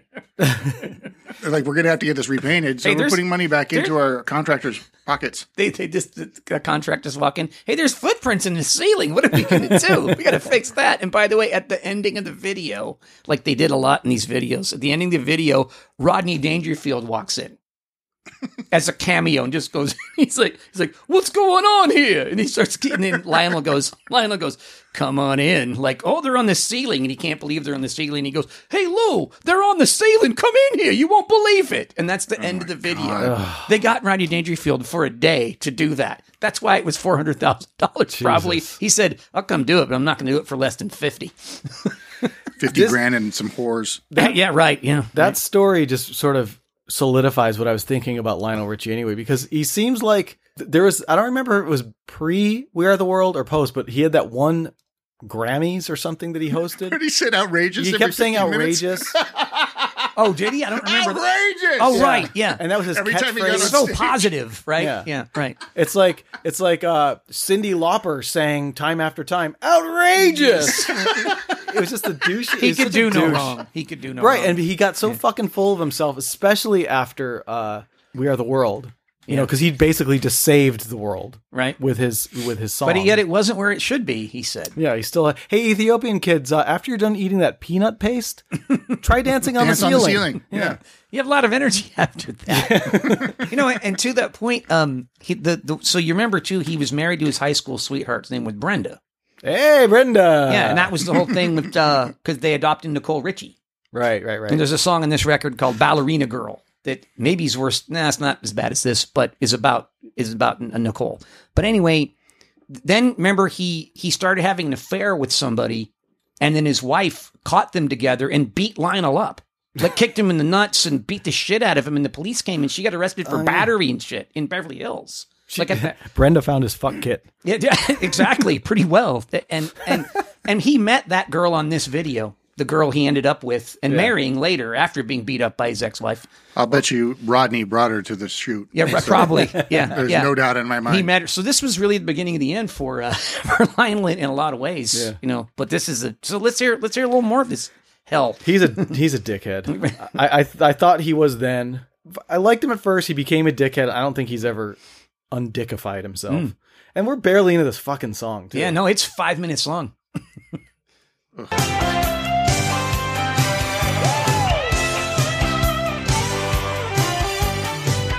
Speaker 3: They're like, we're gonna have to get this repainted, so
Speaker 2: Hey,
Speaker 3: we're
Speaker 2: there's-
Speaker 3: putting money back into our contractors' pockets.
Speaker 2: They they just the contractors walk in. Hey, there's footprints in the ceiling. What are we gonna *laughs* do? we gotta fix that. And by the way, at the ending of the video, like they did a lot in these videos, at the ending of the video, Rodney Dangerfield walks in. as a cameo and just goes *laughs* he's like he's like what's going on here and he starts and then lionel goes lionel goes come on in like oh they're on the ceiling and he can't believe they're on the ceiling and he goes hey lou they're on the ceiling come in here you won't believe it and that's the end of the video they got rodney dangerfield for a day to do that that's why it was $400000 probably he said i'll come do it but i'm not going to do it for less than 50
Speaker 3: Fifty
Speaker 1: This-
Speaker 3: grand and some whores.
Speaker 2: yeah right yeah
Speaker 1: that story just sort of solidifies what I was thinking about Lionel Richie anyway, because he seems like th- there was, I don't remember if it was pre We Are the World or post, but he had that one Grammys or something that he hosted.
Speaker 3: But he said outrageous.
Speaker 1: He
Speaker 3: every
Speaker 1: kept saying
Speaker 3: 15 minutes. *laughs*
Speaker 1: outrageous.
Speaker 2: oh did he i don't remember that.
Speaker 3: Outrageous.
Speaker 2: oh right yeah
Speaker 1: And that was his
Speaker 3: Every time he
Speaker 1: catchphrase.
Speaker 3: goes on
Speaker 2: so positive right
Speaker 1: Yeah.
Speaker 2: yeah right
Speaker 1: It's like it's like uh, Cindy Lauper sang time after time,
Speaker 3: *laughs*
Speaker 1: outrageous. it was just a douche.
Speaker 2: he
Speaker 1: was such
Speaker 2: could
Speaker 1: a
Speaker 2: do no
Speaker 1: douche.
Speaker 2: wrong. He could do no
Speaker 1: right?
Speaker 2: wrong.
Speaker 1: And he got so fucking full of himself, especially after uh, "We Are the World," you know, because he basically just saved the world,
Speaker 2: Right.
Speaker 1: With his with his song.
Speaker 2: but yet it wasn't where it should be. He said,
Speaker 1: yeah, he still. Hey, Ethiopian kids, uh, after you're done eating that peanut paste,
Speaker 3: *laughs*
Speaker 1: try dancing on,
Speaker 3: Dance
Speaker 1: the
Speaker 3: on
Speaker 1: ceiling.
Speaker 3: the ceiling. Yeah.
Speaker 2: "You have a lot of energy *laughs* after that." you know, and to that point, um, he, the, the so you remember too, he was married to his high school sweetheart's name was Brenda.
Speaker 1: Hey, Brenda.
Speaker 2: Yeah, and that was the whole thing with because they adopted Nicole Richie.
Speaker 1: right, right, right.
Speaker 2: And there's a song in this record called "Ballerina Girl" that maybe is worse. Nah, it's not as bad as this, but is about is about N- Nicole. But anyway, then remember he he started having an affair with somebody, and then his wife caught them together and beat Lionel up, like kicked him in the nuts and beat the shit out of him, and the police came and she got arrested for battery and shit in Beverly Hills. Like at the,
Speaker 1: Brenda found his fuck kit.
Speaker 2: yeah, *laughs* yeah, exactly, pretty well. Th- And and and he met that girl on this video, the girl he ended up with and marrying later after being beat up by his ex-wife.
Speaker 3: I'll bet you Rodney brought her to the shoot.
Speaker 2: Yeah, right, probably. Yeah,
Speaker 3: There's
Speaker 2: yeah.
Speaker 3: no doubt in my mind.
Speaker 2: He mattered. So this was really the beginning of the end for uh, *laughs* for Lionel in a lot of ways, you know. But this is a so let's hear let's hear a little more of this hell.
Speaker 1: He's a he's a dickhead. I I, th- I thought he was then. I liked him at first. He became a dickhead. I don't think he's ever undickified himself. And we're barely into this fucking song. Too.
Speaker 2: Hmm. Yeah, no, it's five minutes long.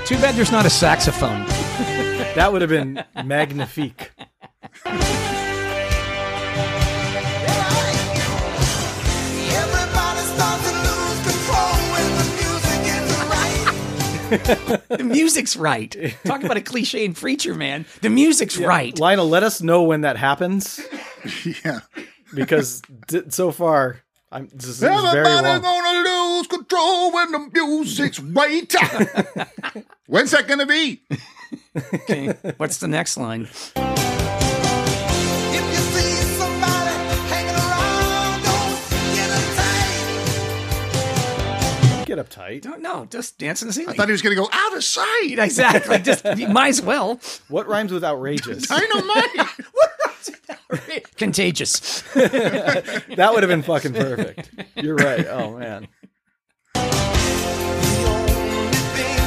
Speaker 2: Too bad there's not a saxophone.
Speaker 1: that would have been *laughs* magnifique.
Speaker 9: Everybody starts to lose control when the music isn't right.
Speaker 2: The music's right. Talk about a cliche and preacher, man. The music's right.
Speaker 1: Lionel, let us know when that happens
Speaker 3: *laughs* yeah.
Speaker 1: because d- so far, I'm this is, this is very
Speaker 3: Everybody
Speaker 1: long.
Speaker 3: gonna lose control when the music's right.
Speaker 2: *laughs*
Speaker 3: When's that gonna be?
Speaker 2: Okay. What's the next line?
Speaker 9: If you see somebody hanging around, don't get tight.
Speaker 1: Get uptight.
Speaker 2: Don't know. Just dance in the
Speaker 3: I
Speaker 2: ceiling.
Speaker 3: thought he was gonna go out of sight.
Speaker 2: exactly. Just you might as well.
Speaker 1: What rhymes with outrageous?
Speaker 3: Dynamite.
Speaker 2: *laughs* Contagious.
Speaker 1: that would have been fucking perfect. You're right. Oh man.
Speaker 9: The only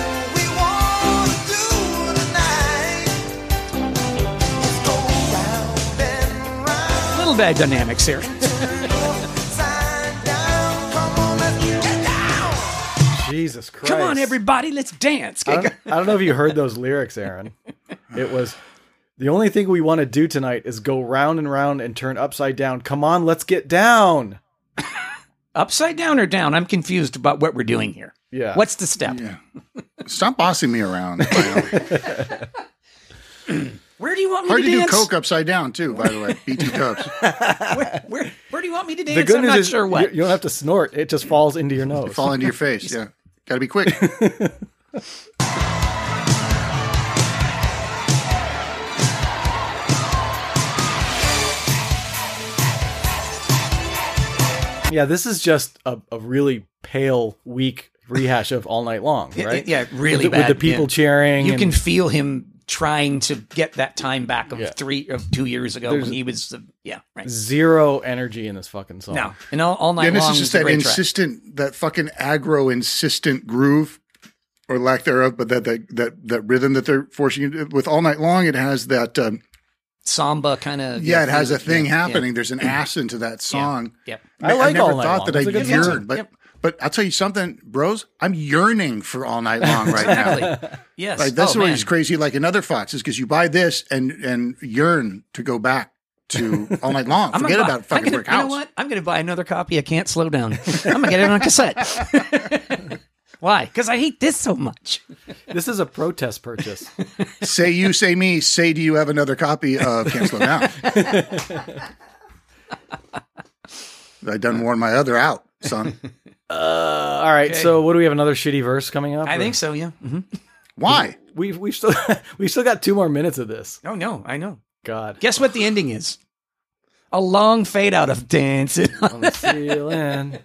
Speaker 9: thing we wanna do tonight is go round and round,
Speaker 2: Little bad dynamics here.
Speaker 9: upside down. Come on, let's get down.
Speaker 1: Jesus Christ.
Speaker 2: Come on, everybody, let's dance.
Speaker 1: I don't, I don't know if you heard those lyrics, Aaron. It was the only thing we want to do tonight is go round and round and turn upside down. Come on, let's get down.
Speaker 2: Upside down or down? I'm confused about what we're doing here.
Speaker 1: Yeah.
Speaker 2: What's the step?
Speaker 3: Stop bossing me around. Lionel.
Speaker 2: Where do you want me
Speaker 3: Hard
Speaker 2: to
Speaker 3: to do
Speaker 2: dance?
Speaker 3: coke upside down too, by
Speaker 2: *laughs*
Speaker 3: the way. BT Cubs.
Speaker 2: Where, where, where do you want me to
Speaker 1: the
Speaker 2: dance?
Speaker 1: good
Speaker 2: I'm
Speaker 1: news
Speaker 2: not
Speaker 1: is
Speaker 2: sure what.
Speaker 1: You, you don't have to snort; it just falls into your nose.
Speaker 3: Fall into your face. Yeah. Gotta
Speaker 2: *laughs*
Speaker 3: be quick.
Speaker 1: Yeah, this is just a, a really pale, weak rehash of "All Night Long,"
Speaker 2: Yeah,
Speaker 1: right?
Speaker 2: yeah, really
Speaker 1: with the,
Speaker 2: bad,
Speaker 1: with the people
Speaker 2: yeah.
Speaker 1: cheering.
Speaker 2: You
Speaker 1: and
Speaker 2: can feel him trying to get that time back of
Speaker 1: Yeah.
Speaker 2: three of two years ago
Speaker 1: There's-
Speaker 2: when he was the yeah right
Speaker 1: zero energy in this fucking song.
Speaker 2: no and all, all night
Speaker 3: And this
Speaker 2: long
Speaker 3: is
Speaker 2: was
Speaker 3: just
Speaker 2: a
Speaker 3: that
Speaker 2: great track.
Speaker 3: insistent, that fucking aggro insistent groove, or lack thereof. But that that that, that rhythm that they're forcing you to, with all night long, it has that. Um,
Speaker 2: samba kind of
Speaker 3: yeah, it has a thing happening. There's an acid to that song.
Speaker 2: Yep.
Speaker 1: I like
Speaker 3: never
Speaker 1: All Night
Speaker 3: thought
Speaker 1: Long.
Speaker 3: that
Speaker 1: It's
Speaker 3: I
Speaker 1: a good
Speaker 3: yearned,
Speaker 1: song.
Speaker 3: but
Speaker 2: Yep.
Speaker 3: but I'll tell you something, bros. I'm yearning for all night long right now.
Speaker 2: Yes,
Speaker 3: Like that's
Speaker 2: oh,
Speaker 3: where
Speaker 2: man.
Speaker 3: he's crazy, like another fox, is because you buy this and and yearn to go back to
Speaker 1: *laughs*
Speaker 3: all night long.
Speaker 2: I'm gonna
Speaker 3: Forget
Speaker 2: buy-
Speaker 3: about fucking
Speaker 2: I'm gonna,
Speaker 3: brick
Speaker 2: You
Speaker 3: house.
Speaker 2: know what? I'm going to buy another copy. I can't slow down. I'm going to get it on cassette. *laughs* Why? Because I hate this so much.
Speaker 1: This is a protest
Speaker 2: *laughs*
Speaker 1: purchase.
Speaker 3: Say you, say me, say do you have another copy of Can't
Speaker 1: *laughs*
Speaker 3: Slow Down? I done worn my other out, son.
Speaker 1: All right, so what do we have? Another shitty verse coming up?
Speaker 2: I
Speaker 1: or-
Speaker 2: think so. Yeah. hmm
Speaker 3: Why?
Speaker 1: we've we've still *laughs* we've still got two more minutes of this.
Speaker 2: Oh no, I know.
Speaker 1: God,
Speaker 2: Guess what the ending is? A long fade out of dancing. *laughs*
Speaker 1: I'm feeling.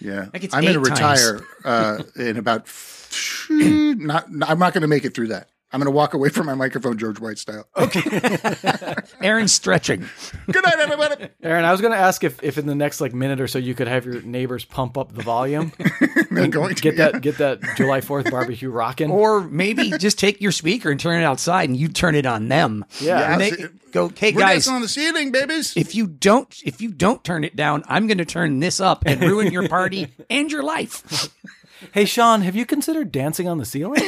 Speaker 3: Yeah,
Speaker 2: Like it's
Speaker 3: I'm gonna
Speaker 2: eight times.
Speaker 3: retire uh, in about.
Speaker 2: *clears throat*
Speaker 3: *sniffs* Not, I'm not gonna make it through that. I'm gonna walk away from my microphone, George
Speaker 2: *laughs*
Speaker 3: White style.
Speaker 2: Aaron stretching.
Speaker 3: Good night, *laughs* everybody.
Speaker 1: Aaron, I was going to ask if, if in the next like minute or so you could have your neighbors pump up the
Speaker 3: *laughs*
Speaker 1: volume,
Speaker 3: They're going to
Speaker 1: get that get that July Fourth barbecue rocking.
Speaker 3: Oh.
Speaker 2: Or
Speaker 3: *laughs*
Speaker 2: maybe just take your speaker and turn it outside and you turn it on them.
Speaker 1: Yeah.
Speaker 2: And they
Speaker 3: Yeah,
Speaker 2: go, hey
Speaker 3: We're
Speaker 2: guys,
Speaker 3: dancing on the ceiling, babies.
Speaker 2: if you don't if you don't turn it down, I'm gonna turn this up and ruin your
Speaker 3: *laughs*
Speaker 2: party and your life.
Speaker 1: hey, Sean, have you considered dancing on the ceiling?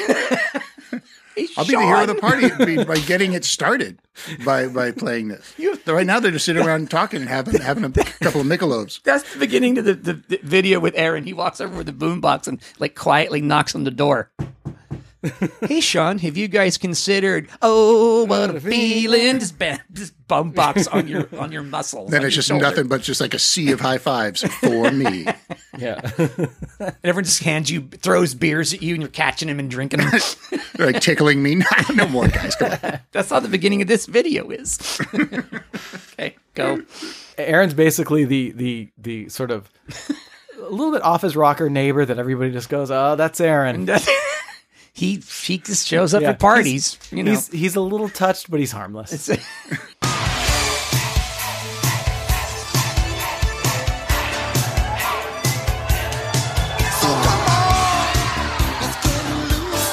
Speaker 3: I'll be the hero of the party
Speaker 2: *laughs*
Speaker 3: by- by getting it started by by playing this. right now, they're just sitting around talking and having
Speaker 2: *laughs*
Speaker 3: having a couple of Michelobes.
Speaker 2: That's the beginning to the, the, the video with Aaron. He walks over with the boombox and like quietly knocks on the
Speaker 3: *laughs*
Speaker 2: door. hey Sean, have you guys considered? Oh, what a feeling! Just bam, just boombox on your on your muscles.
Speaker 3: Then
Speaker 2: on
Speaker 3: it's
Speaker 2: your
Speaker 3: just
Speaker 2: shoulder. *laughs*
Speaker 3: nothing but just like a sea of high fives for me.
Speaker 1: Yeah.
Speaker 2: And everyone just hands you, throws beers at you, and you're catching them and drinking
Speaker 3: *laughs*
Speaker 2: them.
Speaker 3: They're like tickling me. *laughs* no more guys. Come on.
Speaker 2: That's how the beginning of this video is.
Speaker 3: *laughs*
Speaker 2: okay, go.
Speaker 1: Aaron's basically the the the sort of a little bit off his rocker neighbor that everybody just goes, "Oh, that's Aaron."
Speaker 2: he he just shows up
Speaker 1: Yeah.
Speaker 2: at parties. you know,
Speaker 1: He's he's a little touched, but he's harmless.
Speaker 9: So come on, let's get loose.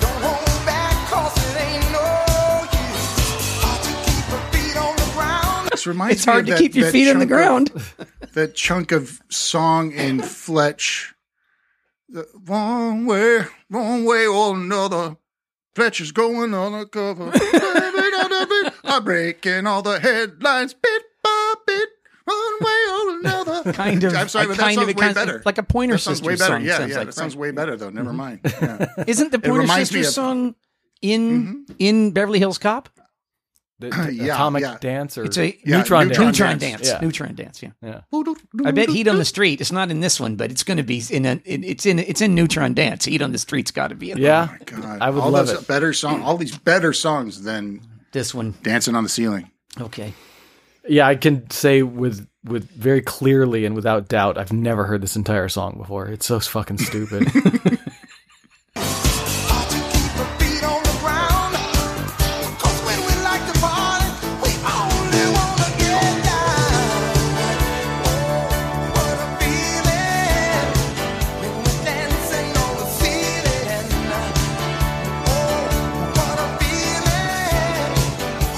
Speaker 9: Don't hold back 'cause it ain't no use. Hard to keep a beat on the ground.
Speaker 3: This reminds
Speaker 2: it's
Speaker 3: me
Speaker 2: hard
Speaker 3: of
Speaker 2: to
Speaker 3: that-
Speaker 2: keep your
Speaker 3: that
Speaker 2: feet on the
Speaker 3: chunk of-
Speaker 2: ground.
Speaker 3: that chunk of song in Fletch. The one way, one way or another. Fletch is
Speaker 2: *laughs*
Speaker 3: going undercover. I'm breaking all the headlines bit by bit. One way or
Speaker 2: *laughs*
Speaker 3: another.
Speaker 2: Kind of.
Speaker 3: I'm sorry,
Speaker 2: I
Speaker 3: but that
Speaker 2: kind
Speaker 3: sounds
Speaker 2: of- it
Speaker 3: way
Speaker 2: kind of-
Speaker 3: better.
Speaker 2: like a Pointer
Speaker 3: That sounds way
Speaker 2: Sisters
Speaker 3: better.
Speaker 2: song,
Speaker 3: Yeah,
Speaker 2: sounds
Speaker 3: yeah.
Speaker 2: like, Mm-hmm.
Speaker 3: that sounds
Speaker 2: right?
Speaker 3: way better though. Never mind. Yeah.
Speaker 2: *laughs* Isn't
Speaker 3: *laughs*
Speaker 2: the Pointer
Speaker 3: reminds me
Speaker 2: Sisters
Speaker 3: of- Mm-hmm.
Speaker 2: song in in Beverly Hills Cop?
Speaker 3: *clears throat*
Speaker 1: The, the
Speaker 3: Yeah,
Speaker 1: atomic
Speaker 3: yeah.
Speaker 1: dance or
Speaker 2: It's a
Speaker 3: Yeah,
Speaker 1: neutron,
Speaker 3: neutron
Speaker 1: dance.
Speaker 2: Neutron
Speaker 3: Dance.
Speaker 2: dance.
Speaker 1: Yeah.
Speaker 2: Neutron dance. Yeah.
Speaker 1: Yeah.
Speaker 2: I bet Heat on the Street. It's not in this one, but it's going to be in a. it- It's in. It's in Neutron Dance. Heat on the Street's got to be in
Speaker 1: Yeah.
Speaker 3: Oh God,
Speaker 1: I would
Speaker 3: all
Speaker 1: love
Speaker 3: those
Speaker 1: it.
Speaker 3: better song, all these better songs than
Speaker 2: this one.
Speaker 3: Dancing on the Ceiling.
Speaker 2: Okay.
Speaker 1: Yeah, I can say with with very clearly and without doubt, I've never heard this entire song before. It's so fucking stupid.
Speaker 9: Hard to keep a beat on the ground. 'Cause when we like to party, we only wanna get down. Oh, what a feeling when we're dancing on the ceiling. Oh, what a feeling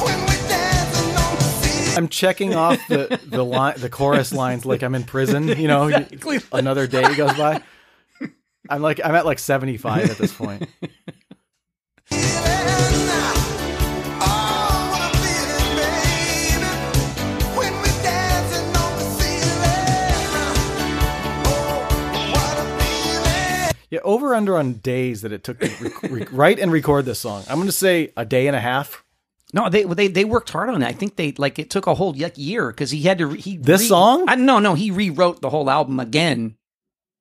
Speaker 9: when we're dancing on the ceiling.
Speaker 1: I'm checking off the the line, the chorus lines like I'm in prison. You know, another day goes by. I'm like I'm at like 75 at this point. Yeah, over under on days that it took to rec- *laughs* re- write and record this song. I'm going to say a day and a half.
Speaker 2: No, they they they worked hard on it. I think they like it took a whole like, year because he had to re- he
Speaker 1: This song?
Speaker 2: I, no, no, he rewrote the whole album again,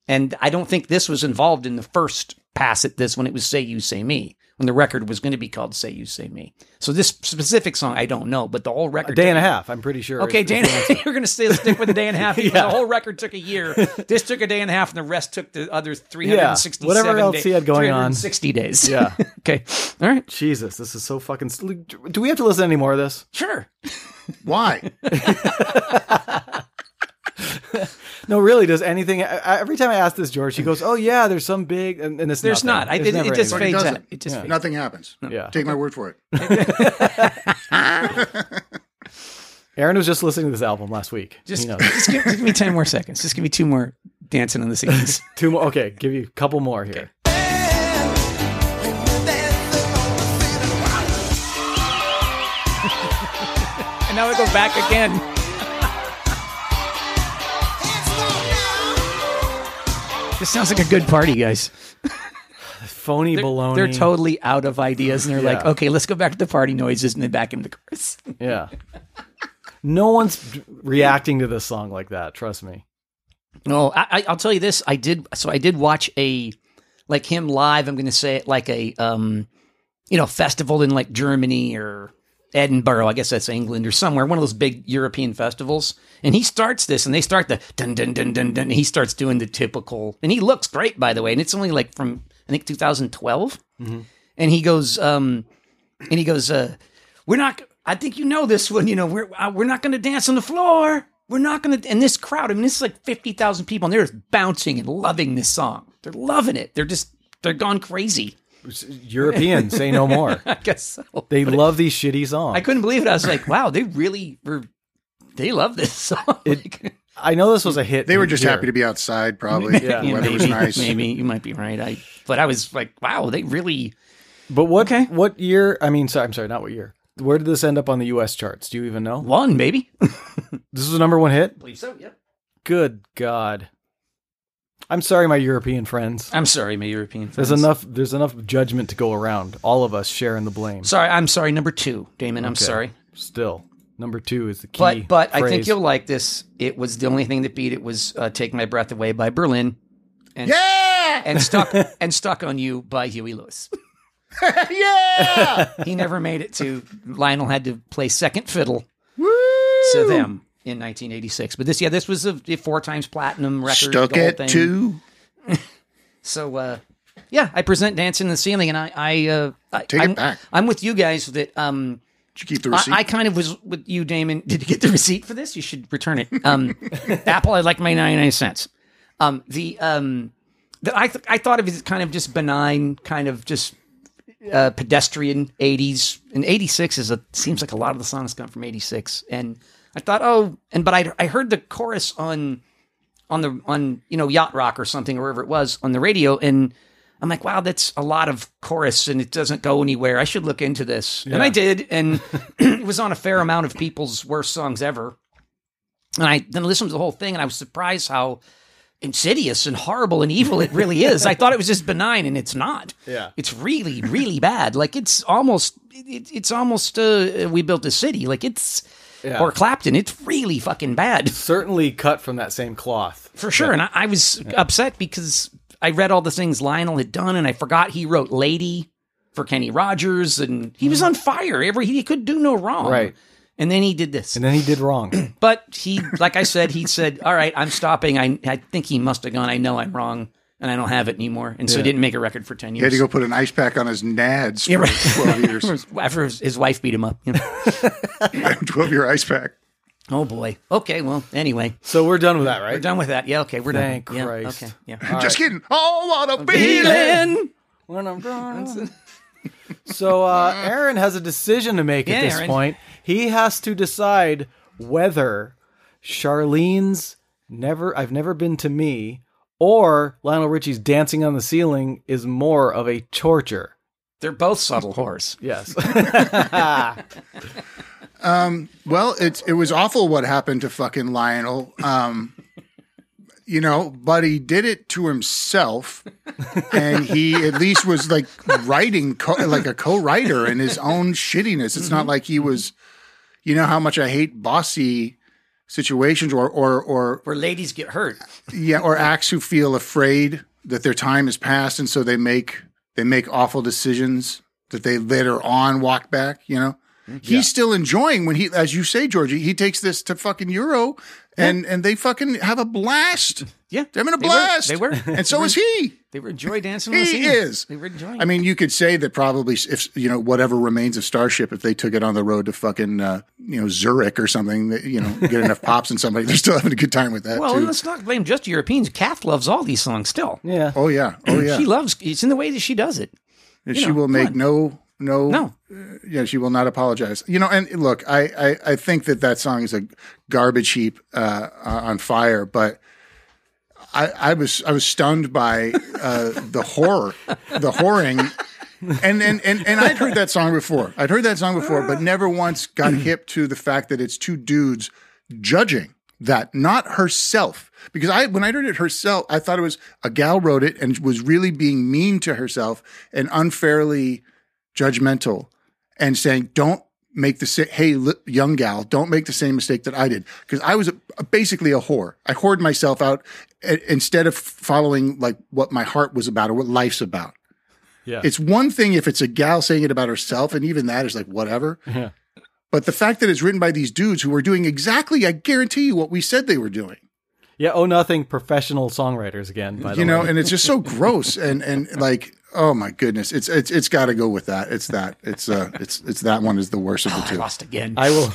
Speaker 2: and I don't think this was involved in the first pass at this when it was "Say You Say Me" when the record was going to be called "Say You Say Me." So this specific song I don't know, but the whole
Speaker 1: A
Speaker 2: record
Speaker 1: day and a half, I'm pretty sure.
Speaker 2: Okay,
Speaker 1: is-
Speaker 2: day
Speaker 1: is
Speaker 2: and
Speaker 1: the answer.
Speaker 2: *laughs* you're going to stay stick with a
Speaker 1: *laughs*
Speaker 2: day and a half. even
Speaker 1: Yeah.
Speaker 2: though The whole record took a
Speaker 1: *laughs*
Speaker 2: year. This took a day and a half, and the rest took the other 367
Speaker 1: whatever else
Speaker 2: days,
Speaker 1: he had going on.
Speaker 2: 360 days.
Speaker 1: Yeah.
Speaker 2: *laughs* okay. All right.
Speaker 1: Jesus, this is so fucking st- Do we have to listen to any more of this?
Speaker 2: Sure. *laughs*
Speaker 3: Why?
Speaker 1: No, really, does anything I- I- Every time I ask this George, he goes, "Oh yeah, there's some big and, and it's
Speaker 2: There's
Speaker 1: nothing.
Speaker 2: not. I,
Speaker 1: There's
Speaker 2: it,
Speaker 1: never
Speaker 2: it just
Speaker 1: anything.
Speaker 2: fades
Speaker 3: doesn't.
Speaker 2: out. It just fades.
Speaker 3: Nothing happens.
Speaker 1: Yeah.
Speaker 3: Take my word for it.
Speaker 1: Aaron was just listening to this album last week.
Speaker 2: Just,
Speaker 1: He knows.
Speaker 2: just give, give me 10 more seconds. Just give me two more dancing on the ceilings.
Speaker 1: Two more. Okay, give you a couple more here.
Speaker 2: *laughs* and now we go back again. This sounds like a good party, guys.
Speaker 1: Phony
Speaker 2: They're,
Speaker 1: baloney.
Speaker 2: they're totally out of ideas, and they're like,
Speaker 1: Yeah.
Speaker 2: okay, let's go back to the party noises, and then back into the chorus.
Speaker 1: Yeah. No one's d- reacting to this song like that. Trust me.
Speaker 2: No, Oh, I, I, I'll tell you this. I did. So I did watch a like him live. I'm going to say it like a um, you know, festival in like Germany or Edinburgh. I guess that's England or somewhere. One of those big European festivals. And he starts this, and they start the dun dun dun dun dun. And he starts doing the typical, and he looks great by the way. And it's only like from I think 2012. And he goes, um, and he goes, uh, we're not. I think you know this one. You know, we're uh, we're not going to dance on the floor. We're not going to. And this crowd, I mean, this is like fifty thousand people, and they're just bouncing and loving this song. They're loving it. They're just they're gone crazy. *laughs*
Speaker 1: Europeans say no more.
Speaker 2: I guess so.
Speaker 1: They love these shitty songs.
Speaker 2: I couldn't believe it. I was like, wow, they really were. They love this song.
Speaker 3: *laughs*
Speaker 2: Like,
Speaker 1: I know this was a hit.
Speaker 3: They were just
Speaker 1: here.
Speaker 3: happy to be outside, probably.
Speaker 1: Yeah.
Speaker 3: The weather was
Speaker 2: maybe,
Speaker 3: nice.
Speaker 2: maybe you might be right. I but I was like, wow, they really.
Speaker 1: But what?
Speaker 2: Okay.
Speaker 1: What year? I mean, sorry, I'm sorry, not what year. Where did this end up on the U.S. charts? Do you even know?
Speaker 2: won, maybe.
Speaker 1: This was a number one hit.
Speaker 2: believe so. Yep.
Speaker 1: Good God! I'm sorry, my European friends.
Speaker 2: I'm sorry, my European.
Speaker 1: There's
Speaker 2: friends.
Speaker 1: enough. There's enough judgment to go around. All of us sharing the blame.
Speaker 2: Sorry, I'm sorry. Number two, Damon. I'm sorry.
Speaker 1: Still, Number two is the key.
Speaker 2: But but I think
Speaker 1: phrase.
Speaker 2: you'll like this. It was the only thing that beat it was uh, "Take My Breath Away" by Berlin, and
Speaker 3: Yeah!
Speaker 2: and stuck *laughs* and stuck on you by Huey Lewis.
Speaker 3: *laughs* yeah!
Speaker 2: *laughs* He never made it to Lionel had to play second fiddle
Speaker 3: Woo!
Speaker 2: to them in 1986. But this yeah, this was a, a four times platinum record.
Speaker 3: Stuck
Speaker 2: the whole
Speaker 3: at
Speaker 2: thing.
Speaker 3: two.
Speaker 2: So uh, yeah, I present "Dancing in the Ceiling," and I I, uh, I
Speaker 3: Take it
Speaker 2: I'm,
Speaker 3: back.
Speaker 2: I'm with you guys that um.
Speaker 3: Did you keep the
Speaker 2: I,
Speaker 3: receipt?
Speaker 2: I kind of was with you, Damon. *laughs* Did you get the receipt for this? You should return it. Um, *laughs* Apple, I'd like my 99 cents. Um, the, um, the, I, th- I thought of it as kind of just benign, kind of just uh, pedestrian 80s. And 86 is a, seems like a lot of the songs come from 86. And I thought, oh, and, but I, I heard the chorus on, on the, on, you know, Yacht Rock or something, or wherever it was on the radio. And I'm like, wow, that's a lot of chorus and it doesn't go anywhere. I should look into this. And I did. And *clears throat* it was on a fair amount of people's worst songs ever. And I then listened to the whole thing and I was surprised how insidious and horrible and evil it really is. I thought it was just benign and it's not. Yeah. It's really, really bad. Like it's almost, it, it's almost, uh, we built a city. Like it's,
Speaker 1: Yeah.
Speaker 2: or Clapton, it's really fucking bad *laughs*
Speaker 1: certainly cut from that same cloth.
Speaker 2: for sure. And I, I was upset because I read all the things Lionel had done, and I forgot he wrote "Lady" for Kenny Rogers, and he
Speaker 3: Mm-hmm.
Speaker 2: was on fire. Every he could do no wrong,
Speaker 1: Right.
Speaker 2: And then he did this.
Speaker 1: And then he did
Speaker 2: *clears throat*
Speaker 1: wrong.
Speaker 2: but he, like I said, he said, "All right, I'm stopping." I I think he must have gone. I know I'm wrong, and I don't have it anymore. And so he didn't make a record for ten
Speaker 3: he had
Speaker 2: years.
Speaker 3: to go put an ice pack on his nads for 12
Speaker 2: *laughs*
Speaker 3: years. *laughs*
Speaker 2: after his, his wife beat him up. you know.
Speaker 3: 12 year ice pack.
Speaker 2: oh boy. Okay. Well. Anyway,
Speaker 1: so we're done with that, right?
Speaker 2: we're done with that. Yeah. Okay. We're
Speaker 1: Thank
Speaker 2: done. Yeah,
Speaker 1: Christ.
Speaker 2: okay. Yeah.
Speaker 3: Just kidding. Oh, what a feeling.
Speaker 2: Feeling.
Speaker 1: When I'm done. so uh, Aaron has a decision to make at
Speaker 2: Yeah,
Speaker 1: this
Speaker 2: Aaron.
Speaker 1: point. He has to decide whether Charlene's never I've never been to me or Lionel Richie's dancing on the ceiling is more of a torture.
Speaker 2: They're both subtle whores.
Speaker 1: Yes. *laughs*
Speaker 3: Well, it's it was awful what happened to fucking Lionel. Um, you know, but he did it to himself, and he at least was like writing co- like a co-writer in his own shittiness. It's not like he was, you know, how much I hate bossy situations or or or
Speaker 2: Where ladies get hurt.
Speaker 3: yeah or acts who feel afraid that their time has passed, and so they make they make awful decisions that they later on walk back. You know
Speaker 2: Mm-hmm.
Speaker 3: he's still enjoying when he, as you say, Georgie, he takes this to fucking Euro, and and they fucking have a blast.
Speaker 2: *laughs* Yeah,
Speaker 3: They're having a
Speaker 2: they were-
Speaker 3: blast.
Speaker 2: they
Speaker 3: *laughs*
Speaker 2: were.
Speaker 3: and so is he.
Speaker 2: They were enjoy dancing. on the
Speaker 3: He
Speaker 2: scene.
Speaker 3: is.
Speaker 2: They were enjoying.
Speaker 3: I mean, you could say that probably if you know whatever remains of Starship, if they took it on the road to fucking uh, you know Zurich or something, that you know
Speaker 2: *laughs*
Speaker 3: get enough pops in somebody, they're still having a good time with that
Speaker 2: well,
Speaker 3: too.
Speaker 2: and let's not blame just Europeans. Kath loves all these songs still.
Speaker 1: yeah.
Speaker 3: oh yeah,
Speaker 2: *clears throat*
Speaker 3: oh yeah.
Speaker 2: She loves. It's in the way that she does it.
Speaker 3: And
Speaker 2: you
Speaker 3: she
Speaker 2: know,
Speaker 3: will
Speaker 2: come
Speaker 3: make
Speaker 2: on.
Speaker 3: no no
Speaker 2: No.
Speaker 3: yeah, she will not apologize. You know, and look, I I, I think that that song is a garbage heap uh, on fire, but I I was I was stunned by uh, the horror, the whoring. And, and and and I'd heard that song before. I'd heard that song before, but never once got hip to the fact that it's two dudes judging that, not herself. Because I when I heard it herself, I thought it was a gal wrote it and was really being mean to herself and unfairly judgmental and saying, "Don't make the sa- hey li- young gal, don't make the same mistake that I did," because I was a, a- basically a whore. I whored myself out i- instead of following like what my heart was about or what life's about.
Speaker 1: Yeah.
Speaker 3: It's one thing if it's a gal saying it about herself, and even that is like whatever.
Speaker 1: Yeah.
Speaker 3: But the fact that it's written by these dudes who were doing exactly, I guarantee you, what we said they were doing.
Speaker 1: Yeah, oh nothing professional songwriters again, by the
Speaker 3: you know,
Speaker 1: way.
Speaker 3: and it's just so gross
Speaker 1: *laughs*
Speaker 3: and and like, oh my goodness, it's it's it's got to go with that. It's that it's uh it's it's that one is the worst of the
Speaker 1: *laughs*
Speaker 3: two.
Speaker 2: Lost again.
Speaker 1: I will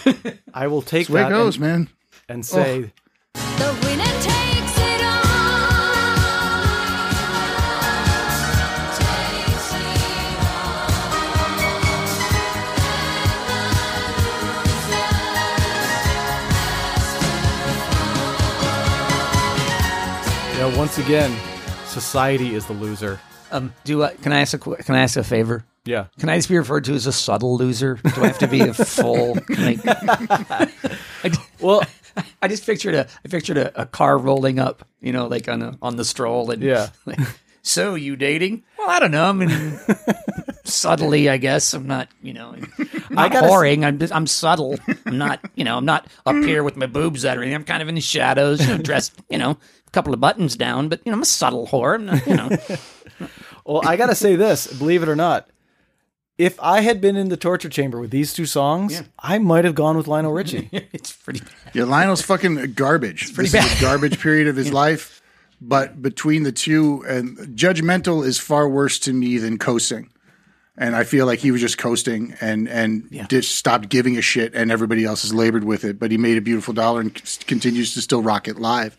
Speaker 1: I will take
Speaker 3: That's where
Speaker 1: that
Speaker 3: it goes,
Speaker 1: and,
Speaker 3: man.
Speaker 1: and say
Speaker 4: The winner takes it all. Takes it
Speaker 3: Oh.
Speaker 1: yeah, once again, society is the loser.
Speaker 2: um, do I, can I ask a qu- can I ask a favor?
Speaker 1: Yeah.
Speaker 2: Can I just be referred to as a subtle loser? Do I have to be a full? Like, I,
Speaker 1: Well,
Speaker 2: I just pictured a I pictured a, a car rolling up, you know, like on a, on the stroll, and
Speaker 1: Yeah.
Speaker 2: like, so you dating? Well, I don't know. I mean, subtly, I guess I'm not. You know, I'm not boring. I'm just, I'm subtle. I'm not, you know, I'm not up here with my boobs out or anything. I'm kind of in the shadows, you know, dressed, you know, a couple of buttons down, but you know, I'm a subtle whore. I'm not, you know, *laughs*
Speaker 1: Well, I gotta say this, believe it or not. If I had been in the torture chamber with these two songs, I might have gone with Lionel Richie.
Speaker 2: it's pretty.
Speaker 3: Yeah, Lionel's fucking garbage.
Speaker 2: pretty
Speaker 3: this is
Speaker 2: bad.
Speaker 3: a garbage period of his life. But between the two, and judgmental is far worse to me than coasting. And I feel like he was just coasting and and just stopped giving a shit, and everybody else has labored with it. But he made a beautiful dollar and c- continues to still rock it live.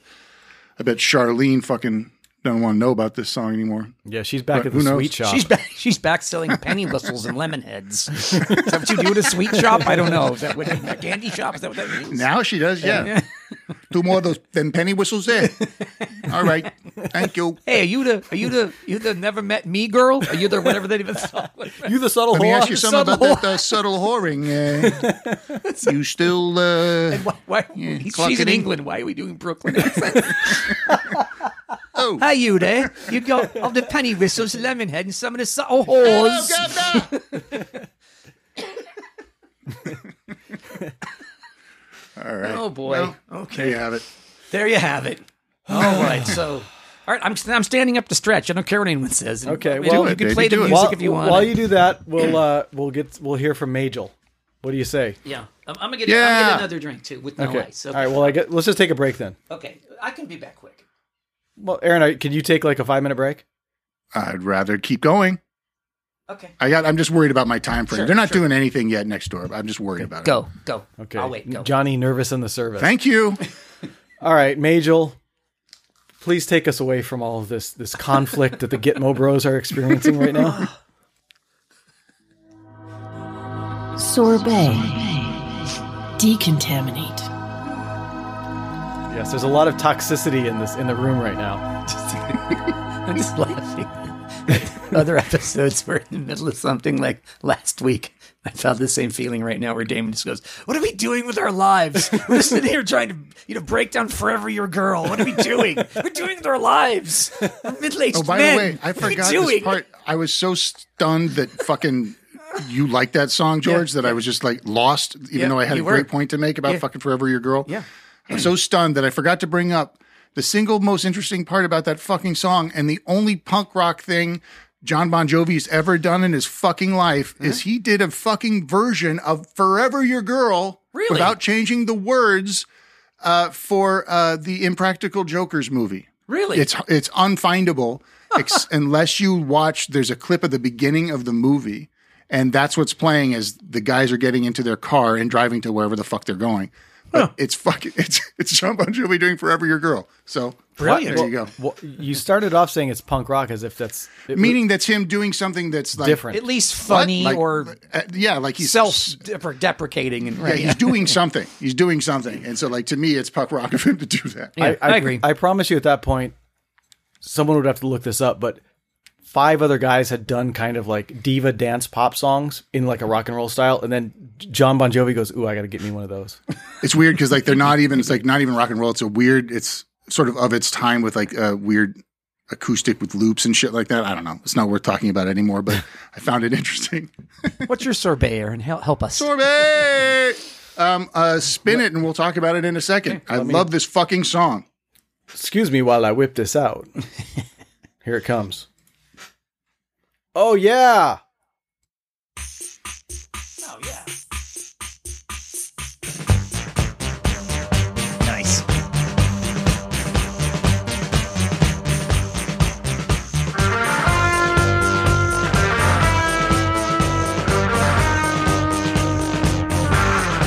Speaker 3: I bet Charlene fucking don't want to know about this song anymore.
Speaker 1: yeah, she's back
Speaker 3: But
Speaker 1: at the
Speaker 3: who knows?
Speaker 1: sweet shop.
Speaker 2: She's back. She's back selling penny whistles and lemon heads. Is that what you do at a sweet shop? I don't know. Is that what a candy shop? Is that what that means?
Speaker 3: Now she does, yeah. Two more of those then penny whistles there. All right, thank you.
Speaker 2: Hey, are you the are you the you the never met me girl? Are you the whatever that even song? was?
Speaker 1: you the subtle
Speaker 3: Let me
Speaker 1: whore.
Speaker 3: ask you something
Speaker 2: subtle
Speaker 3: about that uh, subtle whoring. Uh, you still uh,
Speaker 2: Why, why,
Speaker 3: clock
Speaker 2: she's
Speaker 3: it
Speaker 2: in
Speaker 3: in.
Speaker 2: England. Why are we doing Brooklyn accents?
Speaker 3: *laughs* oh.
Speaker 2: Hi, you there? You got of the penny whistles, lemon head, and some of the subtle
Speaker 3: Hello,
Speaker 2: whores.
Speaker 3: governor! All right.
Speaker 2: Oh boy.
Speaker 3: Well, There
Speaker 2: okay.
Speaker 3: you have it.
Speaker 2: There you have it. All right. So, all right. I'm I'm standing up to stretch. I don't care what anyone says.
Speaker 1: Okay,
Speaker 2: You
Speaker 1: well-
Speaker 2: you
Speaker 3: Do
Speaker 2: can
Speaker 3: it,
Speaker 2: play
Speaker 3: baby,
Speaker 2: the
Speaker 3: do it.
Speaker 2: music
Speaker 1: while,
Speaker 2: if you want.
Speaker 1: while you do that, we'll uh, we'll get we'll hear from Majel. What do you say?
Speaker 2: yeah. I'm, I'm gonna get, I'm gonna
Speaker 3: Yeah.
Speaker 2: get another drink too with no
Speaker 1: Okay.
Speaker 2: ice. So,
Speaker 1: All right. Well, I get, let's just take a break then.
Speaker 2: Okay. I can be back quick.
Speaker 1: Well, Aaron, I, can you take like a five minute break?
Speaker 3: I'd rather keep going.
Speaker 2: Okay.
Speaker 3: I got. I'm just worried about my time frame.
Speaker 2: Sure,
Speaker 3: They're not doing anything yet next door. But I'm just worried about it.
Speaker 2: Go. Go.
Speaker 1: Okay.
Speaker 2: I'll wait. Go.
Speaker 1: Johnny nervous in the service.
Speaker 3: Thank you.
Speaker 1: all right, Majel. Please take us away from all of this this conflict that the Gitmo Bros are experiencing right now.
Speaker 10: Sorbet. Decontaminate.
Speaker 1: Yes, there's a lot of toxicity in this in the room right now.
Speaker 2: *laughs* I'm just laughing. Other episodes were in the middle of something like last week. I felt the same feeling right now where Damon just goes, What are we doing with our lives? We're sitting here trying to, you know, break down forever your girl. What are we doing? We're doing with our lives. We're middle aged
Speaker 3: Oh, by
Speaker 2: men.
Speaker 3: the way, I
Speaker 2: What are we
Speaker 3: forgot
Speaker 2: doing?
Speaker 3: this part. I was so stunned that fucking you liked that song, George, that I was just like lost, even
Speaker 2: Yeah,
Speaker 3: though I had
Speaker 2: you
Speaker 3: a
Speaker 2: were.
Speaker 3: great point to make about
Speaker 2: Yeah.
Speaker 3: fucking Forever Your Girl.
Speaker 2: Yeah.
Speaker 3: I'm so stunned that I forgot to bring up the single most interesting part about that fucking song and the only punk rock thing John Bon Jovi's ever done in his fucking life
Speaker 2: Uh-huh.
Speaker 3: is he did a fucking version of Forever Your Girl
Speaker 2: Really?
Speaker 3: without changing the words uh, for uh, the Impractical Jokers movie.
Speaker 2: Really?
Speaker 3: It's it's unfindable
Speaker 2: *laughs*
Speaker 3: ex- unless you watch. There's a clip of the beginning of the movie, and that's what's playing as the guys are getting into their car and driving to wherever the fuck they're going. But it's fucking *laughs* it's it's John Bon Jovi doing "Forever Your Girl." So
Speaker 2: Brilliant.
Speaker 3: There you go.
Speaker 1: Well, you started off saying it's punk rock as if that's it-
Speaker 3: Meaning that's him doing something that's like
Speaker 1: different.
Speaker 2: At least
Speaker 3: what?
Speaker 2: funny
Speaker 3: Like,
Speaker 2: or
Speaker 3: uh, yeah, like he's
Speaker 2: self deprecating. And,
Speaker 3: Yeah,
Speaker 2: right, *laughs*
Speaker 3: he's doing something. He's doing something, and so like to me, it's punk rock of him to do that.
Speaker 2: Yeah, I agree.
Speaker 1: I promise you at that point, someone would have to look this up, but five other guys had done kind of like diva dance pop songs in like a rock and roll style. And then John Bon Jovi goes, Ooh, I got to get me one of those.
Speaker 3: It's weird because like they're not even it's like not even rock and roll. It's a weird. It's sort of of its time with like a weird acoustic with loops and shit like that. I don't know. It's not worth talking about anymore. But I found it interesting.
Speaker 2: What's your sorbet, Aaron? Help, help us.
Speaker 3: Sorbet. Um, uh, spin it, and we'll talk about it in a second. I love this fucking song.
Speaker 1: Excuse me while I whip this
Speaker 3: *laughs*
Speaker 1: out. Here it comes. Oh, yeah.
Speaker 2: Oh, yeah. Nice.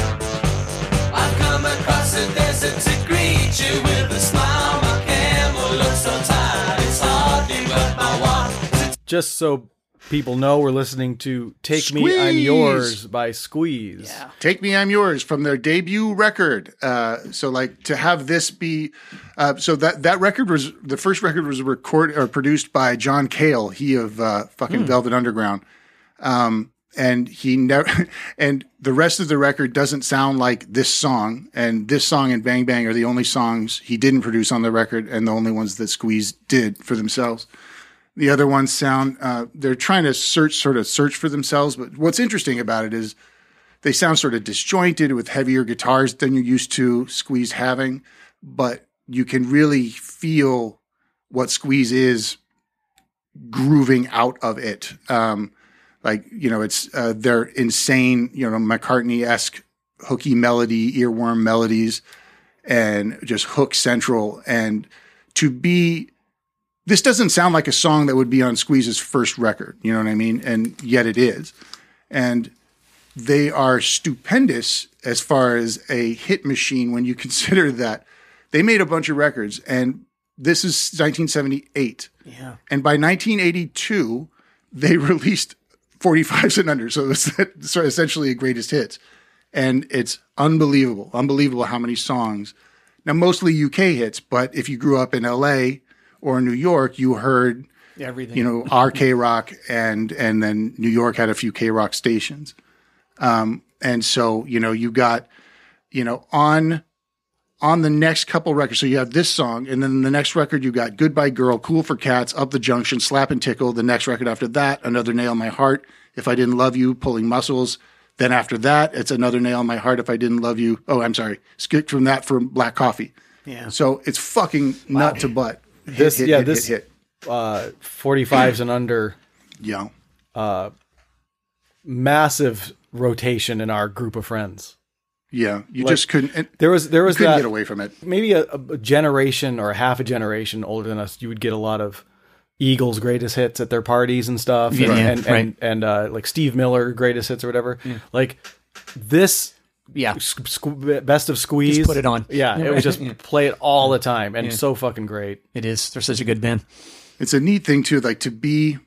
Speaker 9: I've come across the desert to greet you with a smile. My camel looks so tired, it's hardly worth my while.
Speaker 1: Just so people know, we're listening to Take Me, I'm
Speaker 3: Squeeze.
Speaker 1: Yours by Squeeze. Yeah.
Speaker 3: Take Me, I'm Yours from their debut record. Uh, so, like, to have this be, uh, so that that record was the first record was recorded or produced by John Cale, he of uh, fucking Velvet Underground, um, and he never, *laughs* and the rest of the record doesn't sound like this song. And this song and Bang Bang are the only songs he didn't produce on the record, and the only ones that Squeeze did for themselves. The other ones sound uh, they're trying to search, sort of search for themselves. But what's interesting about it is they sound sort of disjointed with heavier guitars than you're used to Squeeze having, but you can really feel what Squeeze is grooving out of it. Um, like you know, it's uh, they're insane, you know, McCartney esque hooky melody, earworm melodies, and just hook central. And to be this doesn't sound like a song that would be on Squeeze's first record, you know what I mean? And yet it is. And they are stupendous as far as a hit machine when you *laughs* consider that they made a bunch of records and this is 1978. Yeah. And by 1982, they *laughs* released 45s and under. So it's *laughs* so essentially a greatest hits. And it's unbelievable, unbelievable how many songs. Now, mostly UK hits, but if you grew up in LA or New York, you heard
Speaker 1: Everything.
Speaker 3: you know RK Rock and and then New York had a few K Rock stations, um, and so you know you got you know on on the next couple records. So you have this song, and then the next record you got Goodbye Girl, Cool for Cats, Up the Junction, Slap and Tickle. The next record after that, Another Nail in My Heart, If I Didn't Love You, Pulling Muscles. Then after that, it's Another Nail in My Heart, If I Didn't Love You. Oh, I'm sorry, skipped from that for Black Coffee.
Speaker 2: Yeah.
Speaker 3: So it's fucking nut to butt. Hit,
Speaker 1: This-
Speaker 3: hit,
Speaker 1: yeah,
Speaker 3: hit,
Speaker 1: this-
Speaker 3: hit, hit.
Speaker 1: uh, 45s and under
Speaker 3: Yeah.
Speaker 1: massive rotation in our group of friends.
Speaker 3: Yeah, you
Speaker 1: Like,
Speaker 3: just couldn't. And
Speaker 1: There was there was
Speaker 3: couldn't
Speaker 1: that
Speaker 3: get away from it.
Speaker 1: maybe a, a generation or a half a generation older than us. You would get a lot of Eagles greatest hits at their parties and stuff, and
Speaker 2: Yeah,
Speaker 1: and,
Speaker 2: right.
Speaker 1: and, and uh, like Steve Miller greatest hits or whatever. Like this
Speaker 2: Yeah.
Speaker 1: squ- squ- best of squeeze.
Speaker 2: Just put it on.
Speaker 1: Yeah, it was
Speaker 2: *laughs*
Speaker 1: just play it all the time, and so fucking great.
Speaker 2: It is. They're such a good band.
Speaker 3: It's a neat thing too, like to be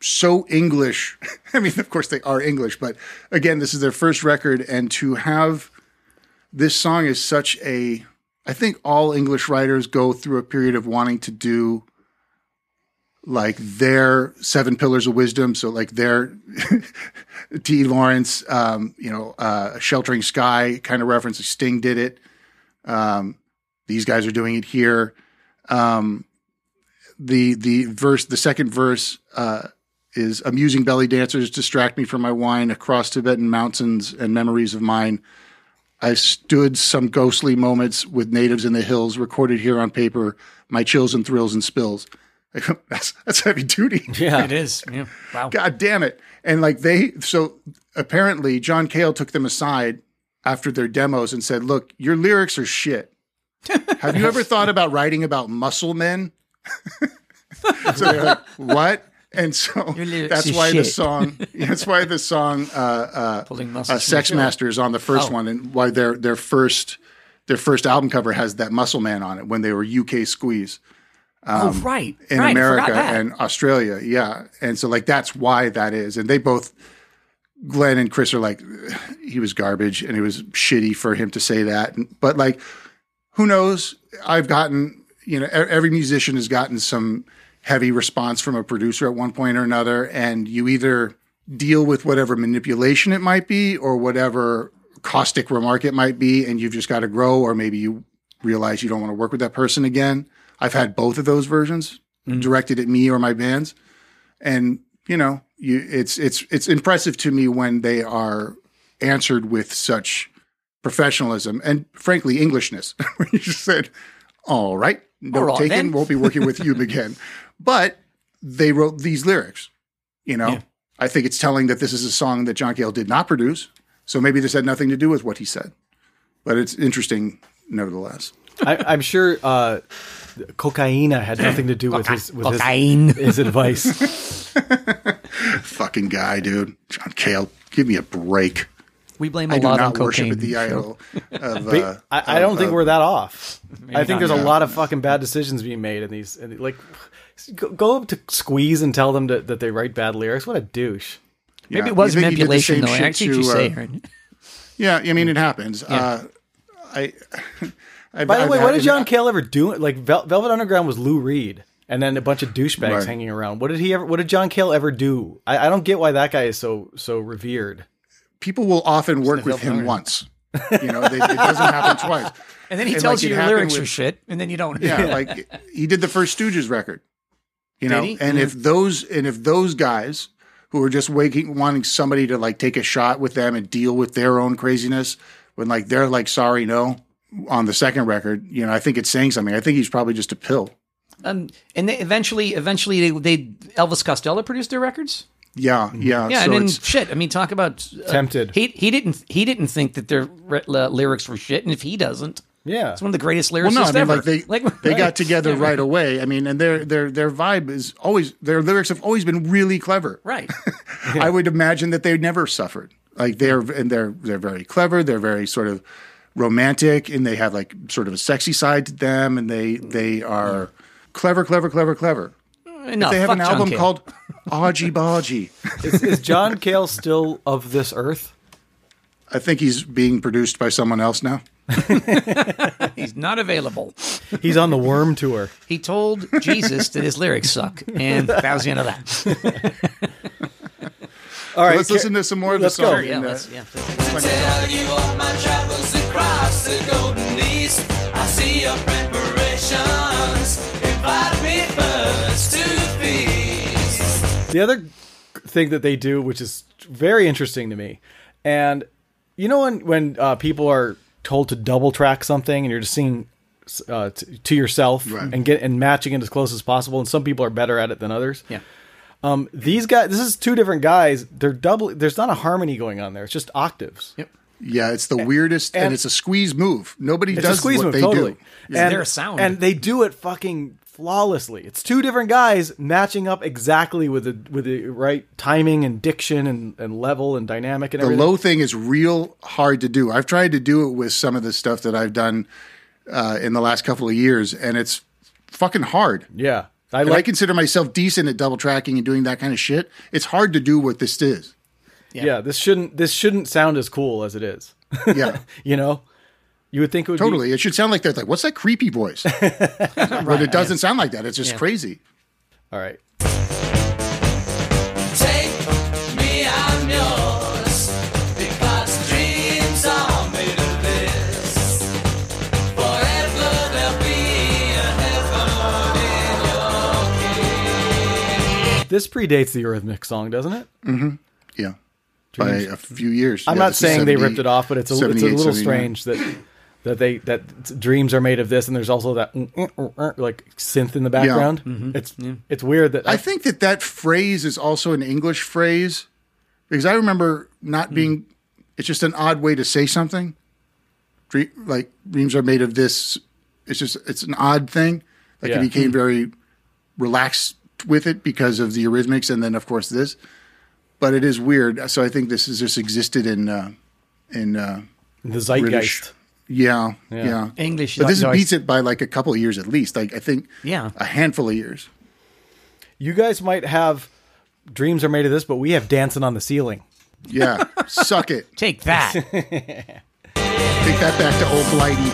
Speaker 3: so English. *laughs* I mean, of course they are English, but again, this is their first record, and to have this song is such a. I think all English writers go through a period of wanting to do like their seven pillars of wisdom. So like their *laughs* T. Lawrence, um, you know, uh, sheltering sky kind of reference. Sting did it. Um, these guys are doing it here. Um, the the verse, the second verse uh, is amusing belly dancers distract me from my wine across Tibetan mountains and memories of mine. I stood some ghostly moments with natives in the hills, recorded here on paper. My chills and thrills and spills. *laughs* that's that's heavy duty.
Speaker 1: Yeah,
Speaker 2: It is. Yeah. Wow.
Speaker 3: God damn it. And like they, so apparently John Cale took them aside after their demos and said, Look, your lyrics
Speaker 2: *laughs*
Speaker 3: are shit. Have you ever thought about writing about muscle men? *laughs* so they're like, What? And so
Speaker 2: Your lyrics
Speaker 3: that's
Speaker 2: are
Speaker 3: why the
Speaker 2: shit.
Speaker 3: song, that's why the song, uh, uh,
Speaker 2: Pulling
Speaker 3: uh,
Speaker 2: muscles. from
Speaker 3: Sex
Speaker 2: the-
Speaker 3: Master is on the first
Speaker 2: Oh.
Speaker 3: one, and why their their first their first album cover has that muscle man on it when they were UK Squeeze
Speaker 2: oh, right.
Speaker 3: um, in
Speaker 2: right. I forgot
Speaker 3: America
Speaker 2: that.
Speaker 3: and Australia. Yeah. And so like that's why that is. And they both Glenn and Chris are like he was garbage and it was shitty for him to say that. And- But like who knows? I've gotten, you know, e- every musician has gotten some heavy response from a producer at one point or another and you either deal with whatever manipulation it might be or whatever caustic remark it might be and you've just got to grow or maybe you realize you don't want to work with that person again. I've had both of those versions
Speaker 2: Mm-hmm.
Speaker 3: directed at me or my bands, and you know, you it's it's it's impressive to me when they are answered with such professionalism and frankly Englishness. *laughs* Where you just said, "All right, no
Speaker 2: All right,
Speaker 3: taken,
Speaker 2: then."
Speaker 3: won't be working with
Speaker 2: *laughs*
Speaker 3: you again," but they wrote these lyrics. You know,
Speaker 2: Yeah.
Speaker 3: I think it's telling that this is a song that John Cale did not produce, so maybe this had nothing to do with what he said, but it's interesting nevertheless.
Speaker 1: I, I'm sure uh, cocaina had nothing to do with his with his,
Speaker 2: Cocaine.
Speaker 1: his advice.
Speaker 3: fucking guy, dude. John Cale, give me a break.
Speaker 2: We blame a
Speaker 3: I do
Speaker 2: lot on
Speaker 3: not
Speaker 2: cocaine.
Speaker 3: worship at the idol
Speaker 2: *laughs*
Speaker 3: of. Uh,
Speaker 1: I, I don't think we're that off. I think
Speaker 2: not,
Speaker 1: there's a
Speaker 2: no.
Speaker 1: lot of fucking bad decisions being made in these. And like, go, go up to Squeeze and tell them to, that they write bad lyrics. What a douche!
Speaker 2: Maybe
Speaker 3: yeah.
Speaker 2: it was
Speaker 3: uh, You think he did the
Speaker 2: manipulation,
Speaker 3: same
Speaker 2: though. I
Speaker 3: shit
Speaker 2: actually you
Speaker 3: to, uh,
Speaker 2: say. right?
Speaker 3: yeah, I mean it happens. Uh, I. *laughs* I've,
Speaker 1: By the
Speaker 3: I've
Speaker 1: way,
Speaker 3: had
Speaker 1: what did
Speaker 3: an-
Speaker 1: John Cale ever do? Like Vel- Velvet Underground was Lou Reed, and then a bunch of douchebags
Speaker 3: Right.
Speaker 1: hanging around. What did he ever? What did John Cale ever do? I, I don't get why that guy is so so revered.
Speaker 3: People will often work with him once. You know, they, it doesn't happen twice.
Speaker 2: *laughs* And then he
Speaker 3: and,
Speaker 2: tells
Speaker 3: like,
Speaker 2: you
Speaker 3: it
Speaker 2: your
Speaker 3: happened
Speaker 2: lyrics
Speaker 3: with-
Speaker 2: are shit, and then you don't.
Speaker 3: Yeah, like he did the first Stooges record. You know,
Speaker 2: Did he?
Speaker 3: and if those and if those guys who are just waking, wanting somebody to like take a shot with them and deal with their own craziness when like they're like, sorry, no, on the second record. You know, I think it's saying something. I think he's probably just a pill.
Speaker 2: *laughs* Um, and they eventually, eventually, they, they Elvis Costello produced their records.
Speaker 3: Yeah. Mm-hmm. Yeah.
Speaker 2: Yeah,
Speaker 3: so
Speaker 2: and then
Speaker 3: it's,
Speaker 2: shit. I mean, talk about uh,
Speaker 1: Tempted.
Speaker 2: He he didn't he didn't think that their re- uh, lyrics were shit, and if he doesn't,
Speaker 1: Yeah.
Speaker 2: it's one of the greatest
Speaker 3: well,
Speaker 2: lyricists
Speaker 3: no, I mean,
Speaker 2: ever.
Speaker 3: like
Speaker 2: *laughs*
Speaker 3: they they got together right away. I mean, and their their their vibe is always their lyrics have always been really clever.
Speaker 2: right.
Speaker 3: I would imagine that they never suffered. Like they're
Speaker 1: Mm-hmm.
Speaker 3: and they're they're very clever. They're very sort of romantic, and they have like sort of a sexy side to them, and they
Speaker 1: Mm-hmm.
Speaker 3: they are clever, clever, clever, clever.
Speaker 2: Enough.
Speaker 3: They have
Speaker 2: Fuck
Speaker 3: an
Speaker 2: John
Speaker 3: album
Speaker 2: Cale.
Speaker 3: called Aji Baji.
Speaker 1: Is, is John Cale still of this earth?
Speaker 3: I think he's being produced by someone else now.
Speaker 2: He's not available.
Speaker 1: He's on the Worm tour.
Speaker 2: He told Jesus that his lyrics suck, *laughs* and that was the end of that.
Speaker 1: All right,
Speaker 3: let's
Speaker 1: Ca-
Speaker 3: listen to some more of the
Speaker 1: let's go.
Speaker 3: song.
Speaker 2: Yeah,
Speaker 3: and, uh,
Speaker 2: that's, yeah.
Speaker 9: Tell you of my travels across the Golden East. I see your preparations. Invite me first to feast.
Speaker 1: The other thing that they do, which is very interesting to me, and you know when when uh, people are told to double track something and you're just seeing uh, t- to yourself
Speaker 3: Right.
Speaker 1: and get and matching it as close as possible, and some people are better at it than others.
Speaker 2: Yeah.
Speaker 1: Um, these guys, this is two different guys. They're double. There's not a harmony going on there. It's just octaves.
Speaker 2: Yep.
Speaker 3: Yeah, it's the weirdest, and,
Speaker 1: and-
Speaker 3: it's a squeeze move. Nobody
Speaker 1: It's
Speaker 3: does
Speaker 1: a squeeze
Speaker 3: what
Speaker 1: move,
Speaker 3: they
Speaker 1: totally.
Speaker 3: do.
Speaker 1: And
Speaker 2: their sound.
Speaker 1: and they do it fucking flawlessly. It's two different guys matching up exactly with the with the right timing and diction and, and level and dynamic and
Speaker 3: the
Speaker 1: everything.
Speaker 3: low thing is real hard to do. I've tried to do it with some of the stuff that I've done uh, in the last couple of years, and it's fucking hard.
Speaker 1: yeah, I
Speaker 3: And I
Speaker 1: like.
Speaker 3: consider myself decent at double tracking and doing that kind of shit. It's hard to do what this is.
Speaker 1: Yeah. this shouldn't this shouldn't sound as cool as it is. *laughs*
Speaker 3: Yeah,
Speaker 1: You know, you would think it would be-
Speaker 3: totally. It should sound like that. Like, what's that
Speaker 1: *laughs*
Speaker 3: creepy voice? but it doesn't sound like that. It's just crazy.
Speaker 1: all right.
Speaker 9: Take me, I'm yours. Because dreams are made of this. Forever there'll be a heaven in your
Speaker 1: This predates the Eurythmics song, doesn't it?
Speaker 3: Yeah, by a few years.
Speaker 1: I'm not saying they ripped it off, but it's a, it's a little strange that that they that dreams are made of this, and there's also that mm, mm, mm, mm, like synth in the background. It's it's weird that
Speaker 3: Mm-hmm. I think that that phrase is also an English phrase because I remember not being. It's just an odd way to say something. Dream, like dreams are made of this. It's just it's an odd thing. Like
Speaker 1: Yeah.
Speaker 3: it became very relaxed with it because of the Eurythmics, and then of course this. But it is weird. So I think this is just existed in uh, in uh,
Speaker 1: the
Speaker 3: British.
Speaker 1: zeitgeist.
Speaker 3: Yeah, yeah,
Speaker 2: English,
Speaker 3: But this
Speaker 2: like-
Speaker 3: beats it by like a couple of years at least. Like I think,
Speaker 2: Yeah.
Speaker 3: a handful of years.
Speaker 1: You guys might have dreams are made of this, but we have dancing on the ceiling.
Speaker 2: *laughs*
Speaker 3: Yeah, suck it.
Speaker 2: Take that.
Speaker 3: Take that back to old Blighty.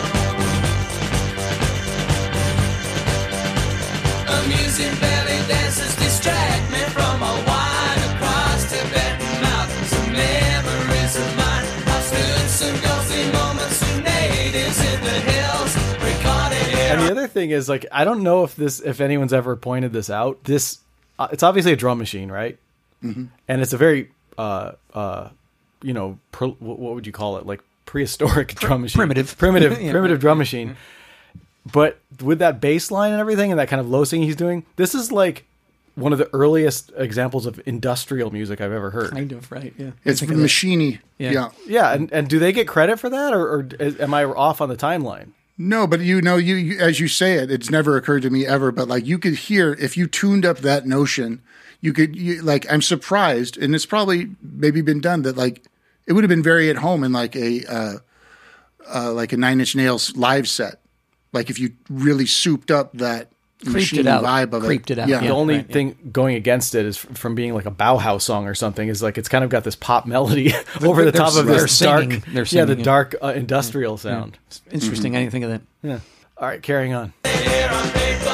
Speaker 9: Amusing belly dances distract me from my wine across Tibetan mountains. and memories of mine. I've stood some ghostly moments with natives in the hills, recorded here
Speaker 1: And the other thing is like I don't know if this if anyone's ever pointed this out. This uh, it's obviously a drum machine, right? And it's a very uh uh you know pro, wh- what would you call it like prehistoric drum machine *laughs*
Speaker 2: primitive.
Speaker 1: primitive
Speaker 2: Yeah.
Speaker 1: primitive drum machine. But with that bass line and everything and that kind of low singing he's doing, this is like one of the earliest examples of industrial music I've ever heard.
Speaker 2: *laughs* kind of right. Yeah.
Speaker 3: It's machiney.
Speaker 2: Yeah.
Speaker 3: Yeah.
Speaker 1: Yeah, and, and do they get credit for that, or, or is, am I off on the timeline?
Speaker 3: No, but you know, you, you as you say it, it's never occurred to me ever. But like, you could hear if you tuned up that notion, you could you, like. I'm surprised, and it's probably maybe been done that like it would have been very at home in like a uh, uh, like a Nine Inch Nails live set. Like if you really souped up that machine
Speaker 2: it out.
Speaker 3: vibe of
Speaker 2: Creeped it out,
Speaker 3: Yeah.
Speaker 1: the only
Speaker 2: right, yeah.
Speaker 1: thing going against it is f- from being like a Bauhaus song or something is like it's kind of got this pop melody *laughs* over the
Speaker 2: they're
Speaker 1: top of
Speaker 2: s-
Speaker 1: this
Speaker 2: they're
Speaker 1: dark,
Speaker 2: singing- they're
Speaker 1: yeah, the
Speaker 2: singing Mm-hmm. it.
Speaker 1: dark uh, industrial sound.
Speaker 2: Interesting. I didn't think of that.
Speaker 1: All right, carrying on.
Speaker 9: here on paper.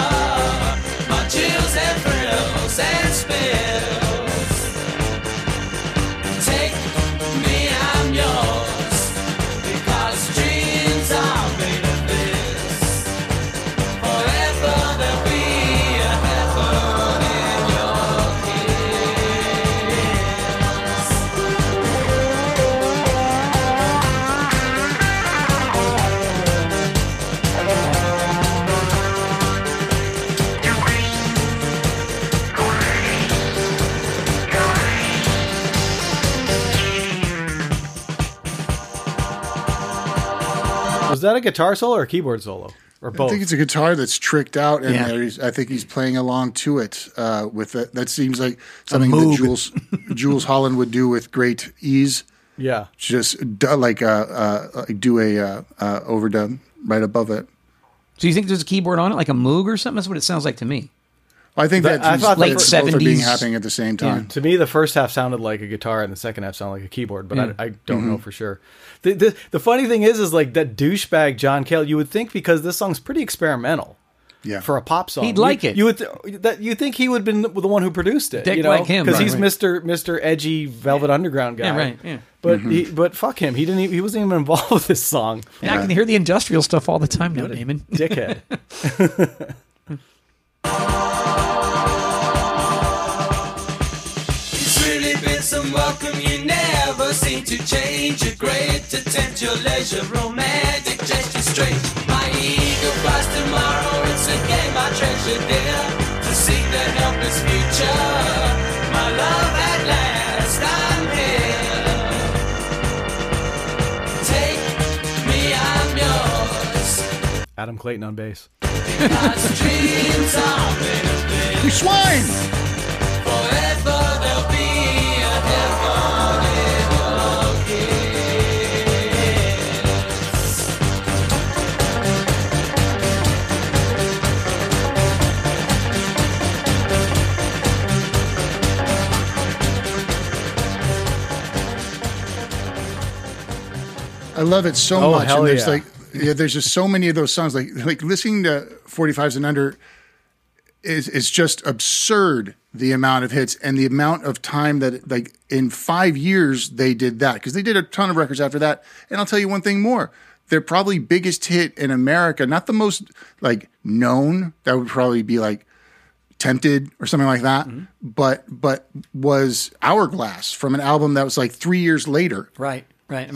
Speaker 9: My chills and thrills and spills. Take me, I'm yours. Because dreams are made of this. Forever there'll be a heaven in your kiss.
Speaker 1: that a guitar solo or a keyboard solo or
Speaker 3: I
Speaker 1: both?
Speaker 3: think it's a guitar that's tricked out, and
Speaker 1: Oh. Yeah.
Speaker 3: there's- I think he's playing along to it. Uh, with that, that seems like something
Speaker 1: moog.
Speaker 3: that Jules Jules Holland would do with great ease.
Speaker 1: Yeah.
Speaker 3: just do, like uh, uh, like do a uh, uh, overdub right above it.
Speaker 2: So you think there's a keyboard on it, like a Moog or something? That's what it sounds like to me.
Speaker 3: I think
Speaker 1: That-
Speaker 3: that,
Speaker 1: I thought
Speaker 2: late
Speaker 1: the-
Speaker 3: both are being
Speaker 2: 70s.
Speaker 3: happening at the same time.
Speaker 1: To me, the first half sounded like a guitar, and the second half sounded like a keyboard. But
Speaker 2: Yeah.
Speaker 1: I, I don't know
Speaker 2: Mm-hmm.
Speaker 1: for sure. The, the the funny thing is, is like that douchebag John Cale. You would think because this song's pretty experimental
Speaker 3: Yeah,
Speaker 1: for a pop song,
Speaker 2: He'd like
Speaker 1: you,
Speaker 2: it.
Speaker 1: You would th- that you think he would have been the one who produced it.
Speaker 2: Dick
Speaker 1: you know?
Speaker 2: like him,
Speaker 1: because
Speaker 2: right,
Speaker 1: he's
Speaker 2: right.
Speaker 1: Mister Mister Edgy Velvet Underground guy.
Speaker 2: Yeah, right, yeah.
Speaker 1: But he, but fuck him. He didn't. e, He, he wasn't even involved *laughs* with this song.
Speaker 2: And I can hear the industrial stuff all the time now, Damon. *laughs*
Speaker 1: Dickhead. *laughs*
Speaker 9: It's really been some welcome you never seem to change your grade to tempt your leisure romantic gesture straight. My ego flies tomorrow, it's a game I treasure dear to seek the helpless future. My love at last, I'm here. Take me, I'm yours.
Speaker 1: Adam Clayton on bass.
Speaker 9: God's *laughs* dreams are benefit.
Speaker 3: You swine!
Speaker 9: Forever there'll be a heaven in love
Speaker 3: I love it so
Speaker 1: Oh,
Speaker 3: much.
Speaker 1: hell
Speaker 3: and there's
Speaker 1: yeah.
Speaker 3: like yeah, there's just so many of those songs. Like like listening to 45s and under is is just absurd the amount of hits and the amount of time that like in five years they did that. Because they did a ton of records after that. And I'll tell you one thing more. Their probably biggest hit in America, not the most like known, that would probably be like tempted or something like that
Speaker 1: Mm-hmm.
Speaker 3: but but was hourglass from an album that was like three years later
Speaker 2: Right, right.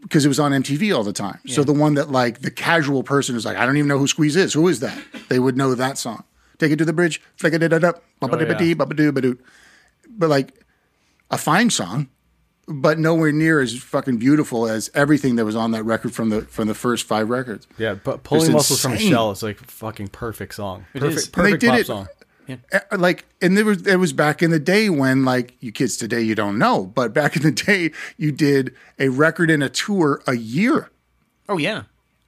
Speaker 3: because it was on MTV all the time. So the one that like the casual person is like, I don't even know who Squeeze is. Who is that? They would know that song. Take it to the bridge, flick it up, up, bumpa dee ba
Speaker 1: Oh,
Speaker 3: dee, bumpa doo ba doo. But like a fine song, but nowhere near as fucking beautiful as everything that was on that record from the from the first five records.
Speaker 1: Yeah, but pulling
Speaker 3: Just
Speaker 1: muscles from a
Speaker 3: insane.
Speaker 1: shell is like fucking perfect song. Perfect,
Speaker 2: is.
Speaker 1: perfect
Speaker 3: They did
Speaker 1: pop
Speaker 3: it-
Speaker 1: song.
Speaker 3: Uh, like and there was it was back in the day when like you kids today you don't know but back in the day you did a record and a tour a year
Speaker 2: oh, yeah.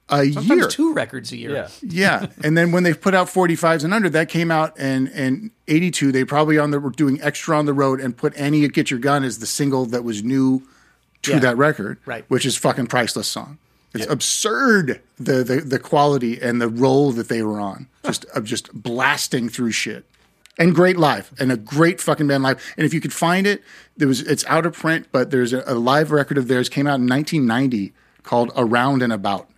Speaker 3: a
Speaker 2: Sometimes
Speaker 3: year
Speaker 2: two records a year.
Speaker 1: Yeah.
Speaker 3: Yeah, and then when they put out 45s and under, that came out in in 82. They probably on the were doing extra on the road and put Annie Get Your Gun as the single that was new to
Speaker 2: Yeah.
Speaker 3: that record,
Speaker 2: Right.
Speaker 3: Which is fucking priceless song. It's absurd the, the the quality and the role that they were on, just of just blasting through shit. And great live, and a great fucking band live. And if you could find it, there was it's out of print, but there's a, a live record of theirs came out in 1990 called "Around and About."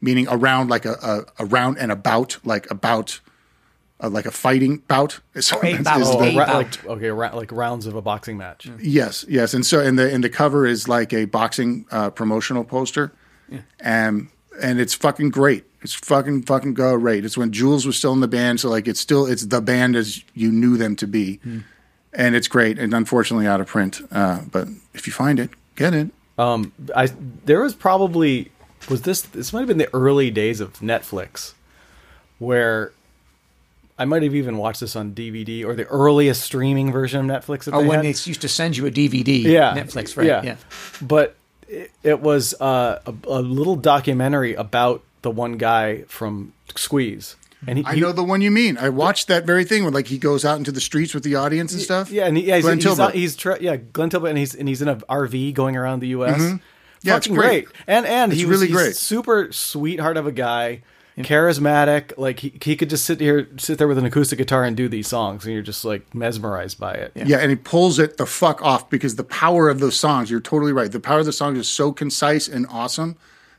Speaker 3: meaning around like a, a around and about like about uh, like a fighting bout. So
Speaker 2: A bout.
Speaker 1: Oh,
Speaker 2: Hey,
Speaker 1: a ra-
Speaker 2: bout.
Speaker 1: like okay, ra- like rounds of a boxing match.
Speaker 3: yes, yes, and so and the and the cover is like a boxing uh, promotional poster, and and it's fucking great. It's fucking fucking great. It's when Jules was still in the band, so like it's still it's the band as you knew them to be, and it's great. And unfortunately out of print, uh, but if you find it, get it.
Speaker 1: Um, I there was probably was this this might have been the early days of Netflix, where I might have even watched this on DVD or the earliest streaming version of Netflix. That
Speaker 2: Oh,
Speaker 1: they
Speaker 2: when
Speaker 1: had.
Speaker 2: they used to send you a DVD.
Speaker 1: yeah
Speaker 2: Netflix, right?
Speaker 1: yeah,
Speaker 2: yeah.
Speaker 1: but it, it was uh, a, a little documentary about the one guy from Squeeze, and he,
Speaker 3: I
Speaker 1: he-
Speaker 3: know the one you mean. I watched that very thing when like he goes out into the streets with the audience and stuff.
Speaker 1: Yeah, and he, yeah, he's,
Speaker 3: Glenn
Speaker 1: he's,
Speaker 3: Tilbrook.
Speaker 1: out- he's tra- yeah, Glenn Tilbrook, and he's and he's in an RV going around the U.S.
Speaker 3: Mm-hmm. Yeah, it's
Speaker 1: Fucking
Speaker 3: great.
Speaker 1: great. And and
Speaker 3: It's
Speaker 1: he was
Speaker 3: really
Speaker 1: he's
Speaker 3: great.
Speaker 1: super sweetheart of a guy, charismatic. Like he, he could just sit here, sit there with an acoustic guitar and do these songs, and you're just like mesmerized by it.
Speaker 3: Yeah, and he pulls it the fuck off because the power of those songs, you're totally right. The power of the songs is so concise and awesome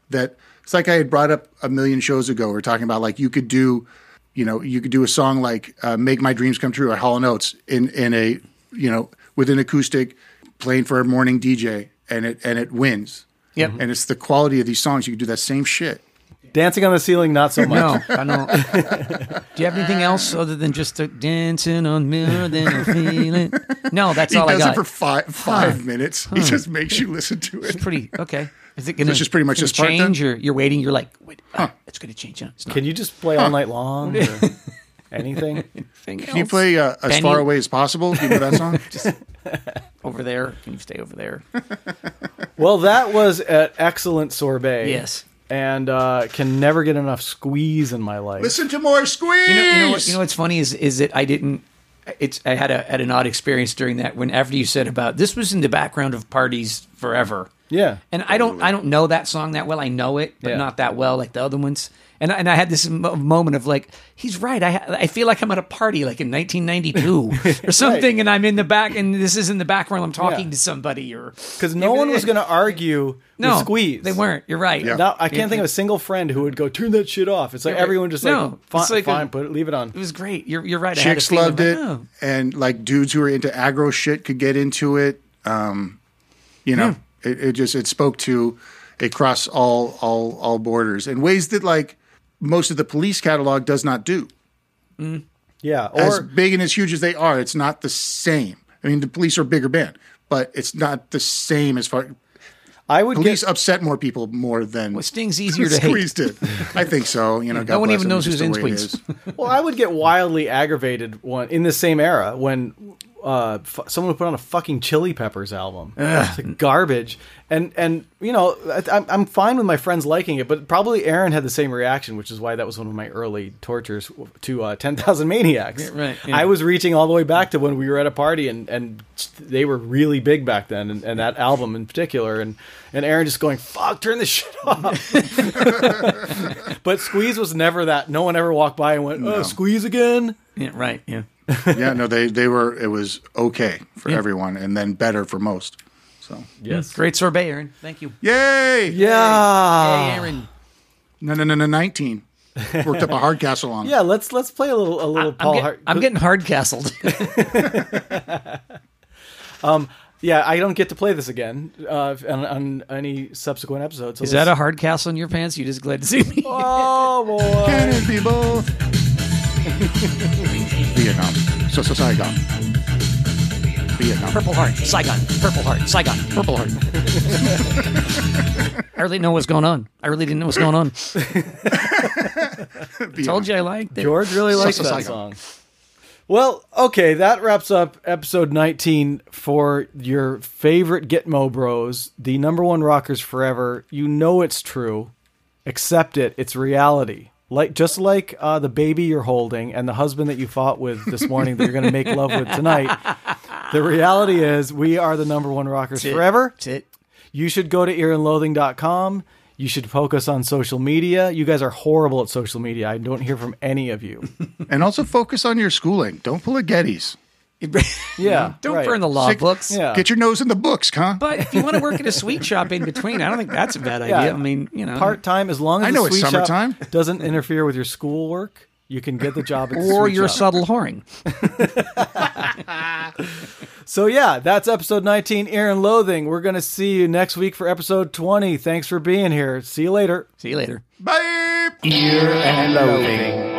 Speaker 3: that it's like I had brought up a million shows ago. We are talking about like you could do, you know, you could do a song like uh, Make My Dreams Come True or Hall & Oates in, in a, you know, with an acoustic playing for a morning DJ and it, and it wins.
Speaker 2: Yep.
Speaker 3: And it's the quality of these songs. You could do that same shit.
Speaker 1: Dancing on the ceiling, not
Speaker 3: *laughs*
Speaker 1: so much.
Speaker 2: *laughs* No, I *laughs* don't. Do you have anything else other than just the dancing on me? Then I feel it. No, that's
Speaker 3: he
Speaker 2: all I
Speaker 3: does
Speaker 2: got.
Speaker 3: it for five five
Speaker 2: Huh.
Speaker 3: minutes.
Speaker 2: Huh.
Speaker 3: He just makes you listen to it.
Speaker 2: It's pretty okay. Is it gonna?
Speaker 3: it's just pretty much
Speaker 2: gonna
Speaker 3: this part, then?
Speaker 2: change. Or you're waiting. You're like, wait, uh, it's going to change. No, it's not.
Speaker 1: Can you just play all night
Speaker 3: *laughs*
Speaker 1: long? Or anything?
Speaker 2: Anything
Speaker 3: Can you
Speaker 2: else?
Speaker 3: play uh, as
Speaker 2: Benny,
Speaker 3: far away as possible? Do you know that
Speaker 2: *laughs*
Speaker 3: song?
Speaker 2: over there? Can you stay over there?
Speaker 1: Well, that was an excellent sorbet.
Speaker 2: Yes.
Speaker 1: And uh, can never get enough squeeze in my life.
Speaker 3: Listen to more squeeze.
Speaker 2: You know, you know, what- you know what's funny is is that I didn't. It's I had a had an odd experience during that when after you said about this was in the background of parties forever.
Speaker 1: Yeah.
Speaker 2: And I don't I don't know that song that well. I know it, but
Speaker 1: Yeah.
Speaker 2: not that well like the other ones. And I- and I had this mo- moment of like, he's right. I ha- I feel like I'm at a party like in 1992 or something, and I'm in the back, and this is in the background. I'm talking
Speaker 1: Yeah.
Speaker 2: to somebody or
Speaker 1: Because no one was going to argue
Speaker 2: no
Speaker 1: with squeeze.
Speaker 2: They weren't. You're right.
Speaker 3: Yeah.
Speaker 1: Now, I can't think of a single friend who would go turn that shit off. It's like
Speaker 2: Yeah, right.
Speaker 1: everyone just
Speaker 2: No,
Speaker 1: like, fine,
Speaker 2: it's like a- Mm.
Speaker 1: fine put it, leave it on.
Speaker 2: It was great. You're you're right. I had a
Speaker 3: Chicks
Speaker 2: feeling
Speaker 3: loved
Speaker 2: like,
Speaker 3: it,
Speaker 2: oh.
Speaker 3: and like dudes who are into aggro shit could get into it. Um, you know, it, it just it spoke to across all all all borders in ways that like most of the police catalog does not do.
Speaker 1: Yeah.
Speaker 3: as
Speaker 1: Or
Speaker 3: big and as huge as they are, it's not the same. I mean, the police are a bigger band, but it's not the same as far.
Speaker 1: I would
Speaker 3: Police
Speaker 1: get.
Speaker 3: upset more people more than
Speaker 2: Well,
Speaker 3: *laughs*
Speaker 2: Sting's easier to hate.
Speaker 3: Squeeze did. I think
Speaker 2: *laughs*
Speaker 3: so. You know, God
Speaker 2: one
Speaker 3: bless
Speaker 2: even
Speaker 3: him,
Speaker 2: knows who's
Speaker 3: just the
Speaker 2: in
Speaker 3: way it
Speaker 2: Squeeze.
Speaker 3: is.
Speaker 1: Well, I would get wildly aggravated one in the same era when uh, f- someone would put on a fucking Chili Peppers album. It's like garbage, and and you know I, I'm I'm fine with my friends liking it, but probably Aaron had the same reaction, which is why that was one of my early tortures to uh, Ten Thousand Maniacs.
Speaker 2: right, yeah.
Speaker 1: I was reaching all the way back to when we were at a party, and and they were really big back then, and, and that album in particular, and and Aaron just going fuck, turn this *laughs* shit off. but Squeeze was never that. No one ever walked by and went, oh, Squeeze again.
Speaker 2: *laughs* Yeah, right. Yeah.
Speaker 3: yeah, no, they they were. It was okay for everyone, and then better for most. So
Speaker 1: Yes.
Speaker 2: Great sorbet, Aaron. Thank you. Ah.
Speaker 3: yay!
Speaker 1: Yeah.
Speaker 2: Hey, Aaron.
Speaker 3: No, no, no, no. Nineteen worked up a hard castle on.
Speaker 1: Yeah, let's let's play a little a little
Speaker 2: I'm,
Speaker 1: Paul
Speaker 2: get-
Speaker 1: Hart.
Speaker 2: I'm getting hard *laughs* castled.
Speaker 1: yeah, I don't get to play this again uh, on, on any subsequent episodes. so
Speaker 2: Is that a
Speaker 1: let's-
Speaker 2: hard castle in your pants? You just glad to see me?
Speaker 1: Oh boy.
Speaker 3: Can it be both? Vietnam. So so Saigon. Vietnam.
Speaker 2: Purple heart, Saigon. Purple heart, Saigon. Purple heart. *laughs* I really didn't know what's going on. I really didn't know what's going
Speaker 3: *laughs*
Speaker 2: on. Told you I liked it.
Speaker 1: George really likes
Speaker 3: so
Speaker 1: that
Speaker 3: psycho.
Speaker 1: song. Well, okay, that wraps up episode 19 for your favorite Gitmo Bros, the number one rockers forever. You know it's true. Accept it. It's reality. Like just like uh, the baby you're holding and the husband that you fought with this morning that you're going to make love with tonight. The reality is we are the number one rockers
Speaker 2: That's it.
Speaker 1: forever.
Speaker 2: That's it.
Speaker 1: You should go to earandloathing.com. You should focus on social media. You guys are horrible at social media. I don't hear from any of you.
Speaker 3: And also focus on your schooling. Don't pull a Gettys.
Speaker 1: Yeah.
Speaker 2: Don't
Speaker 1: right.
Speaker 2: burn the law
Speaker 3: Sick-
Speaker 2: Uh, books.
Speaker 1: Yeah.
Speaker 3: Get your nose in the books, huh?
Speaker 2: But if you want to work at a sweet shop in between, I don't think that's a *laughs* bad idea. I mean, you know,
Speaker 1: part time as long as
Speaker 3: I know
Speaker 1: the
Speaker 3: it's
Speaker 1: sweet shop
Speaker 3: summertime.
Speaker 1: *laughs* doesn't interfere with your schoolwork. You can get the job at the
Speaker 2: or
Speaker 1: sweet
Speaker 2: you're
Speaker 1: shop.
Speaker 2: subtle whoring.
Speaker 1: So yeah, that's episode 19, Aaron Loathing. We're gonna see you next week for episode 20. Thanks for being here. See you later.
Speaker 2: See you later.
Speaker 3: Bye.
Speaker 5: and loathing.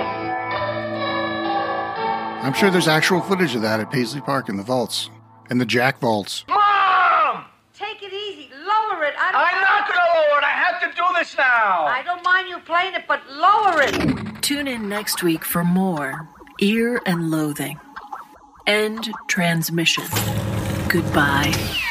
Speaker 3: I'm sure there's actual footage of that at Paisley Park in the vaults and the Jack vaults.
Speaker 7: Mom!
Speaker 11: Take it easy. Lower it. I don't,
Speaker 7: I'm not gonna lower it. I have to do this now.
Speaker 11: I don't mind you playing it, but lower it.
Speaker 10: Tune in next week for more Ear and Loathing. End transmission. Goodbye.